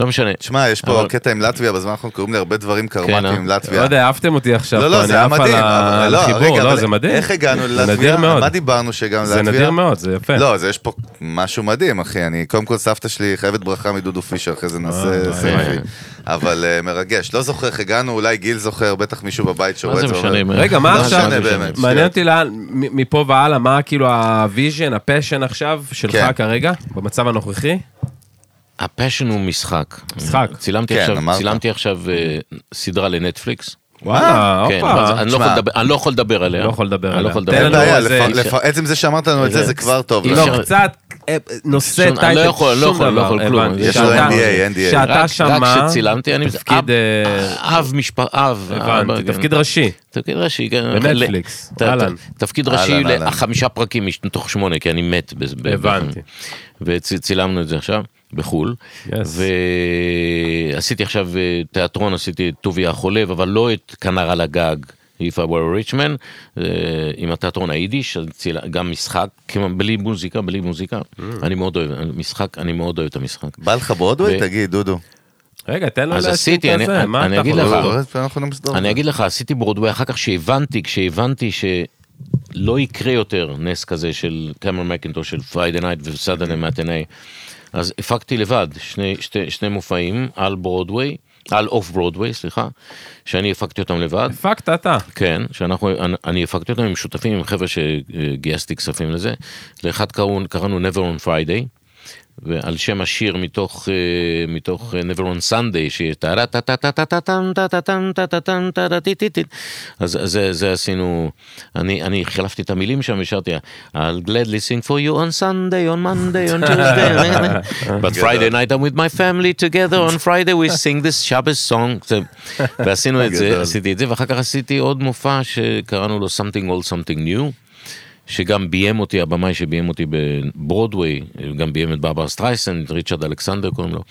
Speaker 3: לא משנה.
Speaker 2: תשמע, יש פה
Speaker 3: אבל-
Speaker 2: קטע עם לטביה, בזמן האחרון קוראים לי הרבה דברים קרמטיים
Speaker 3: אה?
Speaker 2: עם
Speaker 1: לא
Speaker 2: לטביה.
Speaker 1: יודע, העפתם אותי עכשיו.
Speaker 2: לא, לא,
Speaker 1: פה, אני
Speaker 2: זה היה
Speaker 1: עף על
Speaker 2: מדהים.
Speaker 1: ה-
Speaker 2: אבל- לא,
Speaker 1: החיבור,
Speaker 2: רגע,
Speaker 1: לא,
Speaker 2: אבל
Speaker 1: זה מדהים.
Speaker 2: איך הגענו
Speaker 1: זה
Speaker 2: ללטביה?
Speaker 1: נדיר מאוד.
Speaker 2: מה דיברנו שהגענו
Speaker 1: זה
Speaker 2: ללטביה?
Speaker 1: נדיר מאוד, זה יפה.
Speaker 2: לא, אז יש פה משהו מדהים, אחי. אני, קודם כל, סבתא שלי חייבת ברכה מדודו פישר, אחרי זה נעשה
Speaker 1: וואי,
Speaker 2: סלפי.
Speaker 3: וואי.
Speaker 2: אבל אה, מרגש. לא זוכר איך הגענו, אולי גיל זוכר, בטח מישהו בבית
Speaker 3: מה
Speaker 2: שרואה את
Speaker 3: זה
Speaker 2: זה.
Speaker 3: משנה?
Speaker 2: אומר,
Speaker 1: רגע, מה
Speaker 2: לא
Speaker 1: עכשיו?
Speaker 2: משנה
Speaker 3: זה
Speaker 2: באמת.
Speaker 1: מעניין אותי לאן, מ- מפה והלאה, מה כאילו הוויז'ן, הפשן עכשיו שלך
Speaker 2: כן.
Speaker 1: כרגע, במצב הנוכחי?
Speaker 3: הפאשן הוא משחק.
Speaker 1: משחק.
Speaker 3: צילמתי
Speaker 2: כן,
Speaker 3: עכשיו,
Speaker 2: אמרת.
Speaker 3: צילמתי עכשיו אה, סדרה לנטפליקס.
Speaker 1: וואלה,
Speaker 3: כן,
Speaker 1: אה, הופה.
Speaker 3: אז אני לא
Speaker 2: תשמע.
Speaker 3: יכול לדבר- אני לא יכול לדבר עליה.
Speaker 1: לא יכול לדבר
Speaker 3: אני לא
Speaker 1: עליה.
Speaker 3: יכול
Speaker 1: תן
Speaker 3: לדבר
Speaker 1: לנו
Speaker 2: אין
Speaker 3: עליה.
Speaker 2: בעיה,
Speaker 1: איזה-
Speaker 2: לפ- לפ- עצם זה שאמרת לנו את זה,
Speaker 3: איזה-
Speaker 2: זה כבר טוב.
Speaker 3: אי
Speaker 2: לא,
Speaker 1: לא, קצת אה, נושא
Speaker 3: שום-
Speaker 1: טייטל,
Speaker 3: אני לא יכול, לא
Speaker 1: שום
Speaker 3: יכול, לא
Speaker 1: דבר,
Speaker 3: יכול כלום.
Speaker 1: הבנתי.
Speaker 3: יש לו
Speaker 1: שאתה-
Speaker 2: NDA, NDA.
Speaker 3: רק-
Speaker 1: שאתה שמה,
Speaker 3: רק כשצילמתי, אני...
Speaker 1: תפקיד,
Speaker 3: אב-
Speaker 1: אה,
Speaker 3: אב משפחה, אב. אבא,
Speaker 1: הבנתי,
Speaker 3: כן.
Speaker 1: תפקיד ראשי.
Speaker 3: תפקיד ראשי, כן.
Speaker 1: בנטפליקס,
Speaker 3: ל- ת- ת-
Speaker 1: אהלן.
Speaker 3: תפקיד ראשי
Speaker 2: אהלן, אהלן.
Speaker 3: לחמישה פרקים מש- מתוך שמונה, כי אני מת. בזה- ב-
Speaker 1: הבנתי.
Speaker 3: וצילמנו את זה עכשיו, בחו"ל.
Speaker 1: Yes.
Speaker 3: ועשיתי עכשיו אה, תיאטרון, עשיתי את טוביה החולב, אבל לא את כנר על הגג. If I were a rich man, אה, עם התיאטרון היידיש, אז ציל- גם משחק, כמו- בלי מוזיקה, בלי מוזיקה.
Speaker 1: Mm.
Speaker 3: אני מאוד אוהב, אני- משחק, אני מאוד אוהב את המשחק.
Speaker 2: בא לך ברודווי?
Speaker 3: ו-
Speaker 2: תגיד, דודו.
Speaker 1: רגע, תן לו
Speaker 3: אז
Speaker 1: להשלים
Speaker 3: עשיתי,
Speaker 1: את
Speaker 3: אני-
Speaker 1: הזה,
Speaker 3: אני-
Speaker 1: מה
Speaker 3: אני
Speaker 1: אתה
Speaker 3: אגיד
Speaker 1: יכול
Speaker 3: לך,
Speaker 1: לעשות?
Speaker 2: לא, אנחנו לא מסתדרים.
Speaker 3: אני אגיד לך, עשיתי ברודווי אחר כך שהבנתי, כשהבנתי שלא יקרה יותר נס כזה של קמרון מקינטוש, של פריידי נייט וסאדרני מתנאי, אז הפקתי לבד שני, שתי, שני מופעים על ברודווי, על אוף ברודווי, סליחה, שאני הפקתי אותם לבד.
Speaker 1: הפקת אתה.
Speaker 3: כן, שאנחנו, אני, אני הפקתי אותם עם שותפים, עם חבר'ה שגייסתי כספים לזה. לאחד קראו, קראנו Never on Friday, ועל שם השיר מתוך, אה, מתוך אה, Never on Sunday, שיש טה טה טה טה טה טה טה טה טה טה טה טה טה טה טי טי טי. אז אז זה, זה עשינו, אני, אני חילפתי את המילים שם, ושרתי, I'll gladly sing for you on Sunday, on Monday, on Tuesday, but Friday night I'm with my family together, on Friday we sing this Shabbos song. זה- ועשינו את זה,
Speaker 2: גדול.
Speaker 3: עשיתי את זה, ואחר כך עשיתי עוד מופע שקראנו לו Something Old Something New, שגם ביים אותי, הבמאי שביים אותי בברודוויי, גם ביים את באבר סטרייסן, את ריצ'רד אלכסנדר קוראים לו.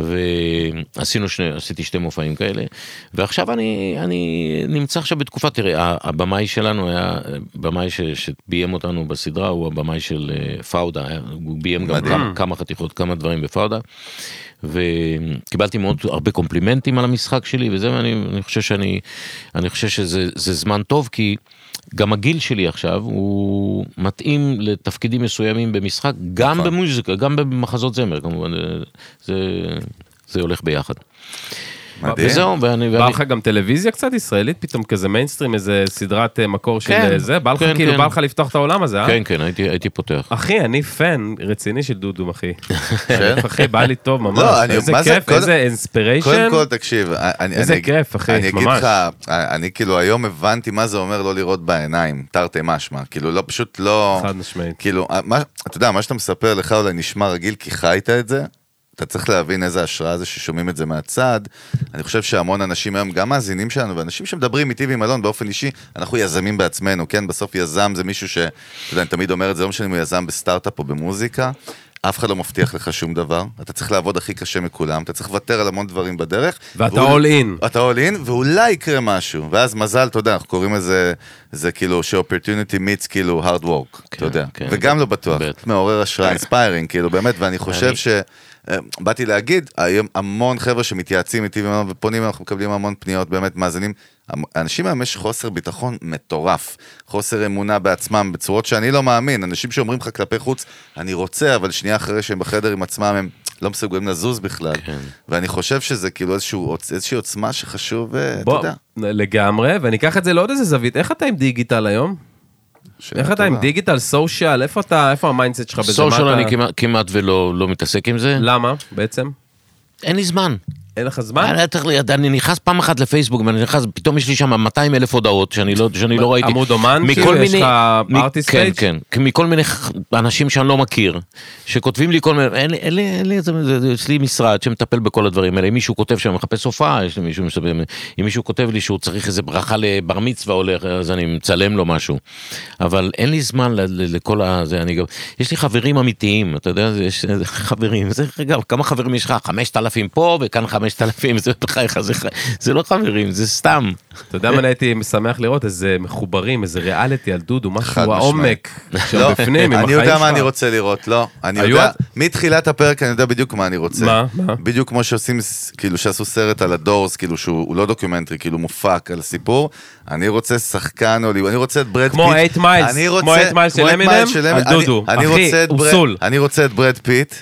Speaker 3: ועשינו שני, עשיתי שתי מופעים כאלה, ועכשיו אני, אני נמצא עכשיו בתקופה, תראה, ה- הבמאי שלנו היה, הבמאי ש- שביים אותנו בסדרה, הוא הבמאי של אה, פאודה, היה- הוא ביים גם
Speaker 2: מדהים.
Speaker 3: כמה, כמה חתיכות, כמה דברים בפאודה. וקיבלתי מאוד הרבה קומפלימנטים על המשחק שלי וזה ואני אני חושב שאני אני חושב שזה זה זמן טוב כי גם הגיל שלי עכשיו הוא מתאים לתפקידים מסוימים במשחק גם
Speaker 1: נכון.
Speaker 3: במוזיקה גם במחזות זמר כמובן זה זה הולך ביחד.
Speaker 1: כן.
Speaker 2: מדהים.
Speaker 3: וזהו ואני
Speaker 1: בא
Speaker 3: ואני
Speaker 1: לך גם טלוויזיה קצת ישראלית פתאום, כזה מיינסטרים, איזה סדרת אה, מקור של
Speaker 3: כן,
Speaker 1: אה, זה? בא לך
Speaker 3: כן,
Speaker 1: כאילו,
Speaker 3: כן.
Speaker 1: בא לך לפתוח את העולם הזה, אה?
Speaker 3: כן כן הייתי הייתי פותח.
Speaker 1: אחי, אני פן רציני של דודו, אחי.
Speaker 2: כן?
Speaker 1: אחי, בא לי טוב ממש.
Speaker 2: לא, אני-
Speaker 1: איזה
Speaker 2: מה זה-
Speaker 1: כיף,
Speaker 2: קודם-
Speaker 1: איזה אינספיריישן.
Speaker 2: קודם כל, תקשיב, אני- אני...
Speaker 1: איזה
Speaker 2: אני-
Speaker 1: כיף, אחי,
Speaker 2: אני אגיד
Speaker 1: ממש.
Speaker 2: לך, אני כאילו היום הבנתי מה זה אומר לא לראות בעיניים, תרתי משמע. כאילו, לא, פשוט לא...
Speaker 1: חד משמעית.
Speaker 2: כאילו, מה- אתה יודע, מה שאתה מספר לך אולי נשמע רגיל, כי חיית את זה. אתה צריך להבין איזה השראה זה ששומעים את זה מהצד. אני חושב שהמון אנשים היום, גם מאזינים שלנו, ואנשים שמדברים איתי ועם אלון באופן אישי, אנחנו יזמים בעצמנו, כן? בסוף יזם זה מישהו ש... אתה יודע, אני תמיד אומר את זה, לא משנה אם הוא יזם בסטארט-אפ או במוזיקה, אף אחד לא מבטיח לך שום דבר. אתה צריך לעבוד הכי קשה מכולם, אתה צריך לוותר על המון דברים בדרך.
Speaker 1: ואתה
Speaker 2: ואולי-
Speaker 1: all in.
Speaker 2: אתה all in, ואולי יקרה משהו. ואז מזל, אתה יודע, אנחנו קוראים לזה, זה כאילו, ש-opportunity meets כאילו hard work, אתה יודע.
Speaker 3: כן.
Speaker 2: וגם לא בטוח.
Speaker 3: בטח. כן.
Speaker 2: מעורר השראה, אינספיירינג, כאילו, באמת, ואני חושב
Speaker 3: אני-
Speaker 2: ש... אה, באתי להגיד, היום המון חבר'ה שמתייעצים איתי וממ- ופונים, אנחנו מקבלים המון פניות, באמת מאזינים. המ- אנשים היום יש חוסר ביטחון מטורף, חוסר אמונה בעצמם, בצורות שאני לא מאמין. אנשים שאומרים לך כלפי חוץ, אני רוצה, אבל שנייה אחרי שהם בחדר עם עצמם, הם לא מסוגלים לזוז בכלל.
Speaker 3: כן.
Speaker 2: ואני חושב שזה כאילו איזשהו, עוצ- איזושהי עוצמה שחשוב, אה, אתה
Speaker 1: בוא,
Speaker 2: יודע.
Speaker 1: לגמרי, ואני אקח את זה לעוד איזה זווית. איך אתה עם דיגיטל היום?
Speaker 2: שאלה
Speaker 1: איך אתה עם
Speaker 2: טובה.
Speaker 1: דיגיטל, סושיאל? איפה אתה, איפה המיינדסט שלך בזה? מה
Speaker 3: סושיאל
Speaker 1: אתה-
Speaker 3: אני כמעט- כמעט ולא לא מתעסק עם זה
Speaker 1: למה, בעצם?
Speaker 3: אין לי זמן.
Speaker 1: אין לך זמן?
Speaker 3: אני, לא צריך לי- אני נכנס פעם אחת לפייסבוק ואני נכנס, פתאום יש לי שם 200 אלף הודעות שאני לא, שאני לא ראיתי.
Speaker 1: עמוד אומן?
Speaker 3: מכל
Speaker 1: כאילו, יש
Speaker 3: מיני-
Speaker 1: לך
Speaker 3: מ-
Speaker 1: artist
Speaker 3: כן,
Speaker 1: page?
Speaker 3: כן, כי מכל מיני ח- אנשים שאני לא מכיר, שכותבים לי כל מיני, אין לי, אין לי, אין לי, זה- זה- זה- יש לי משרד שמטפל בכל הדברים האלה, אם מישהו כותב שאני מחפש הופעה, יש לי מישהו מספר, אם מישהו כותב לי שהוא צריך איזה ברכה לבר מצווה הולך, אז אני מצלם לו משהו. אבל אין לי זמן ל- ל- לכל ה... זה, אני גם, יש לי חברים אמיתיים, אתה יודע, זה- יש איזה חברים, זה גם, כמה חברים יש לך? 5,000 פה וכאן 5,000, זה בחייך, זה, ח- זה לא חברים, זה סתם.
Speaker 1: אתה יודע מה אני הייתי שמח לראות? איזה מחוברים, איזה ריאליטי על דודו, משהו
Speaker 2: משמעית.
Speaker 1: העומק
Speaker 2: לא,
Speaker 1: שבפנים, עם
Speaker 2: אני
Speaker 1: החיים
Speaker 2: יודע מה אני
Speaker 1: שלך.
Speaker 2: רוצה לראות, לא. אני
Speaker 1: היו
Speaker 2: יודע,
Speaker 1: את-
Speaker 2: מתחילת הפרק אני יודע בדיוק מה אני רוצה.
Speaker 1: מה? מה?
Speaker 2: בדיוק כמו שעושים, ס- כאילו שעשו סרט על הדורס, כאילו שהוא הוא לא דוקומנטרי, כאילו מופק על סיפור. אני רוצה שחקן, או לי- אני רוצה את ברד פיט.
Speaker 1: כמו 8 מיילס,
Speaker 2: אני רוצה-
Speaker 1: כמו 8 מיילס של
Speaker 2: כמו 8
Speaker 1: אמינם,
Speaker 2: מיילס של
Speaker 1: על
Speaker 2: אמינם. אני-
Speaker 1: דודו.
Speaker 2: אני
Speaker 1: אחי,
Speaker 2: רוצה את
Speaker 1: הוא
Speaker 2: ברד-
Speaker 1: פסול.
Speaker 2: אני רוצה את ברד פיט,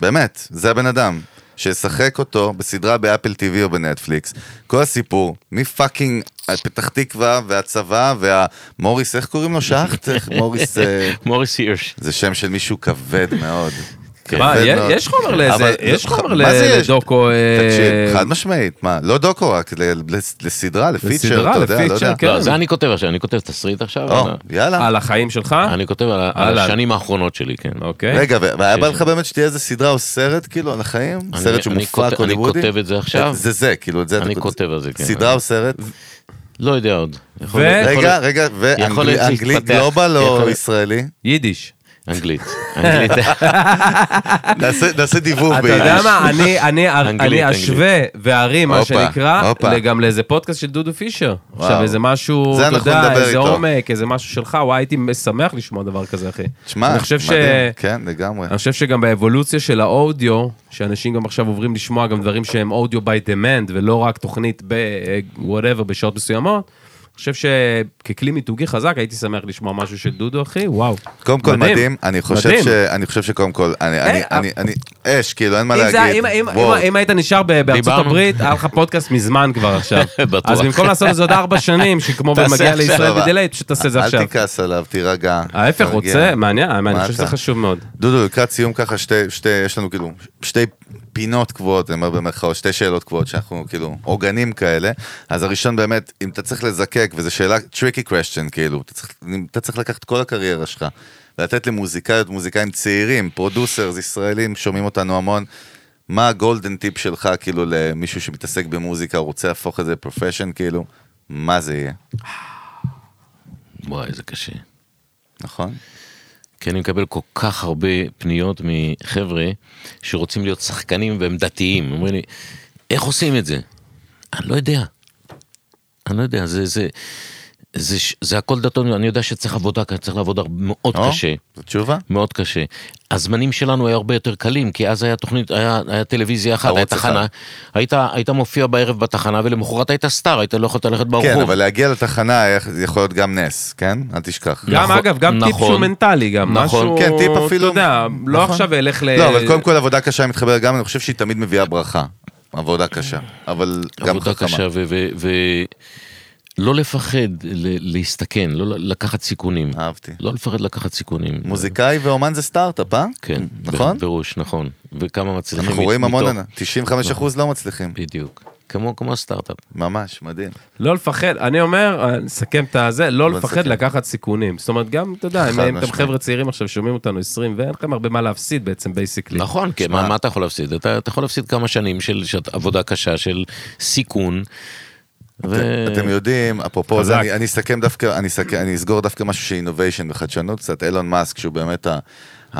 Speaker 2: באמת, זה הבן אדם. שישחק אותו בסדרה באפל TV או בנטפליקס. כל הסיפור, מפאקינג פתח תקווה והצבא והמוריס, איך קוראים לו? שחט? איך מוריס... אה,
Speaker 3: מוריס הירש.
Speaker 1: (laughs)
Speaker 2: זה שם של מישהו כבד מאוד. כן.
Speaker 1: מה,
Speaker 2: יפה
Speaker 1: יש-
Speaker 2: מאוד.
Speaker 1: יש חומר לאיזה,
Speaker 2: אבל-
Speaker 1: יש חומר
Speaker 2: מה זה
Speaker 1: ל-
Speaker 2: יש?
Speaker 1: לדוקו, אה,
Speaker 2: תקשיב, חד משמעית, מה, לא דוקו, רק ל- ל- לסדרה, לפיצ'ר,
Speaker 1: לסדרה,
Speaker 2: אתה יודע, לא
Speaker 1: לפיצ'ר,
Speaker 2: יודע.
Speaker 1: כן. אה,
Speaker 3: לא, זה אני כותב עכשיו, אני כותב תסריט עכשיו.
Speaker 2: או,
Speaker 3: אבל-
Speaker 2: יאללה.
Speaker 1: על החיים שלך?
Speaker 3: אני כותב על ה- על
Speaker 1: אהלן.
Speaker 3: השנים האחרונות שלי, כן.
Speaker 1: אוקיי.
Speaker 2: רגע, ו- והיה בא
Speaker 3: יש.
Speaker 2: לך באמת שתהיה איזה סדרה או סרט, כאילו, על החיים?
Speaker 3: אני-
Speaker 2: סרט
Speaker 3: אני
Speaker 2: שמופק
Speaker 3: כותב- אני
Speaker 2: הוליוודי? אה,
Speaker 3: כותב את זה עכשיו.
Speaker 2: זה זה, כאילו, את זה אתה
Speaker 3: אני כותב על זה, כן.
Speaker 2: סדרה או סרט?
Speaker 3: לא יודע עוד. יכול
Speaker 1: ו-
Speaker 3: להיות- יכול
Speaker 2: רגע,
Speaker 3: להיות-
Speaker 2: רגע,
Speaker 3: יכול להיות
Speaker 2: ואנגלית
Speaker 3: שהתפתח.
Speaker 2: גלובל
Speaker 3: יכול
Speaker 2: או
Speaker 3: להיות.
Speaker 2: ישראלי?
Speaker 1: יידיש.
Speaker 2: (laughs)
Speaker 3: אנגלית. אנגלית.
Speaker 2: נעשה נעשה דיבוב
Speaker 1: אתה
Speaker 2: ביידיש.
Speaker 1: יודע מה, אני- אני-
Speaker 3: אנגלית,
Speaker 1: אני אשווה וארים, מה
Speaker 2: הופה,
Speaker 1: שנקרא,
Speaker 2: הופה.
Speaker 1: גם לאיזה פודקאסט של דודו פישר.
Speaker 2: וואו.
Speaker 1: עכשיו איזה משהו,
Speaker 2: זה
Speaker 1: אתה
Speaker 2: אנחנו
Speaker 1: יודע,
Speaker 2: נדבר
Speaker 1: איזה
Speaker 2: איתו.
Speaker 1: עומק, איזה משהו שלך, וואי, הייתי שמח לשמוע דבר כזה, אחי.
Speaker 2: תשמע,
Speaker 1: אני חושב ש-
Speaker 2: מדהים, כן, לגמרי.
Speaker 1: אני חושב שגם באבולוציה של האודיו, שאנשים גם עכשיו עוברים לשמוע גם דברים שהם אודיו by demand, ולא רק תוכנית ב-whatever בשעות מסוימות, אני חושב שככלי מיתוגי חזק, הייתי שמח לשמוע משהו של דודו, אחי, וואו.
Speaker 2: קודם כל
Speaker 1: מדהים.
Speaker 2: מדהים, אני חושב
Speaker 1: מדהים.
Speaker 2: ש... אני חושב שקודם כל, אני, אני,
Speaker 1: אה,
Speaker 2: אני, אני, אש, כאילו, אין מה
Speaker 1: אם זה היה-
Speaker 2: להגיד.
Speaker 1: אם- אם-
Speaker 2: וואו.
Speaker 1: אם- אם היית נשאר ב- בארצות
Speaker 3: דיברנו.
Speaker 1: הברית, היה לך פודקאסט מזמן כבר
Speaker 2: (laughs)
Speaker 1: עכשיו.
Speaker 3: בטוח.
Speaker 1: אז במקום לעשות את זה עוד ארבע שנים, שכמו
Speaker 3: תעשה
Speaker 1: במגיע
Speaker 3: עכשיו,
Speaker 1: לישראל
Speaker 2: אבל-
Speaker 1: בדיליי, פשוט תעשה את זה
Speaker 2: אל
Speaker 1: עכשיו.
Speaker 2: תכעס עליו, תירגע.
Speaker 1: ההפך,
Speaker 2: תרגיע.
Speaker 1: רוצה, מעניין, אני
Speaker 2: מה
Speaker 1: חושב שזה
Speaker 2: אתה?
Speaker 1: חשוב מאוד.
Speaker 2: דודו, לקראת סיום ככה, שתי, שתי, יש לנו כאילו, שתי פינות קבועות, אני אומר במרכאות, שתי שאלות קבועות שאנחנו כאילו עוגנים כאלה. אז הראשון באמת, אם אתה צריך לזקק, וזו שאלה tricky question, כאילו, אתה צריך, אם אתה צריך לקחת כל הקריירה שלך, ולתת למוזיקאיות, מוזיקאים צעירים, פרודוסרס, ישראלים, שומעים אותנו המון. מה הגולדן טיפ שלך, כאילו, למישהו שמתעסק במוזיקה, רוצה להפוך את זה לפרופשן, כאילו, מה זה יהיה,
Speaker 3: וואי, זה קשה.
Speaker 2: נכון?
Speaker 3: כי אני מקבל כל כך הרבה פניות מחבר'ה שרוצים להיות שחקנים והם דתיים. אומרים לי, איך עושים את זה? אני לא יודע. אני לא יודע, זה, זה, זה, ש- זה הכל דתון, אני יודע שצריך עבודה, צריך לעבוד הרבה- מאוד
Speaker 2: או,
Speaker 3: קשה.
Speaker 2: זו תשובה?
Speaker 3: מאוד קשה. הזמנים שלנו היו הרבה יותר קלים, כי אז היה תוכנית, היה, היה טלוויזיה אחת,
Speaker 2: ערוץ
Speaker 3: הייתה תחנה,
Speaker 2: אחד.
Speaker 3: היית, היית מופיע בערב בתחנה ולמחרת היית סטאר, היית לא יכולת ללכת ברחוב.
Speaker 2: כן, אבל להגיע לתחנה איך- זה יכול להיות גם נס, כן? אל תשכח.
Speaker 1: גם
Speaker 3: נכון,
Speaker 1: אגב, גם טיפ
Speaker 3: נכון.
Speaker 1: שהוא מנטלי, גם
Speaker 3: נכון,
Speaker 1: משהו,
Speaker 2: כן, טיפ אפילו...
Speaker 1: אתה יודע, לא
Speaker 2: נכון.
Speaker 1: עכשיו אלך ל...
Speaker 2: לא, אבל קודם כל עבודה קשה אני מתחבר גם, אני חושב שהיא תמיד מביאה ברכה. עבודה קשה, אבל גם
Speaker 3: עבודה
Speaker 2: חכמה.
Speaker 3: קשה, ולא ו- ו- לא לפחד ל- להסתכן, לא ל- לקחת סיכונים.
Speaker 2: אהבתי.
Speaker 3: לא לפחד לקחת סיכונים.
Speaker 2: מוזיקאי ואומן זה סטארט-אפ, אה?
Speaker 3: כן,
Speaker 2: נכון?
Speaker 3: בפירוש, נכון. וכמה מצליחים
Speaker 2: אנחנו רואים
Speaker 3: מתוך-
Speaker 2: המון, ענה. 95% לא מצליחים.
Speaker 3: בדיוק. כמו, כמו הסטארט-אפ.
Speaker 2: ממש, מדהים.
Speaker 1: לא לפחד, אני אומר, נסכם את הזה, לא
Speaker 2: בוא
Speaker 1: לפחד
Speaker 2: נסכם.
Speaker 1: לקחת סיכונים. זאת אומרת, גם, אתה יודע,
Speaker 2: כן? חד
Speaker 1: אם אתם
Speaker 2: משמעית.
Speaker 1: חבר'ה צעירים עכשיו שומעים אותנו 20, ואין לכם הרבה מה להפסיד בעצם, בייסיקלי.
Speaker 3: נכון, כן, מה, מה אתה יכול להפסיד? אתה, אתה יכול להפסיד כמה שנים של, של עבודה קשה, של סיכון. ו...
Speaker 2: אתם יודעים, אפרופו זה,
Speaker 1: חזק.
Speaker 2: אני, אני אסכם דווקא, אני, אסכם, אני אסגור דווקא משהו שאינוביישן וחדשנות קצת, אילון מאסק, שהוא באמת ה-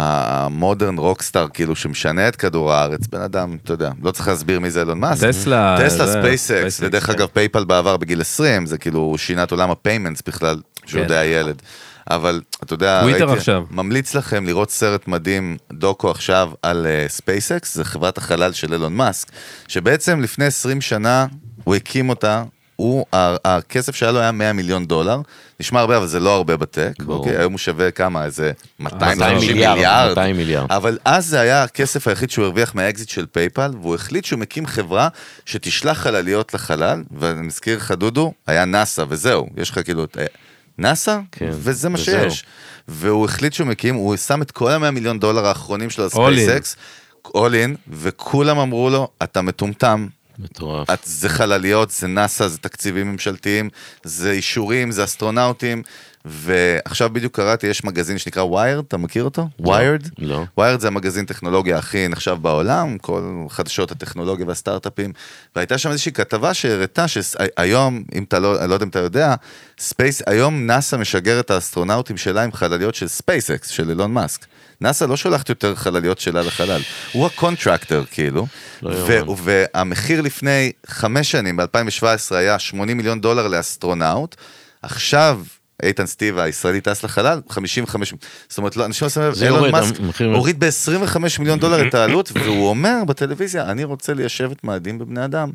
Speaker 2: המודרן רוקסטאר, כאילו, שמשנה את כדור הארץ, בן אדם, אתה יודע, לא צריך להסביר מי זה אילון מאסק.
Speaker 1: טסלה,
Speaker 2: טסלה,
Speaker 1: זה,
Speaker 2: ספייסקס,
Speaker 1: SpaceX,
Speaker 2: ודרך
Speaker 1: כן.
Speaker 2: אגב פייפל בעבר בגיל 20, זה כאילו, הוא שינה את עולם הפיימנטס בכלל, כשהוא עוד
Speaker 1: כן.
Speaker 2: היה ילד. אבל, אתה יודע,
Speaker 1: טוויטר עכשיו.
Speaker 2: ממליץ לכם לראות סרט מדהים, דוקו עכשיו, על ספייסקס, זה חברת החלל של אילון מאסק, שבעצם לפני 20 שנה הוא הקים אותה. הוא, ה- הכסף שהיה לו היה 100 מיליון דולר, נשמע הרבה, אבל זה לא הרבה בטק,
Speaker 3: ברור.
Speaker 2: אוקיי, היום הוא שווה כמה, איזה 250
Speaker 3: 200 מיליארד,
Speaker 2: מיליארד,
Speaker 3: 200 מיליארד.
Speaker 2: אבל אז זה היה הכסף היחיד שהוא הרוויח מהאקזיט של פייפל, והוא החליט שהוא מקים חברה שתשלח חלליות לחלל, ואני מזכיר לך, דודו, היה נאסא וזהו, יש לך כאילו את... אה, נאסא?
Speaker 3: כן,
Speaker 2: וזה מה
Speaker 3: וזהו.
Speaker 2: שיש. והוא החליט שהוא מקים, הוא שם את כל המאה מיליון דולר האחרונים שלו על
Speaker 1: All in.
Speaker 2: ספייסקס, אול אין, וכולם אמרו לו, אתה מטומטם,
Speaker 3: מטורף.
Speaker 2: את, זה חלליות, זה נאסא, זה תקציבים ממשלתיים, זה אישורים, זה אסטרונאוטים. ועכשיו בדיוק קראתי, יש מגזין שנקרא ויירד, אתה מכיר אותו? ויירד?
Speaker 3: לא.
Speaker 2: ויירד זה המגזין טכנולוגיה הכי נחשב בעולם, כל חדשות הטכנולוגיה והסטארט-אפים. והייתה שם איזושהי כתבה שהראתה שהיום, אם אתה לא, אני לא יודע אם אתה יודע, ספייס, היום נאסא משגרת את האסטרונאוטים שלה עם חלליות של ספייסקס, של אילון מאסק. נאסא לא שולחת יותר חלליות שלה לחלל, הוא הקונטרקטר כאילו,
Speaker 3: לא
Speaker 2: ו-
Speaker 3: יאומן.
Speaker 2: והמחיר לפני חמש שנים, ב-2017, היה 80 מיליון דולר לאסטרונאוט, עכשיו... איתן סטיב הישראלי טס לחלל, 55, זאת אומרת, לא, אנשים לא שמים לב,
Speaker 3: זה
Speaker 2: אילון
Speaker 3: יורד,
Speaker 2: מאסק
Speaker 3: המחיר יורד.
Speaker 2: הוריד ב-25 מיליון דולר את
Speaker 3: (coughs)
Speaker 2: העלות, והוא אומר בטלוויזיה, אני רוצה ליישב את מאדים בבני אדם,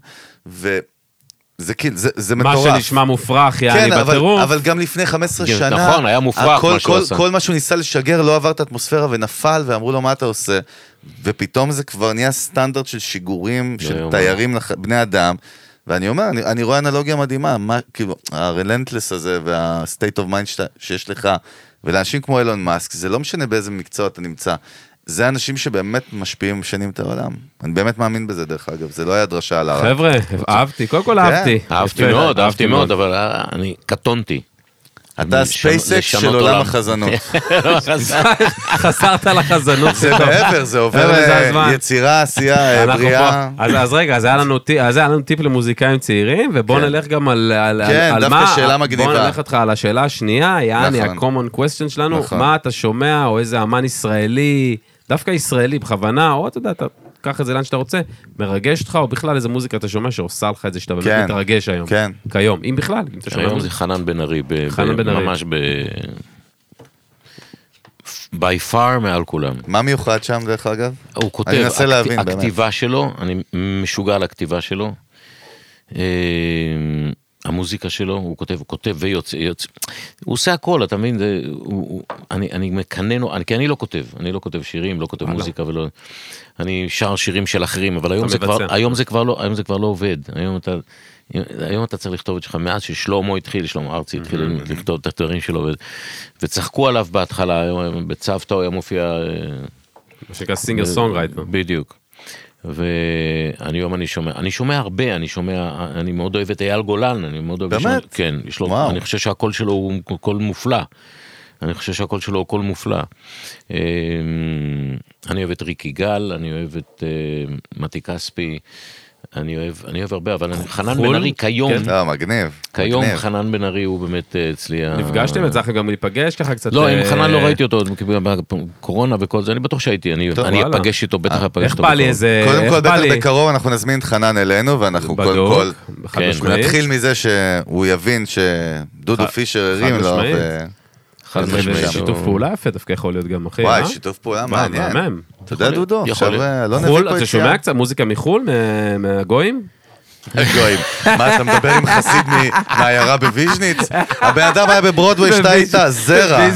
Speaker 2: וזה כאילו, זה, זה
Speaker 1: מה
Speaker 2: מטורף.
Speaker 1: שנשמע מופרך,
Speaker 2: כן,
Speaker 1: יעני,
Speaker 2: אבל,
Speaker 1: בטירוף.
Speaker 2: אבל גם לפני 15
Speaker 3: כן,
Speaker 2: שנה,
Speaker 3: נכון, היה מופרך
Speaker 2: הכל-
Speaker 3: מה שהוא
Speaker 2: כל-
Speaker 3: עשה.
Speaker 2: כל מה שהוא ניסה לשגר לא עבר את האטמוספירה ונפל, ואמרו לו, מה אתה עושה? ופתאום זה כבר נהיה סטנדרט של שיגורים,
Speaker 3: לא
Speaker 2: של
Speaker 3: יאומן.
Speaker 2: תיירים, לח- בני אדם. ואני אומר, אני, אני רואה אנלוגיה מדהימה, מה, כאילו, הרלנטלס הזה וה-state of mind שאתה- שיש לך, ולאנשים כמו אילון מאסק, זה לא משנה באיזה מקצוע אתה נמצא. זה אנשים שבאמת משפיעים ומשנים את העולם. אני באמת מאמין בזה, דרך אגב, זה לא היה דרשה על הרב.
Speaker 1: חבר'ה, אהבתי, קודם
Speaker 2: כן,
Speaker 1: כל אהבתי.
Speaker 3: אהבתי
Speaker 1: יפה,
Speaker 3: מאוד, אהבתי מאוד, אבל אה, אני קטונתי.
Speaker 2: אתה
Speaker 3: לשנות-
Speaker 2: הספייסק של
Speaker 3: לשנות
Speaker 2: עולם
Speaker 3: עולם. (laughs) לא,
Speaker 2: החזנות.
Speaker 1: (laughs) חזרת לחזנות.
Speaker 2: זה מעבר, זה עובר
Speaker 1: חבר'ה, זה
Speaker 2: אה,
Speaker 1: הזמן.
Speaker 2: יצירה, עשייה, אה,
Speaker 1: אנחנו
Speaker 2: בריאה.
Speaker 1: פה. אז- אז רגע, אז היה לנו טי- אז היה לנו טיפ למוזיקאים צעירים, ובוא
Speaker 2: כן.
Speaker 1: נלך גם על על-
Speaker 2: כן,
Speaker 1: על- על
Speaker 2: דווקא
Speaker 1: מה...
Speaker 2: שאלה מגניבה.
Speaker 1: בוא נלך איתך על השאלה השנייה, יעני,
Speaker 2: נכון.
Speaker 1: ה-common question שלנו,
Speaker 2: נכון.
Speaker 1: מה אתה שומע, או איזה אמן ישראלי, דווקא ישראלי בכוונה, או אתה יודע, אתה... קח את זה לאן שאתה רוצה, מרגש אותך, או בכלל איזה מוזיקה אתה שומע שעושה לך את זה שאתה
Speaker 2: כן.
Speaker 1: באמת מתרגש היום.
Speaker 2: כן.
Speaker 1: כיום, אם בכלל, אם אתה שומע
Speaker 3: היום זה
Speaker 1: מוזיקה.
Speaker 3: חנן בן ארי, ב-
Speaker 1: חנן
Speaker 3: ב-
Speaker 1: בן ארי.
Speaker 3: ממש ב... by far מעל כולם.
Speaker 2: מה מיוחד שם, דרך אגב?
Speaker 3: הוא כותב,
Speaker 2: אני מנסה
Speaker 3: הכת-
Speaker 2: להבין, באמת.
Speaker 3: הכתיבה שלו, אני משוגע על הכתיבה שלו. אה, המוזיקה שלו, הוא כותב, הוא כותב ויוצא, יוצא. הוא עושה הכל, אתה מבין? זה, הוא, הוא, אני, אני מקנא, לו- אני, כי אני לא כותב, אני לא כותב שירים, לא
Speaker 2: אה,
Speaker 3: כותב מוזיקה ולא... אני שר שירים של אחרים, אבל היום
Speaker 1: אתה
Speaker 3: זה, כבר,
Speaker 1: מבצע.
Speaker 3: היום, זה כבר לא, היום זה כבר לא עובד. היום אתה, היום אתה צריך לכתוב את שלך, מאז ששלמה התחיל, שלמה ארצי התחיל לכתוב את הדברים שלו, ו- וצחקו עליו בהתחלה, היום בצוותא הוא היה מופיע... אה,
Speaker 1: מה שנקרא סינגר סונגרייטר.
Speaker 3: בדיוק. והיום אני שומע, אני שומע הרבה, אני שומע, אני מאוד אוהב את אייל גולן, אני מאוד אוהב...
Speaker 2: באמת?
Speaker 3: לשמוע- כן, יש לו,
Speaker 2: וואו.
Speaker 3: אני חושב שהקול שלו הוא קול מופלא. אני חושב שהקול שלו הוא קול מופלא. אמ, אני אוהב את ריק יגאל, אני אוהב את אמ, מתי כספי, אני אוהב, אני אוהב הרבה, אבל אני- חנן
Speaker 1: חו"ל?
Speaker 3: בן ארי כיום,
Speaker 1: כן.
Speaker 2: לא, מגניב.
Speaker 3: כיום
Speaker 2: מגניב.
Speaker 3: חנן בן ארי הוא באמת אה, אצלי... ה-
Speaker 1: נפגשתם, יצא לכם גם להיפגש ככה קצת...
Speaker 3: לא,
Speaker 1: אה,
Speaker 3: עם חנן לא ראיתי אותו, קורונה וכל זה, אני בטוח שהייתי, אני
Speaker 2: טוב,
Speaker 3: אני
Speaker 1: וואלה. אה,
Speaker 3: אפגש איתו, בטח אפגש איתו.
Speaker 1: איך בא לי
Speaker 3: בקרוב.
Speaker 1: איזה...
Speaker 2: קודם
Speaker 1: אה, איך
Speaker 2: כל,
Speaker 1: בא
Speaker 2: בטח
Speaker 1: לי?
Speaker 2: בקרוב אנחנו נזמין את חנן אלינו, ואנחנו קודם כל...
Speaker 1: בדוק, חד
Speaker 3: כן.
Speaker 1: משמעית.
Speaker 2: נתחיל מזה שהוא יבין שדודו
Speaker 1: חד-
Speaker 2: פישר הרים לו,
Speaker 1: משמעית.
Speaker 2: ו-
Speaker 3: חד
Speaker 2: זה
Speaker 3: משמעית.
Speaker 1: שיתוף פעולה יפה דווקא יכול להיות גם אחי.
Speaker 2: וואי,
Speaker 1: אה?
Speaker 2: שיתוף פעולה
Speaker 1: מה,
Speaker 2: מעניין.
Speaker 1: מהמם.
Speaker 2: אתה יודע, דודו,
Speaker 3: יכול
Speaker 2: עכשיו
Speaker 3: להיות.
Speaker 2: אה, לא נביא
Speaker 1: חו"ל,
Speaker 2: פה
Speaker 1: אתה שומע קצת מוזיקה מחו"ל? מה- מהגויים?
Speaker 2: הגויים. מה, אתה מדבר עם חסיד מ- מהעיירה בוויז'ניץ? הבן אדם היה בברודווי שאתה היית זרע.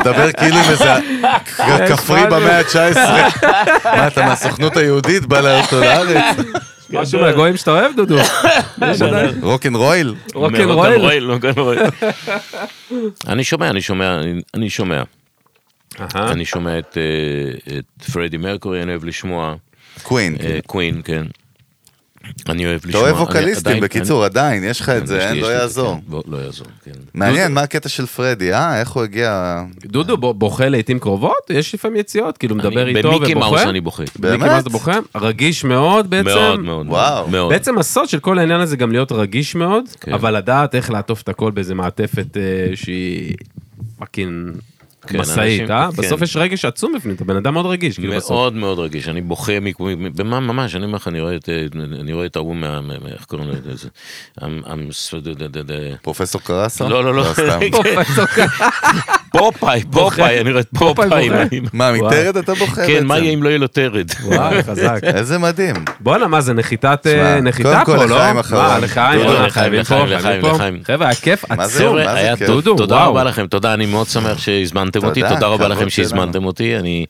Speaker 2: מדבר כאילו עם איזה כפרי במאה ה-19. מה, אתה מהסוכנות היהודית? בא לארצות הארץ?
Speaker 1: משהו מהגויים שאתה אוהב, דודו?
Speaker 2: רוקנרויל?
Speaker 1: רוקנרול?
Speaker 3: אני שומע, אני שומע, אני- אני שומע. אני שומע את אה, את פרדי מרקורי, אני אוהב לשמוע.
Speaker 2: קווין.
Speaker 3: אה, קווין, כן. אני אוהב
Speaker 2: אתה
Speaker 3: לשמוע.
Speaker 2: אוהב
Speaker 3: אני
Speaker 2: ווקליסטים,
Speaker 3: עדיין-
Speaker 2: בקיצור, עדיין, יש לך
Speaker 3: אני-
Speaker 2: את
Speaker 3: יש
Speaker 2: זה,
Speaker 3: לי-
Speaker 2: אין,
Speaker 3: יש
Speaker 2: לא
Speaker 3: לי את זה,
Speaker 2: יעזור.
Speaker 3: כן, בוא, לא יעזור, כן.
Speaker 2: מעניין, מה הקטע של פרדי, אה? איך הוא הגיע...
Speaker 1: דודו בו- בוכה לעיתים קרובות? יש לפעמים יציאות, כאילו מדבר
Speaker 3: אני-
Speaker 1: איתו ובוכה?
Speaker 3: במיקי מאוס אני בוכה.
Speaker 1: במיקי
Speaker 2: באמת?
Speaker 1: מאוס אתה בוכה? רגיש מאוד בעצם?
Speaker 3: מאוד מאוד.
Speaker 2: וואו.
Speaker 3: מאוד.
Speaker 1: בעצם הסוד של כל העניין הזה גם להיות רגיש מאוד,
Speaker 3: כן.
Speaker 1: אבל לדעת איך לעטוף את הכל באיזה מעטפת אה, שהיא פאקינג
Speaker 3: כן,
Speaker 1: משאית,
Speaker 3: אנשים-
Speaker 1: אה?
Speaker 3: כן.
Speaker 1: בסוף יש רגש עצום בפנים, אתה בן אדם מאוד רגיש, כאילו בסוף.
Speaker 3: מאוד מאוד רגיש, אני בוכה, מ- מ- במה ממש, אני אומר לך, אני רואה את, אה, אני רואה את ההוא מה, מה- מה- איך קוראים לזה? זה- אמ- אמ- ס- ד- ד- ד- ד-
Speaker 2: פרופסור קרסו?
Speaker 3: לא, לא, לא. (laughs)
Speaker 2: סתם.
Speaker 1: (laughs) פרופסור
Speaker 3: פופאי, פופאי, אני רואה את
Speaker 1: פופאי
Speaker 3: פופאי.
Speaker 1: בוכה.
Speaker 3: מדהים.
Speaker 2: מה, מטרד אתה בוחר?
Speaker 3: כן, מה יהיה אם לא יהיה לו טרד?
Speaker 2: (laughs)
Speaker 1: וואי, חזק.
Speaker 2: איזה מדהים.
Speaker 1: בואנה, מה זה נחיתת אה,
Speaker 2: שמע,
Speaker 1: נחיתה
Speaker 2: קודם
Speaker 1: פה,
Speaker 2: כל,
Speaker 1: לא?
Speaker 2: לחיים אחרון.
Speaker 1: מה, לחיים,
Speaker 3: תודה,
Speaker 1: בואנה,
Speaker 3: לחיים,
Speaker 1: חייבים פה,
Speaker 3: לחיים,
Speaker 1: חייבים
Speaker 3: לחיים,
Speaker 1: פה.
Speaker 3: לחיים.
Speaker 1: חבר'ה, היה כיף
Speaker 2: מה זה,
Speaker 3: (laughs)
Speaker 1: עצום.
Speaker 2: מה
Speaker 3: חבר'ה,
Speaker 2: זה
Speaker 3: היה
Speaker 2: כיף.
Speaker 3: טוב,
Speaker 1: דודו,
Speaker 3: תודה
Speaker 1: וואו.
Speaker 3: רבה לכם, תודה, אני מאוד שמח שהזמנתם
Speaker 2: תודה,
Speaker 3: אותי, תודה רבה
Speaker 2: כבוד
Speaker 3: לכם שהזמנתם
Speaker 2: שלנו.
Speaker 3: אותי, אני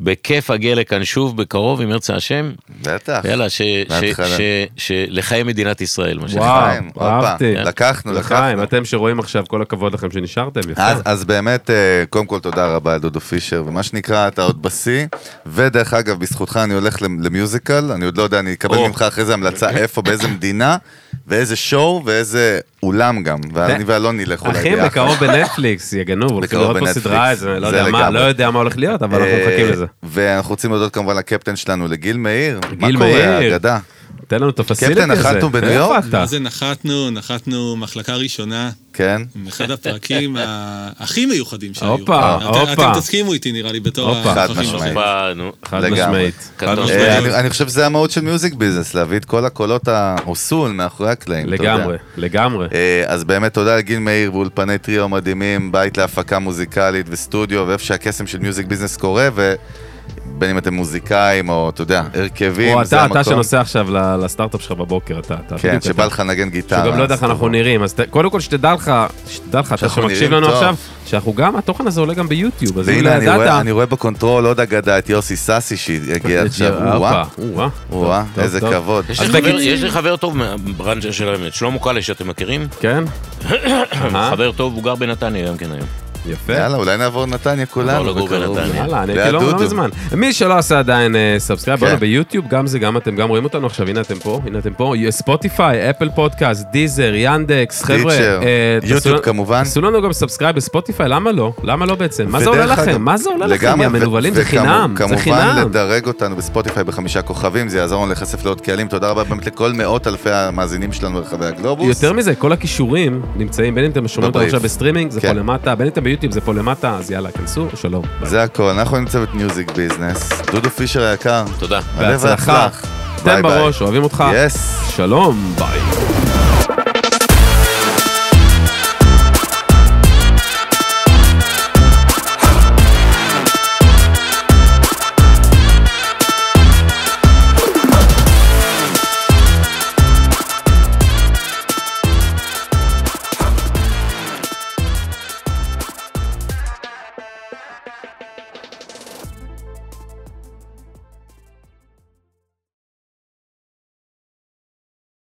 Speaker 3: בכיף אגיע לכאן שוב, בקרוב, אם ירצה השם,
Speaker 2: בטח.
Speaker 3: יאללה, ש- ש-
Speaker 2: בהתחלה.
Speaker 3: ש- ש- לחיי מדינת ישראל, מה שנקרא.
Speaker 1: וואו,
Speaker 2: לחיים, הופה,
Speaker 1: אהבתי.
Speaker 3: כן.
Speaker 2: לקחנו,
Speaker 1: לחיים,
Speaker 2: לקחנו.
Speaker 1: אתם שרואים עכשיו, כל הכבוד לכם שנשארתם, יפה.
Speaker 2: אז, אז באמת, אה, קודם כל תודה רבה דודו פישר, ומה שנקרא, אתה עוד בשיא, ודרך אגב, בזכותך אני הולך למ- למיוזיקל, אני עוד לא יודע, אני אקבל
Speaker 3: או.
Speaker 2: ממך אחרי זה המלצה איפה, באיזה מדינה, ואיזה שואו, ואיזה אולם גם, ואני ואלון נלך אולי
Speaker 1: אחים
Speaker 2: ביחד.
Speaker 1: בקרוב בנטפליקס, יגנוב, הולכים
Speaker 2: בקרוב
Speaker 1: לראות פה
Speaker 2: בנטפליקס,
Speaker 1: סדרה, איזה- לא
Speaker 2: זה
Speaker 1: יודע מה,
Speaker 2: לגמרי.
Speaker 1: לא יודע מה הולך להיות, אבל אנחנו
Speaker 2: אה,
Speaker 1: מחכים לזה.
Speaker 2: ואנחנו רוצים להודות כמובן לקפטן שלנו, לגיל מאיר.
Speaker 1: גיל
Speaker 2: מה קורה,
Speaker 1: מאיר.
Speaker 2: האגדה?
Speaker 1: תן לנו את הפסיליטי הזה.
Speaker 2: קפטן, נחתנו בניו יורק?
Speaker 1: איפה אתה?
Speaker 4: מה זה נחתנו, נחתנו מחלקה ראשונה,
Speaker 2: כן?
Speaker 4: עם
Speaker 2: (laughs)
Speaker 4: אחד הפרקים ה- הכי מיוחדים שהיו.
Speaker 1: הופה,
Speaker 4: אתם-
Speaker 1: הופה.
Speaker 4: אתם תסכימו איתי נראה לי בתור
Speaker 1: הופה.
Speaker 4: הנוכחים.
Speaker 2: חד משמעית.
Speaker 3: הופה, נו.
Speaker 1: חד
Speaker 2: לגמרי.
Speaker 1: משמעית. חד
Speaker 3: אה,
Speaker 2: אה,
Speaker 1: משמעית.
Speaker 2: אני אני חושב שזה המהות של מיוזיק ביזנס, להביא את כל הקולות האוסול מאחורי הקלעים. אתה יודע.
Speaker 1: לגמרי, לגמרי.
Speaker 2: אה, אז באמת תודה לגיל מאיר ואולפני טריו מדהימים, בית להפקה מוזיקלית וסטודיו, ואיפה שהקסם של מיוזיק ביזנס קורה, ובין אם אתם מוזיקאים או, אתה יודע, הרכבים,
Speaker 1: או
Speaker 2: זה
Speaker 1: אתה,
Speaker 2: המקום.
Speaker 1: אתה שנוסע עכשיו ל- לסטארט-אפ שלך בבוקר, אתה. אתה
Speaker 2: כן,
Speaker 1: בדיוק
Speaker 2: שבא
Speaker 1: אתה.
Speaker 2: לך לנגן גיטרה.
Speaker 1: שהוא גם לא יודע
Speaker 2: אז
Speaker 1: איך אנחנו
Speaker 2: תבוא.
Speaker 1: נראים, אז ת- קודם כל שתדע לך, שתדע לך, אתה
Speaker 2: שאנחנו
Speaker 1: שמקשיב
Speaker 2: נראים
Speaker 1: לנו
Speaker 2: טוב.
Speaker 1: עכשיו, שאנחנו גם, התוכן הזה עולה גם ביוטיוב, אז אם לא
Speaker 2: והנה, אני רואה-
Speaker 1: ידעת...
Speaker 2: אני רואה בקונטרול עוד אגדה, את יוסי סאסי
Speaker 1: (laughs)
Speaker 2: שהגיע עכשיו,
Speaker 1: אה, הופה,
Speaker 2: וואו,
Speaker 1: או-אה.
Speaker 2: וואו,
Speaker 1: טוב,
Speaker 2: איזה
Speaker 1: טוב.
Speaker 2: כבוד.
Speaker 3: יש
Speaker 1: אז
Speaker 3: לי חבר-
Speaker 1: בקיצור-
Speaker 3: יש לי חבר טוב
Speaker 2: (coughs)
Speaker 3: מהברנג'ה של האמת, שלמה קאלה שאתם מכירים?
Speaker 1: כן? אה?
Speaker 3: חבר טוב, הוא גר בנתניה גם כן היום.
Speaker 1: יפה.
Speaker 2: יאללה, אולי נעבור נתניה כולנו.
Speaker 3: נעבור לגור
Speaker 2: בקרוב.
Speaker 3: בנתניה.
Speaker 1: יאללה, אני
Speaker 2: זה
Speaker 1: כאילו לא
Speaker 2: הדודו.
Speaker 1: מזמן. מי שלא עשה עדיין אה, סאבסקרייב,
Speaker 2: כן.
Speaker 1: בואו ביוטיוב, גם זה, גם אתם גם רואים אותנו עכשיו, הנה אתם פה, הנה אתם פה, ספוטיפיי, אפל פודקאסט, דיזר, ינדקס, חבר'ה.
Speaker 2: טיצ'ר,
Speaker 1: אה, תעשו
Speaker 2: יוטיוב
Speaker 1: לנו-
Speaker 2: כמובן.
Speaker 1: תעשו לנו גם סאבסקרייב בספוטיפיי, למה לא? למה לא בעצם? מה זה עולה
Speaker 2: ודרך אגב,
Speaker 1: לכם? מה זה עולה לכם?
Speaker 2: לגמרי,
Speaker 1: יא
Speaker 2: ו-
Speaker 1: מנוולים, זה
Speaker 2: וכמו-
Speaker 1: חינם, זה
Speaker 2: כמובן
Speaker 1: חינם.
Speaker 2: לדרג אותנו בספוטיפיי בחמישה כוכבים, זה יעזור לנו להיחשף לעוד קהלים. תודה רבה באמת לכל מאות אלפי המאזינים שלנו ברחבי הגלובוס.
Speaker 1: יותר מזה, כל הכישורים נמצאים, בין אם אתם שומעים אותנו
Speaker 2: בבריף.
Speaker 1: עכשיו בסטרימינג, זה
Speaker 2: כן.
Speaker 1: פה למטה, בין אם אתם ביוטיוב, זה פה למטה, אז יאללה, כנסו, שלום. ביי.
Speaker 2: זה הכל, אנחנו עם צוות מיוזיק ביזנס. דודו פישר היקר,
Speaker 3: תודה.
Speaker 2: הלב
Speaker 1: בהצלחה.
Speaker 2: והצלח.
Speaker 1: תן בראש, אוהבים אותך.
Speaker 2: יס.
Speaker 1: שלום, ביי.